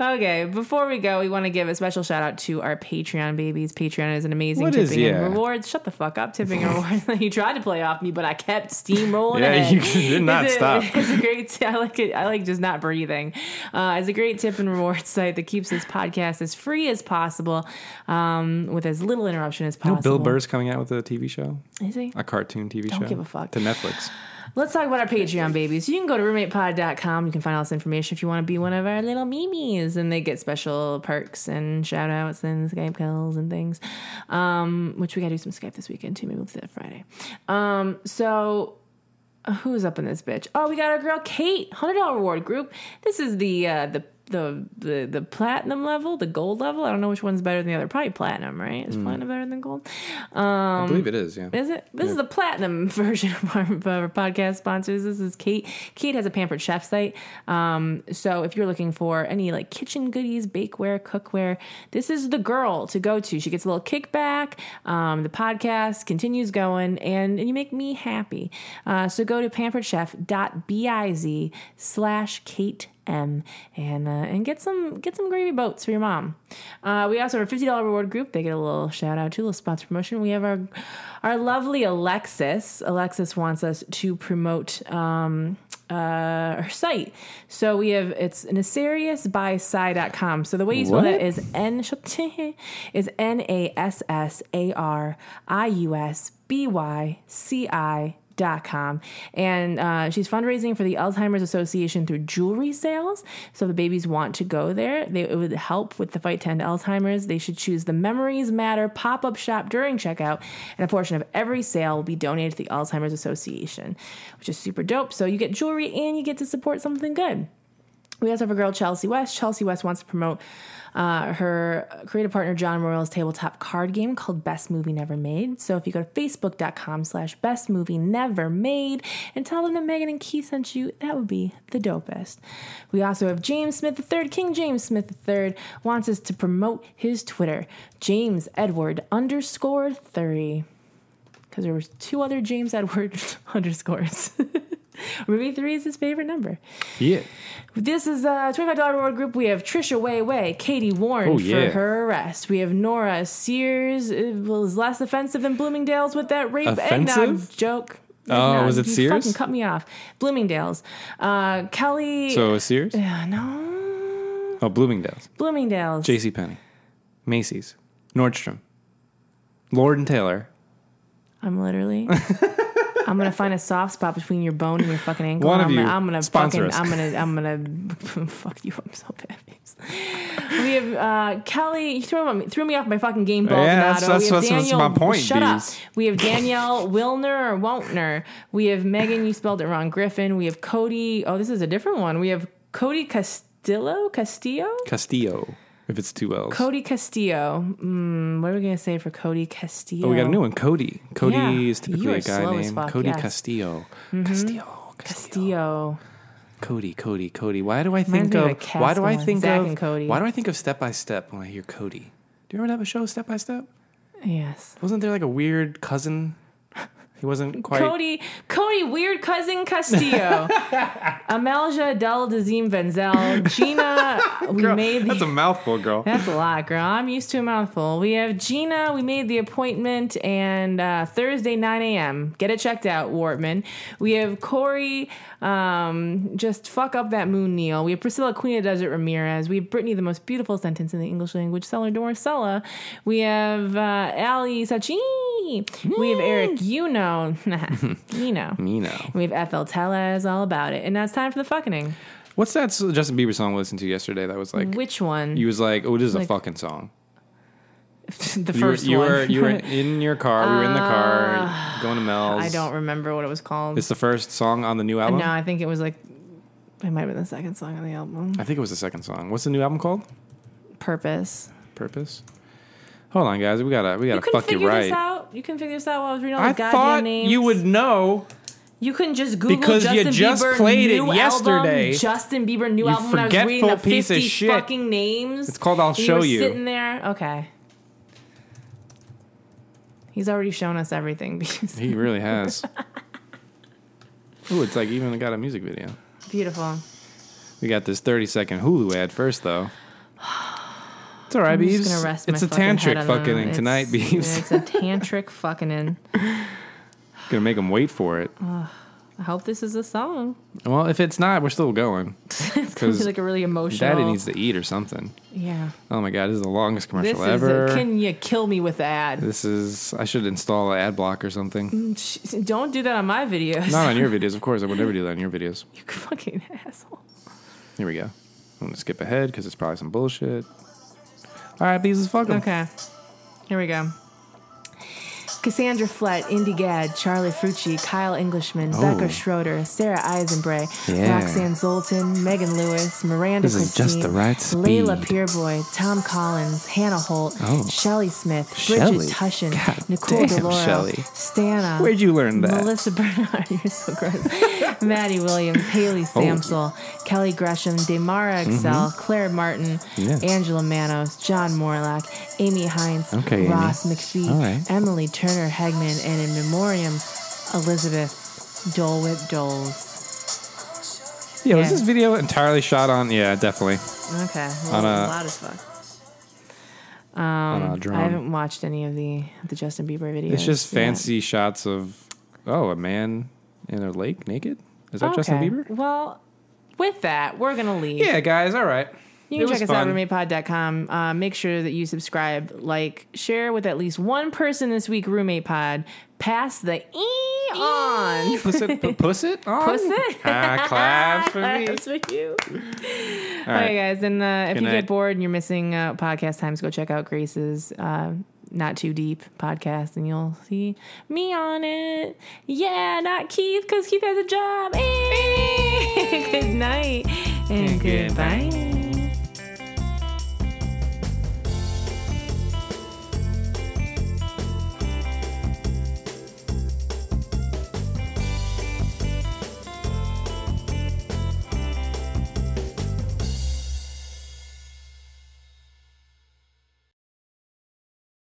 [SPEAKER 1] Okay, before we go, we want to give a special shout out to our Patreon babies. Patreon is an amazing
[SPEAKER 2] What
[SPEAKER 1] tipping
[SPEAKER 2] is- yeah.
[SPEAKER 1] and rewards. Shut the fuck up, tipping and rewards. you tried to play off me, but I kept steamrolling.
[SPEAKER 2] Yeah,
[SPEAKER 1] ahead.
[SPEAKER 2] you did not
[SPEAKER 1] It's a-
[SPEAKER 2] stop.
[SPEAKER 1] It's a great. I like it. I like just not breathing. Uh, it's a great tip and reward site that keeps this podcast as free as possible, um, with as little interruption as possible.
[SPEAKER 2] Bill Burr's coming out with a TV show,
[SPEAKER 1] Is he?
[SPEAKER 2] a cartoon TV show.
[SPEAKER 1] give a fuck.
[SPEAKER 2] to Netflix.
[SPEAKER 1] Let's talk about our Patreon babies. You can go to roommatepod.com. You can find all this information if you want to be one of our little memes. And they get special perks and shout outs and Skype calls and things. Um, which we got to do some Skype this weekend too. Maybe we'll do that Friday. Um, so uh, who's up in this bitch? Oh, we got our girl Kate, hundred dollar reward group. This is the uh, the the the the platinum level, the gold level. I don't know which one's better than the other. Probably platinum, right? Is platinum better than gold?
[SPEAKER 2] I believe it is. Yeah.
[SPEAKER 1] Um, Is it? This is the platinum version of our, of our podcast sponsors. This is Kate. Kate has a Pampered Chef site. Um, so if you're looking for any like kitchen goodies, bakeware, cookware, this is the girl to go to. She gets a little kickback. Um, the podcast continues going, and, and you make me happy. Uh, so go to pamperedchef.biz slash Kate M and uh, and get some get some gravy boats for your mom. Uh, we also have a fifty dollar reward group. They get a little shout out too, a little sponsor promotion. We have our our lovely Alexis. Alexis wants us to promote um, uh, her site. So we have it's nasariusbysci.com. So the way you spell
[SPEAKER 2] What?
[SPEAKER 1] that is n is n a s s a r i u s b y c i dot com and uh, she's fundraising for the alzheimer's association through jewelry sales so the babies want to go there they, it would help with the fight to end alzheimer's they should choose the memories matter pop-up shop during checkout and a portion of every sale will be donated to the alzheimer's association which is super dope so you get jewelry and you get to support something good we also have a girl, Chelsea West. Chelsea West wants to promote uh, her creative partner John Royal's tabletop card game called Best Movie Never Made. So if you go to facebook.com slash best movie never made and tell them that Megan and Keith sent you, that would be the dopest. We also have James Smith III, King James Smith III, wants us to promote his Twitter, James Edward underscore 30 because there was two other James Edward underscores. Or Maybe three is his favorite number.
[SPEAKER 2] Yeah.
[SPEAKER 1] This is a twenty-five dollar reward group. We have Trisha Way Way, Katie Warren
[SPEAKER 2] Oh,
[SPEAKER 1] for
[SPEAKER 2] yeah.
[SPEAKER 1] her arrest. We have Nora Sears uh, it was less offensive than Bloomingdale's with that rape eggnog
[SPEAKER 2] Offensive?
[SPEAKER 1] joke.
[SPEAKER 2] Oh,
[SPEAKER 1] Eggnog.
[SPEAKER 2] was it
[SPEAKER 1] You
[SPEAKER 2] Sears?
[SPEAKER 1] Fucking cut me off. Bloomingdale's. Uh, Kelly.
[SPEAKER 2] So Sears.
[SPEAKER 1] Uh, no.
[SPEAKER 2] Oh, Bloomingdale's,
[SPEAKER 1] Bloomingdale's.
[SPEAKER 2] J.C. Penney, Macy's, Nordstrom, Lord and Taylor.
[SPEAKER 1] I'm literally. I'm gonna find a soft spot between your bone and your fucking ankle.
[SPEAKER 2] One
[SPEAKER 1] and
[SPEAKER 2] of
[SPEAKER 1] I'm
[SPEAKER 2] you.
[SPEAKER 1] Gonna, I'm gonna
[SPEAKER 2] Sponsor
[SPEAKER 1] fucking.
[SPEAKER 2] us.
[SPEAKER 1] I'm gonna. I'm gonna. fuck you. I'm so bad. babes. We have uh, Kelly. You threw me, threw me off my fucking game, Baldonado.
[SPEAKER 2] that's- that's-
[SPEAKER 1] we have
[SPEAKER 2] that's- that's
[SPEAKER 1] Daniel.
[SPEAKER 2] my point,
[SPEAKER 1] Shut
[SPEAKER 2] Bees.
[SPEAKER 1] up. We have Danielle Wilner or Wontner. We have Megan. You spelled it wrong. Griffin. We have Cody. Oh, this is a different one. We have Cody Castillo. Castillo.
[SPEAKER 2] Castillo, if it's two L's.
[SPEAKER 1] Cody Castillo. Mm, what are we gonna say for Cody Castillo?
[SPEAKER 2] Oh, we got a new one, Cody. Cody
[SPEAKER 1] Yeah.
[SPEAKER 2] is typically
[SPEAKER 1] You are
[SPEAKER 2] a guy
[SPEAKER 1] slow as
[SPEAKER 2] named
[SPEAKER 1] fuck,
[SPEAKER 2] Cody
[SPEAKER 1] yes. Mm-hmm.
[SPEAKER 2] Castillo. Castillo. Castillo.
[SPEAKER 1] Castillo.
[SPEAKER 2] Cody, Cody, Cody. Why do I
[SPEAKER 1] Reminds
[SPEAKER 2] think
[SPEAKER 1] me of
[SPEAKER 2] of
[SPEAKER 1] a
[SPEAKER 2] why do I
[SPEAKER 1] Castleman,
[SPEAKER 2] think
[SPEAKER 1] Zack
[SPEAKER 2] of
[SPEAKER 1] and Cody.
[SPEAKER 2] why do I think of Step by Step when I hear Cody? Do you remember that show Step by Step?
[SPEAKER 1] Yes.
[SPEAKER 2] Wasn't there like a weird cousin? He wasn't quite
[SPEAKER 1] Cody, Cody, weird cousin Castillo, Amelja Del Dazim Benzel, Gina. We made the, that's, a,
[SPEAKER 2] mouthful, girl.
[SPEAKER 1] lot, girl. I'm used to a mouthful. We have Gina. We made the appointment and uh, Thursday 9 a.m. Get it checked out, Wartman. We have Corey. Um, just fuck up that moon, Neil. We have Priscilla, Queen of the Desert Ramirez. We have Brittany, the most beautiful sentence in the English language, Seller Dorisella. We have uh, Ali Sachi. We have Eric. You know, you know.
[SPEAKER 2] You know.
[SPEAKER 1] We have FL Tell us all about it. And now it's time for the fucking.
[SPEAKER 2] What's that s- Justin Bieber song we listened to yesterday that was like
[SPEAKER 1] Which one?
[SPEAKER 2] he was like, Oh, this is
[SPEAKER 1] Mm. Like-
[SPEAKER 2] a fucking song.
[SPEAKER 1] the
[SPEAKER 2] You were
[SPEAKER 1] first
[SPEAKER 2] you
[SPEAKER 1] one. Uh,
[SPEAKER 2] were you were in your car, we were in the car going to Mel's.
[SPEAKER 1] I don't remember what it was called.
[SPEAKER 2] It's the first song on the new album.
[SPEAKER 1] Uh, no, I think it was like. It might have been the second song on the album.
[SPEAKER 2] I think it was the second song. What's the new album called?
[SPEAKER 1] Purpose.
[SPEAKER 2] Purpose. Hold on, guys. We gotta we gotta
[SPEAKER 1] You couldn't
[SPEAKER 2] fuck
[SPEAKER 1] figure
[SPEAKER 2] you right.
[SPEAKER 1] this out. You couldn't figure this out while I was reading all the
[SPEAKER 2] I
[SPEAKER 1] goddamn
[SPEAKER 2] thought
[SPEAKER 1] names.
[SPEAKER 2] you would know.
[SPEAKER 1] You couldn't just Google
[SPEAKER 2] Because you
[SPEAKER 1] Justin
[SPEAKER 2] just
[SPEAKER 1] Bieber
[SPEAKER 2] played it
[SPEAKER 1] new
[SPEAKER 2] yesterday.
[SPEAKER 1] Album, Justin Bieber new
[SPEAKER 2] You
[SPEAKER 1] album. When I was reading the
[SPEAKER 2] forgetful piece of
[SPEAKER 1] fifty
[SPEAKER 2] shit.
[SPEAKER 1] fucking names.
[SPEAKER 2] It's called I'll
[SPEAKER 1] and
[SPEAKER 2] Show
[SPEAKER 1] you. were
[SPEAKER 2] You.
[SPEAKER 1] Sitting there. Okay. He's already shown us everything. because-
[SPEAKER 2] He really has. Ooh, it's like even got a music video.
[SPEAKER 1] Beautiful.
[SPEAKER 2] We got this 30 second Hulu ad first, though. It's all right,
[SPEAKER 1] I'm
[SPEAKER 2] Beeves.
[SPEAKER 1] just gonna rest
[SPEAKER 2] it's
[SPEAKER 1] my
[SPEAKER 2] a
[SPEAKER 1] fucking head
[SPEAKER 2] tantric
[SPEAKER 1] on
[SPEAKER 2] fucking
[SPEAKER 1] that.
[SPEAKER 2] in tonight,
[SPEAKER 1] It's-
[SPEAKER 2] Beeves.
[SPEAKER 1] It's a tantric fucking in.
[SPEAKER 2] gonna make him wait for it.
[SPEAKER 1] I hope this is a song.
[SPEAKER 2] Well, if it's not, we're still going.
[SPEAKER 1] it's gonna be
[SPEAKER 2] 'Cause
[SPEAKER 1] like a really emotional.
[SPEAKER 2] Daddy needs to eat or something.
[SPEAKER 1] yeah.
[SPEAKER 2] Oh my god, this is the longest commercial
[SPEAKER 1] This is.
[SPEAKER 2] ever.
[SPEAKER 1] A, can you kill me with the ad?
[SPEAKER 2] this is. I should install an ad block or something.
[SPEAKER 1] Jeez, Don't do that on my videos.
[SPEAKER 2] Not on your videos, of course. I would never do that on your videos.
[SPEAKER 1] you fucking asshole.
[SPEAKER 2] Here we go. I'm gonna skip ahead because it's probably some bullshit. All right, Beeves, let's fuck 'em.
[SPEAKER 1] Okay. Here we go. Cassandra Flett, Indy Gadd, Charlie Frucci, Kyle Englishman, Becca Schroeder, Sarah Eisenbray,
[SPEAKER 2] Oh. Yeah.
[SPEAKER 1] Roxanne Zoltan, Megan Lewis, Miranda
[SPEAKER 2] This is
[SPEAKER 1] Christine,
[SPEAKER 2] just the right
[SPEAKER 1] Layla
[SPEAKER 2] speed.
[SPEAKER 1] Pierboy, Tom Collins, Hannah Holt,
[SPEAKER 2] Oh.
[SPEAKER 1] Shelly Smith,
[SPEAKER 2] Shelley?
[SPEAKER 1] Bridget Tushin,
[SPEAKER 2] God
[SPEAKER 1] Nicole
[SPEAKER 2] damn,
[SPEAKER 1] DeLauro,
[SPEAKER 2] Shelley.
[SPEAKER 1] Stana,
[SPEAKER 2] Where'd you learn that?
[SPEAKER 1] Melissa Bernard, you're so gross. Maddie Williams,
[SPEAKER 2] Oh.
[SPEAKER 1] Haley Samsel, Kelly Gresham, Demara Excel, Claire Martin,
[SPEAKER 2] Mm-hmm. Yes.
[SPEAKER 1] Angela Manos, John Morlock, Amy Hines,
[SPEAKER 2] Okay, Amy.
[SPEAKER 1] Ross McPhee,
[SPEAKER 2] All right.
[SPEAKER 1] Emily Turner Hegman, and in memoriam, Elizabeth Dole Whip Doles.
[SPEAKER 2] Yeah, was
[SPEAKER 1] Yeah.
[SPEAKER 2] this video entirely shot on? Yeah, definitely
[SPEAKER 1] Okay, well,
[SPEAKER 2] On a-
[SPEAKER 1] loud as fuck.
[SPEAKER 2] on a drone.
[SPEAKER 1] Um, I haven't watched any of the the Justin Bieber videos.
[SPEAKER 2] It's just
[SPEAKER 1] yet.
[SPEAKER 2] fancy shots of oh, a man in a lake naked. Is that
[SPEAKER 1] Oh, Okay.
[SPEAKER 2] Justin Bieber?
[SPEAKER 1] Well, with that, we're gonna leave.
[SPEAKER 2] Yeah, guys. All right.
[SPEAKER 1] You
[SPEAKER 2] It
[SPEAKER 1] can
[SPEAKER 2] was
[SPEAKER 1] check us out at
[SPEAKER 2] fun.
[SPEAKER 1] roommatepod.com. Uh, make sure that you subscribe, like, share with at least one person this week, Roommate Pod. Pass the E on.
[SPEAKER 2] Puss it, pu- puss it on.
[SPEAKER 1] Puss it.
[SPEAKER 2] Ah, claps for me.
[SPEAKER 1] Claps for you.
[SPEAKER 2] All
[SPEAKER 1] All
[SPEAKER 2] right.
[SPEAKER 1] right, guys. And uh, if
[SPEAKER 2] Good
[SPEAKER 1] you
[SPEAKER 2] night.
[SPEAKER 1] get bored and you're missing uh, podcast times, go check out Grace's uh, Not Too Deep podcast and you'll see me on it. Yeah, not Keith, because Keith has a job. Eh. Good night and,
[SPEAKER 2] And
[SPEAKER 1] goodbye.